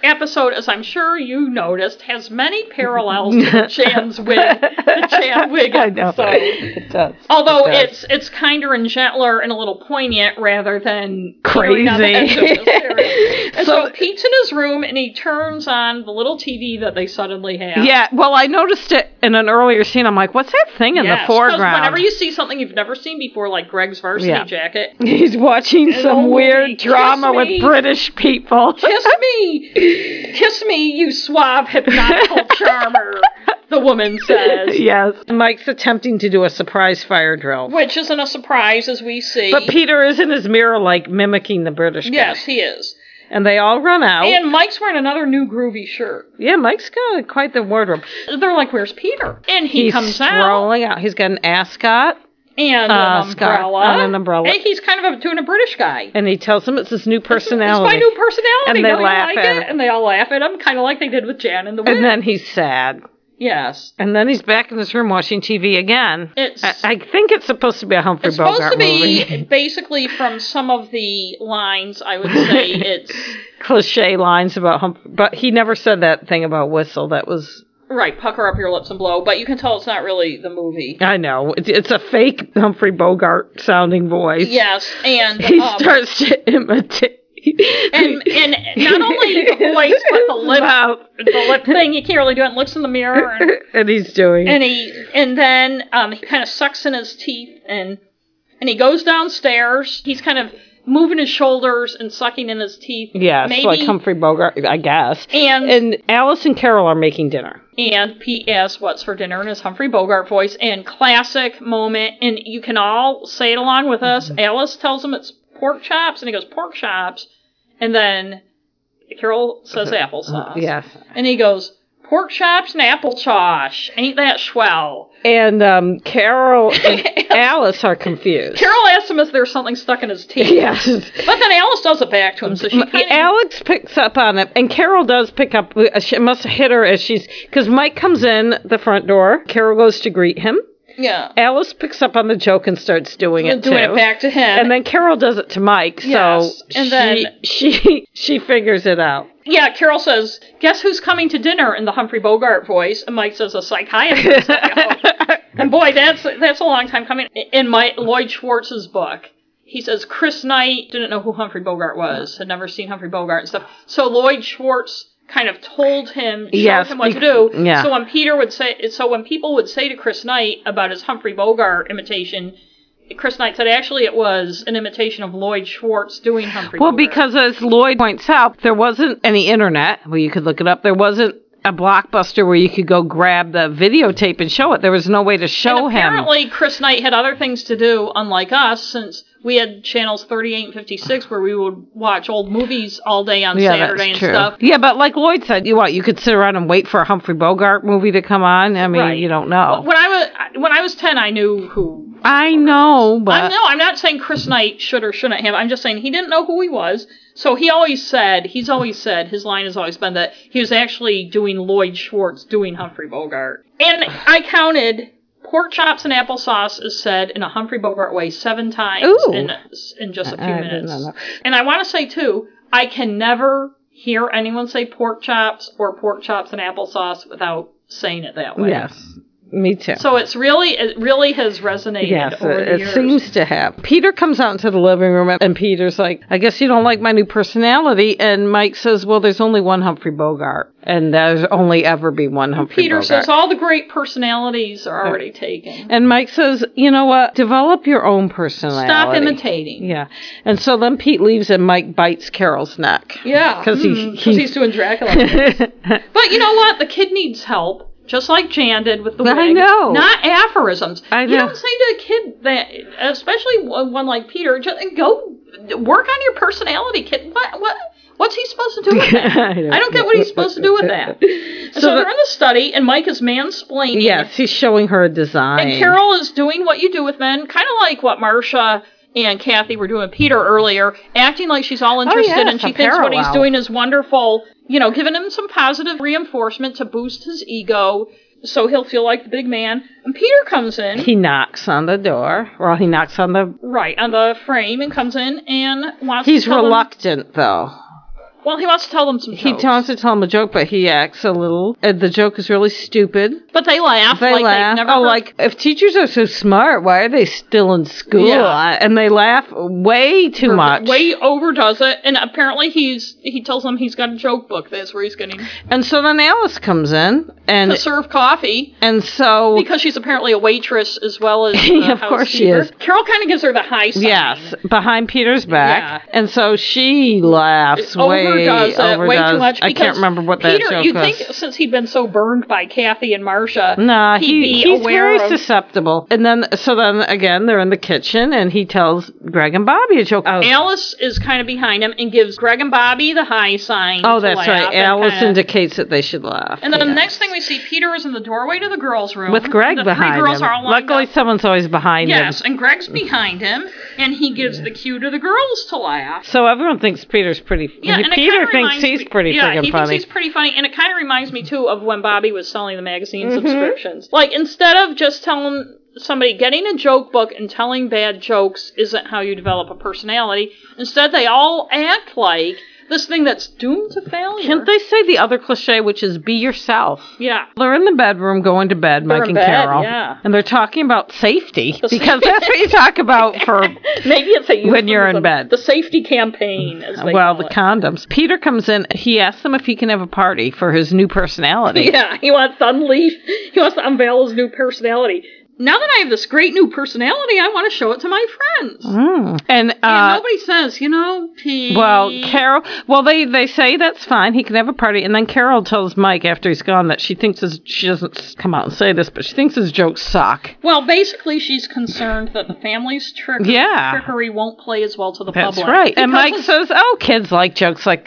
episode, as I'm sure you noticed, has many parallels to Jan's wig, the Jan wig
I know.
episode.
It does.
Although
It does.
it's it's kinder and gentler and a little poignant rather than
Crazy.
teetering on the edge of hysteria. and so,
So-
Pete's in his room and he turns on the little TV that they suddenly have.
yeah. Well, I noticed it in an earlier scene. I'm like, "What's that thing in
Yes,
the
'cause
foreground?"
Whenever you see something you've never seen before, like Greg's varsity
Yeah.
jacket,
He's watching some
old
weird
movie,
drama
Kiss
with
Me.
British people.
kiss me, kiss me, you suave hypnotical charmer. The woman says.
yes. Mike's attempting to do a surprise fire drill.
Which isn't a surprise, as we see.
But Peter is in his mirror, like mimicking the British guy.
yes, he is.
And they all run out.
And Mike's wearing another new groovy shirt.
yeah, Mike's got quite the wardrobe.
They're like, "Where's Peter?" And he
He's
comes out
strolling out. He's got an ascot,
and
uh,
an
scarf
umbrella.
and an umbrella.
And he's kind of a, doing a British guy.
and he tells him it's his new
It's my
personality.
new personality.
And they
Don't you
laugh
like
at
it?
him.
and they all laugh at him, kind of like they did with Jan in the wig.
and then he's sad.
yes.
And then he's back in his room watching TV again.
It's-
I, I think it's supposed to be a Humphrey
It's supposed
Bogart
to be
movie.
basically from some of the lines. I would say it's
Cliche lines about Humphrey, but he never said that thing about whistle. That was
right. Pucker up your lips and blow, but you can tell it's not really the movie.
I know it's, it's a fake Humphrey Bogart sounding voice.
Yes, and
he
um,
starts to imitate.
and and not only the voice but the lip
Mouth.
the lip thing. You can't really do it. And looks in the mirror and
and he's doing.
and he and then um, he kind of sucks in his teeth and and he goes downstairs. He's kind of moving his shoulders and sucking in his teeth.
Yes,
maybe.
like Humphrey Bogart, I guess.
and and,
And Alice and Carol are making dinner.
P.S. What's for dinner in his Humphrey Bogart voice and classic moment. And you can all say it along with us. Alice tells him it's pork chops, and he goes pork chops, and then Carol says applesauce.
Yes.
and he goes pork chops and applesauce. Ain't that swell?
And um, Carol and Alice are confused.
Carol asks him if there's something stuck in his teeth.
Yes.
But then Alice does it back to him, so she kind of
Alex picks up on it, and Carol does pick up. It must have hit her as she's because Mike comes in the front door. Carol goes to greet him.
yeah,
Alice picks up on the joke and starts doing it
doing
too.
it back to him.
And then Carol does it to Mike,
Yes,
so
and
she,
then-
she she figures it out.
yeah, Carol says, "Guess who's coming to dinner?" in the Humphrey Bogart voice, and Mike says, "A psychiatrist." and boy, that's that's a long time coming. In my Lloyd Schwartz's book, he says Chris Knight didn't know who Humphrey Bogart was, had never seen Humphrey Bogart and stuff. So Lloyd Schwartz kind of told him, showed
Yes,
him what to
bec-
do.
yeah.
So when Peter would say, so when people would say to Chris Knight about his Humphrey Bogart imitation. Chris Knight said actually it was an imitation of Lloyd Schwartz doing Humphrey
Well,
Bogart.
because as Lloyd points out, there wasn't any internet where you could look it up. There wasn't a blockbuster where you could go grab the videotape and show it. There was no way to show
and
him.
apparently Chris Knight had other things to do, unlike us, since we had channels 38 and 56 where we would watch old movies all day on
Yeah,
Saturday and
that's true.
stuff.
Yeah, but like Lloyd said, you what? You could sit around and wait for a Humphrey Bogart movie to come on. I mean,
Right.
you don't know.
When I was when I was 10, I knew who.
I know, but
I no, I'm not saying Chris Knight should or shouldn't have. I'm just saying he didn't know who he was. So he always said, he's always said, his line has always been that he was actually doing Lloyd Schwartz doing Humphrey Bogart. And I counted pork chops and applesauce is said in a Humphrey Bogart way seven times
Ooh.
in in just a few
I did
minutes.
not know.
And I want to say too, I can never hear anyone say pork chops or pork chops and applesauce without saying it that way.
yes, me too.
So it's really it really has resonated.
Yes,
over the
it,
years.
it seems to have. Peter comes out into the living room, and Peter's like, "I guess you don't like my new personality." And Mike says, "Well, there's only one Humphrey Bogart, and there's only ever be one Humphrey
Peter
Bogart."
says all the great personalities are already taken.
and Mike says, "You know what? Develop your own personality."
Stop imitating.
Yeah, and so then Pete leaves, and Mike bites Carol's neck.
Yeah,
'Cause he-
mm,
he-
he's doing Dracula. but you know what? The kid needs help, just like Jan did with the wig.
I know.
Not aphorisms.
I
You
know.
don't say to a kid that, especially one one like Peter, just go work on your personality, kid. What? What? What's he supposed to do with that? I don't get what he's supposed to do with that. And so,
the-
they're in the study, and Mike is mansplaining.
Yes, he's showing her a design.
And Carol is doing what you do with men, kind of like what Marcia and Kathy were doing Peter earlier, acting like she's all interested
Oh, yes,
and she
a
thinks what he's
parallel.
doing is wonderful, you know, giving him some positive reinforcement to boost his ego so he'll feel like the big man. And Peter comes in,
he knocks on the door. Well, he knocks on the.
right, on the frame and comes in and wants
He's
to tell
reluctant though.
Them, well, he wants to tell them some
He
jokes.
wants to tell him a joke, but he acts a little. And the joke is really stupid.
but they laugh
They
like
laugh.
they've never
Oh,
heard-
like if teachers are so smart, why are they still in school?
Yeah.
I- And they laugh way too much.
Way overdoes it, and apparently he's he tells them he's got a joke book. That's where he's getting
And so then Alice comes in,
to
and
serve coffee.
and so
because she's apparently a waitress as well as a
Yeah, of course she
housekeeper.
is.
Carol kind of gives her the high sign.
yes, behind Peter's back,
Yeah.
and so she laughs way
Overdoes it way
overdoes-
too much.
I
because
can't remember what that
Peter,
joke
you'd
was.
think since he'd been so burned by Kathy and Marcia,
Nah,
he'd
he,
be
he's
aware
very
of.
susceptible. And then, so then again, they're in the kitchen, and he tells Greg and Bobby a joke. Oh,
Alice is kind of behind him and gives Greg and Bobby the high sign.
oh,
to
that's
laugh
right.
and
Alice
kinda-
indicates that they should laugh.
And then the
yes.
next thing we see, Peter is in the doorway to the girls' room
with Greg
the
behind
Three girls
him.
are all lined
Luckily,
up.
someone's always behind
yes,
him.
and Greg's behind him, and he gives the cue to the girls to laugh.
So everyone thinks Peter's pretty.
Yeah, and it kinda
Peter thinks
reminds
he's
me-
pretty
yeah,
friggin'
he
funny.
thinks he's pretty funny, and it kind of reminds me too of when Bobby was selling the magazine subscriptions. Like instead of just telling somebody getting a joke book and telling bad jokes isn't how you develop a personality. Instead, they all act like this thing that's doomed to failure.
Can't they say the other cliche, which is be yourself?
Yeah.
They're in the bedroom going to bed, Mike
in
and
bed,
Carol.
yeah.
And they're talking about safety because that's what you talk about for
Maybe it's a
When you're in
euphemism.
bed.
The safety campaign, as they
well,
call
the
it.
condoms. Peter comes in. He asks them if he can have a party for his new personality.
Yeah, he wants to unleash. He wants to unveil his new personality. now that I have this great new personality, I want to show it to my friends.
Mm. And, uh,
and nobody says, you know, Pete.
well, Carol. Well, they they say that's fine. He can have a party, and then Carol tells Mike after he's gone that she thinks his she doesn't s- come out and say this, but she thinks his jokes suck.
Well, basically, she's concerned that the family's trick-
Yeah.
trickery won't play as well to the
That's
public.
right. And
Because
Mike
as-
says, "Oh, kids like jokes like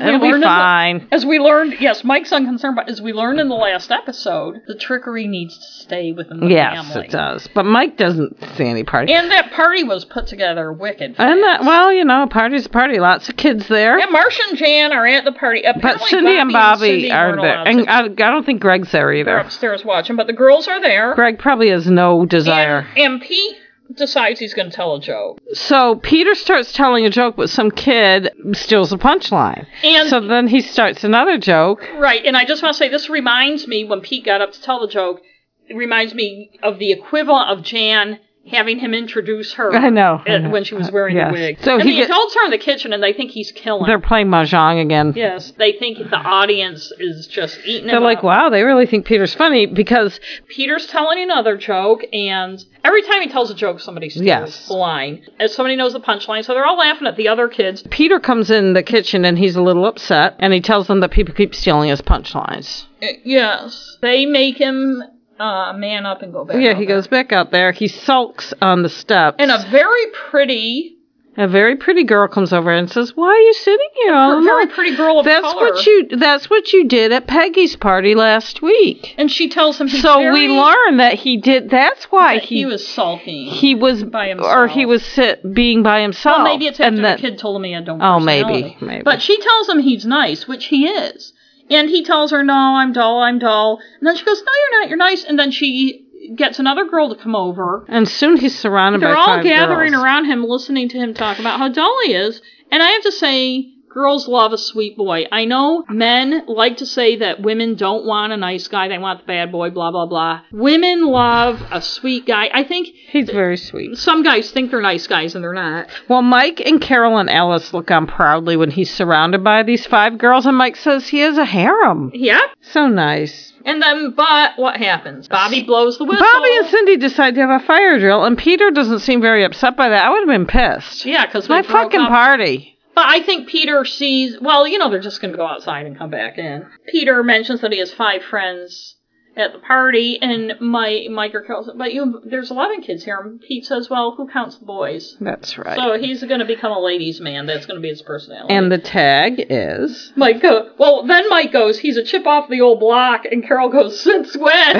as we
It'll
learned
be
in the-
fine."
As we learned, yes, Mike's unconcerned, but as we learned in the last episode, the trickery needs to stay within the
Yes,
family.
it does. But Mike doesn't see any party.
And that party was put together wicked.
And that,
fast.
well, you know, a party's a party. Lots of kids there.
Yeah, Marcia and Jan are at the party.
but
Apparently,
Cindy and Bobby
Cindy
are
weren't
there.
allowed to
And I, I don't think Greg's there
They're
either.
upstairs watching, but the girls are there.
Greg probably has no desire.
And, and Pete decides he's going to tell a joke.
so Peter starts telling a joke, but some kid steals a punchline.
And
So then he starts another joke.
right, and I just want to say this reminds me when Pete got up to tell the joke. It reminds me of the equivalent of Jan having him introduce her.
I know, I
at-
know.
when she was wearing
Yes.
the wig.
So
and
he
the
get-
adults are in the kitchen and they think he's killing.
They're playing mahjong again.
yes, they think the audience is just eating.
They're
him
like,
up.
wow, they really think Peter's funny because
Peter's telling another joke, and every time he tells a joke, somebody steals
Yes.
the line. And somebody knows the punchline, so they're all laughing at the other kids.
Peter comes in the kitchen and he's a little upset and he tells them that people keep stealing his punchlines.
Uh, Yes. They make him uh, man up and go back.
Yeah,
out
he
there.
goes back out there. He sulks on the steps.
And a very pretty,
a very pretty girl comes over and says, "Why are you sitting here?" all
a very
alone?"
pretty girl of
Oh, That's
color.
what you. That's what you did at Peggy's party last week.
And she tells him. he's
So
very-
we learn that he did. That's why
that
he,
he was sulking.
he was
by
or he
himself.
was sit, being by himself.
well, maybe it's after
and that,
the kid told him he had no.
Oh, maybe,
personality.
maybe.
But she tells him he's nice, which he is, and he tells her, "No, I'm dull. I'm dull." And then she goes, "No, you're not. You're nice." And then she gets another girl to come over,
And soon he's surrounded
They're
by
all
five
gathering
girls.
around him, listening to him talk about how dull he is. And I have to say, girls love a sweet boy. I know men like to say that women don't want a nice guy, they want the bad boy, blah, blah, blah. Women love a sweet guy. I think
He's very sweet.
some guys think they're nice guys and they're not.
Well, Mike and Carol and Alice look on proudly when he's surrounded by these five girls, and Mike says he has a harem.
Yep.
So nice.
And then, but what happens? Bobby blows the whistle.
Bobby and Cindy decide to have a fire drill, and Peter doesn't seem very upset by that. I would have been pissed.
Yeah, because
My fucking
up.
party.
But I think Peter sees, well, you know, they're just going to go outside and come back in. Peter mentions that he has five friends at the party, and my Mike or Carol says, but you, there's 11 kids here. And Pete says, well, who counts the boys?
That's right.
So he's going to become a ladies' man. That's going to be his personality.
and the tag is.
Mike, go, well, then Mike goes, he's a chip off the old block, and Carol goes, since when?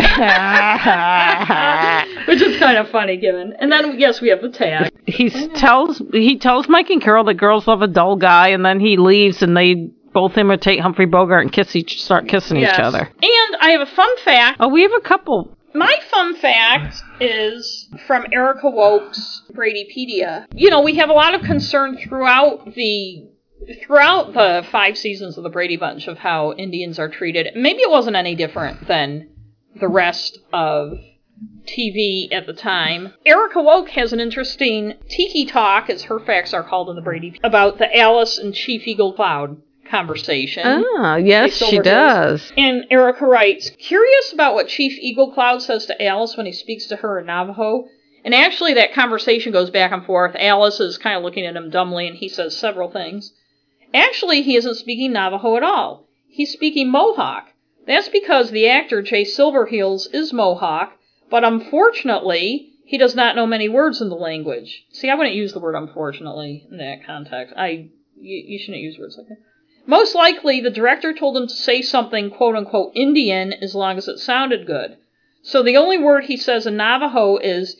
Which is kind of funny, given. And then, yes, we have the tag.
he s- tells he tells Mike and Carol that girls love a dull guy, and then he leaves, and they both imitate Humphrey Bogart and kiss each start kissing
Yes.
each other.
And I have a fun fact.
Oh, we have a couple
My fun fact is from Erica Woke's Bradypedia. You know, we have a lot of concern throughout the throughout the five seasons of the Brady Bunch of how Indians are treated. Maybe it wasn't any different than the rest of TV at the time. Erica Woke has an interesting tiki talk, as her facts are called in the Brady, about the Alice and Chief Eagle Cloud conversation.
Ah, yes,
They
she
sold her
does.
And Erica writes, curious about what Chief Eagle Cloud says to Alice when he speaks to her in Navajo. And actually, that conversation goes back and forth. Alice is kind of looking at him dumbly, and he says several things. Actually, he isn't speaking Navajo at all. He's speaking Mohawk. That's because the actor Jay Silverheels is Mohawk, but unfortunately, he does not know many words in the language. See, I wouldn't use the word unfortunately in that context. I, you, you shouldn't use words like that. Most likely, the director told him to say something quote unquote Indian as long as it sounded good. So the only word he says in Navajo is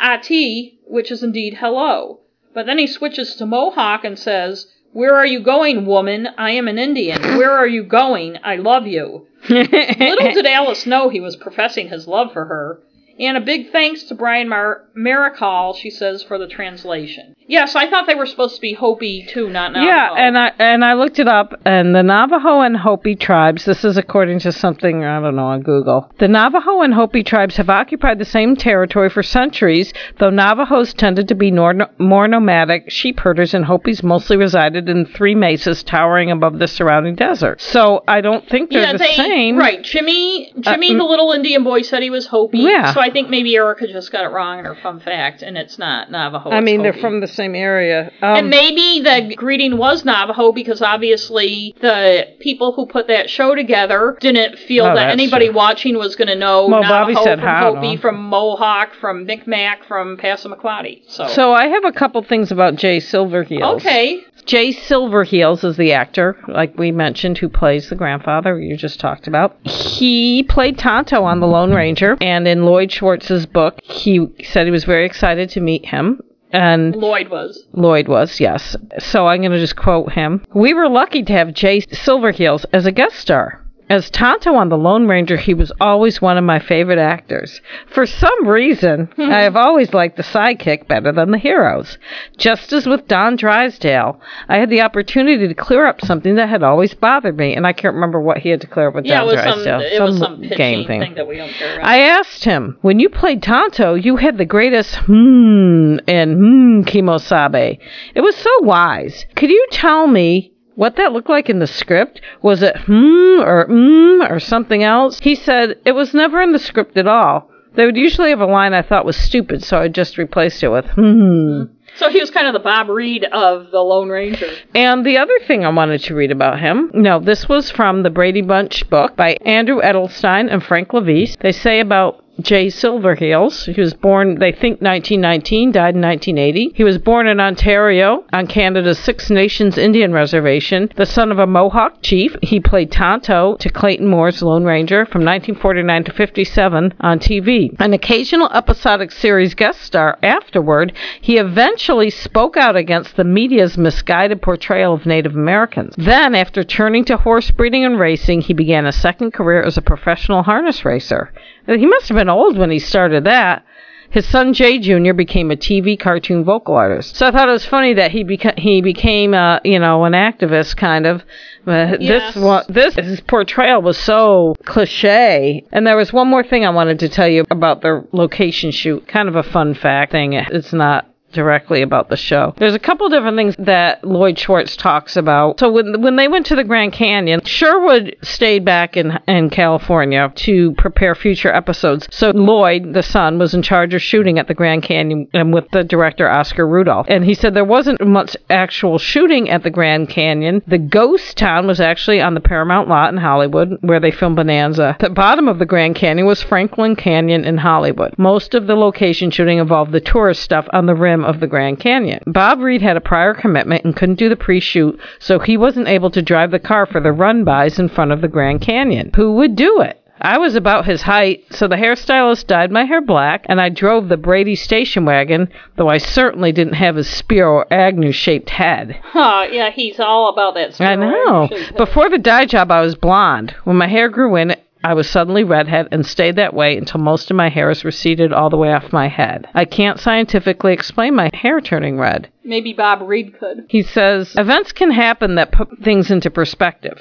Ya'ati, which is indeed hello. But then he switches to Mohawk and says, Where are you going, woman? I am an Indian. Where are you going? I love you. Little did Alice know he was professing his love for her. And a big thanks to Brian Mar- Maricall, she says, for the translation. Yes, I thought they were supposed to be Hopi too, not Navajo.
Yeah, and I and I looked it up, and the Navajo and Hopi tribes. This is according to something I don't know on Google. The Navajo and Hopi tribes have occupied the same territory for centuries, though Navajos tended to be nor- more nomadic sheep herders, and Hopis mostly resided in three mesas towering above the surrounding desert. So I don't think they're the same.
Right. Jimmy Jimmy
Uh,
the little Indian boy said he was Hopi.
Yeah.
So I I think maybe Erica just got it wrong in her fun fact, and it's not Navajo.
I
it's
mean, they're
Hopi.
from the same area.
And
Um,
maybe the greeting was Navajo because obviously the people who put that show together didn't feel
Oh,
that
that's
anybody
true.
watching was going to know
Well,
Navajo
Bobby said
from
how,
Hopi,
no?
from Mohawk, from Micmac, from Passamaquoddy. So,
so I have a couple things about Jay Silverheels.
okay,
Jay Silverheels is the actor, like we mentioned, who plays the grandfather you just talked about. He played Tonto on The Lone Ranger, and in Lloyd Schwartz's book, he said he was very excited to meet him. And
Lloyd was.
Lloyd was, yes. So I'm going to just quote him. We were lucky to have Jay Silverheels as a guest star. As Tonto on The Lone Ranger, he was always one of my favorite actors. For some reason, I have always liked the sidekick better than the heroes. Just as with Don Drysdale, I had the opportunity to clear up something that had always bothered me, and I can't remember what he had to clear up with
Yeah, it
Don
was some.
Drysdale.
It was some pitching
game
thing. that we don't care about.
I asked him, when you played Tonto, you had the greatest hmm and hmm kimosabe. It was so wise. Could you tell me what that looked like in the script? Was it hmm or mm or something else? He said it was never in the script at all. They would usually have a line I thought was stupid, so I just replaced it with hmm.
so he was kind of the Bob Reed of the Lone Ranger.
And the other thing I wanted to read about him, no, this was from the Brady Bunch book by Andrew Edelstein and Frank Levis. They say about Jay Silverheels, he was born, they think 1919, died in 1980. He was born in Ontario on Canada's Six Nations Indian Reservation, the son of a Mohawk chief. He played Tonto to Clayton Moore's Lone Ranger from 1949 to 57 on TV. An occasional episodic series guest star afterward, he eventually spoke out against the media's misguided portrayal of Native Americans. Then, after turning to horse breeding and racing, he began a second career as a professional harness racer. He must have been old when he started that. His son Jay Jr. became a TV cartoon vocal artist. So I thought it was funny that he beca- he became uh, you know an activist kind of. But
Yes.
This one, this his portrayal was so cliche. And there was one more thing I wanted to tell you about their location shoot. Kind of a fun fact thing. It's not directly about the show. There's a couple different things that Lloyd Schwartz talks about. So when when they went to the Grand Canyon, Sherwood stayed back in in California to prepare future episodes. So Lloyd, the son, was in charge of shooting at the Grand Canyon and with the director Oscar Rudolph. And he said there wasn't much actual shooting at the Grand Canyon. The ghost town was actually on the Paramount lot in Hollywood where they filmed Bonanza. The bottom of the Grand Canyon was Franklin Canyon in Hollywood. Most of the location shooting involved the tourist stuff on the rim of the Grand Canyon. Bob Reed had a prior commitment and couldn't do the pre shoot, so he wasn't able to drive the car for the run bys in front of the Grand Canyon. Who would do it? I was about his height, so the hairstylist dyed my hair black, and I drove the Brady station wagon, though I certainly didn't have his spear or Agnew shaped head.
Huh, yeah, he's all about that.
I
steroid
know.
shit.
Before the dye job, I was blonde. When my hair grew in, I was suddenly redhead and stayed that way until most of my hair is receded all the way off my head. I can't scientifically explain my hair turning red.
Maybe Bob Reed could.
He says events can happen that put things into perspective.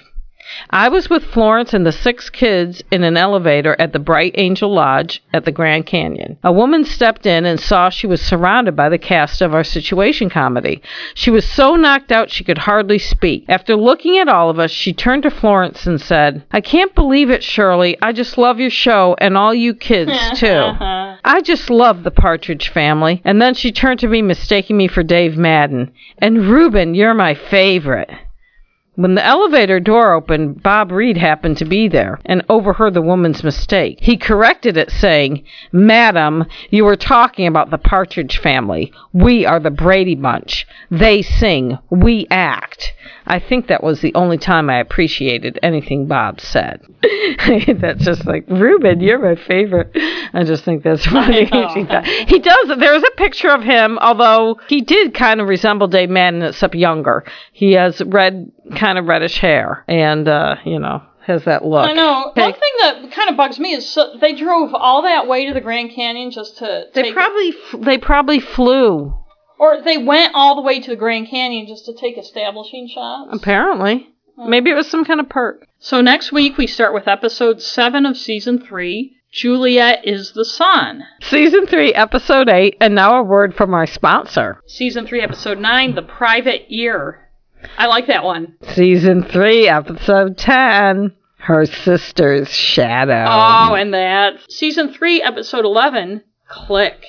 I was with Florence and the six kids in an elevator at the Bright Angel Lodge at the Grand Canyon. A woman stepped in and saw she was surrounded by the cast of our situation comedy. She was so knocked out she could hardly speak. After looking at all of us, she turned to Florence and said, I can't believe it, Shirley. I just love your show and all you kids, too. I just love the Partridge family. And then she turned to me, mistaking me for Dave Madden. And Reuben, you're my favorite. When the elevator door opened, Bob Reed happened to be there and overheard the woman's mistake. He corrected it, saying, Madam, you were talking about the Partridge family. We are the Brady Bunch. They sing, we act. I think that was the only time I appreciated anything Bob said. that's just like, Reuben, you're my favorite. I just think that's funny. he does. There's a picture of him, although he did kind of resemble Dave Madden, except younger. He has red, kind of reddish hair, and uh, you know, has that look.
I know. One
Okay.
thing that kind of bugs me is so they drove all that way to the Grand Canyon just to
They
take
probably f- they probably flew.
or they went all the way to the Grand Canyon just to take establishing shots.
Apparently, maybe it was some kind of perk.
So next week we start with episode 7 of season 3, Juliet is the Sun.
Season three, episode eight, and now a word from our sponsor.
Season 3 episode 9, The Private Ear. I like that one.
Season three, episode ten. her sister's shadow.
Oh, and that. Season 3, episode 11, Click.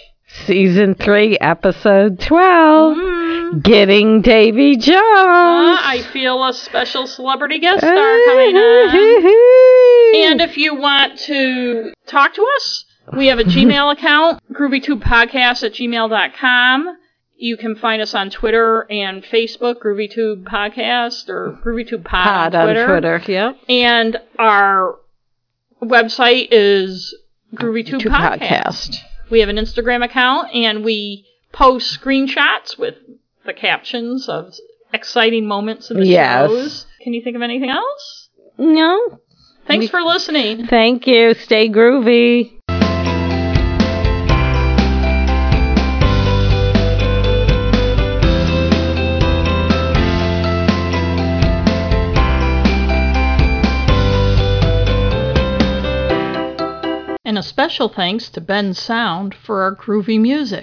Season 3, episode 12.
Mm.
Getting Davy Jones.
Uh, I feel a special celebrity guest star coming on.
uh,
And if you want to talk to us, we have a Gmail account, groovytubepodcast at gmail.com. You can find us on Twitter and Facebook, GroovyTube Podcast or GroovyTube Pod,
Pod
on
on
Twitter.
Twitter. Yep.
And our website is GroovyTube
Two
Podcast.
podcast.
We have an Instagram account and we post screenshots with the captions of exciting moments in the
Yes.
shows. Can you think of anything else?
No.
Thanks
We-
for listening.
Thank you. Stay groovy.
And a special thanks to Ben Sound for our groovy music.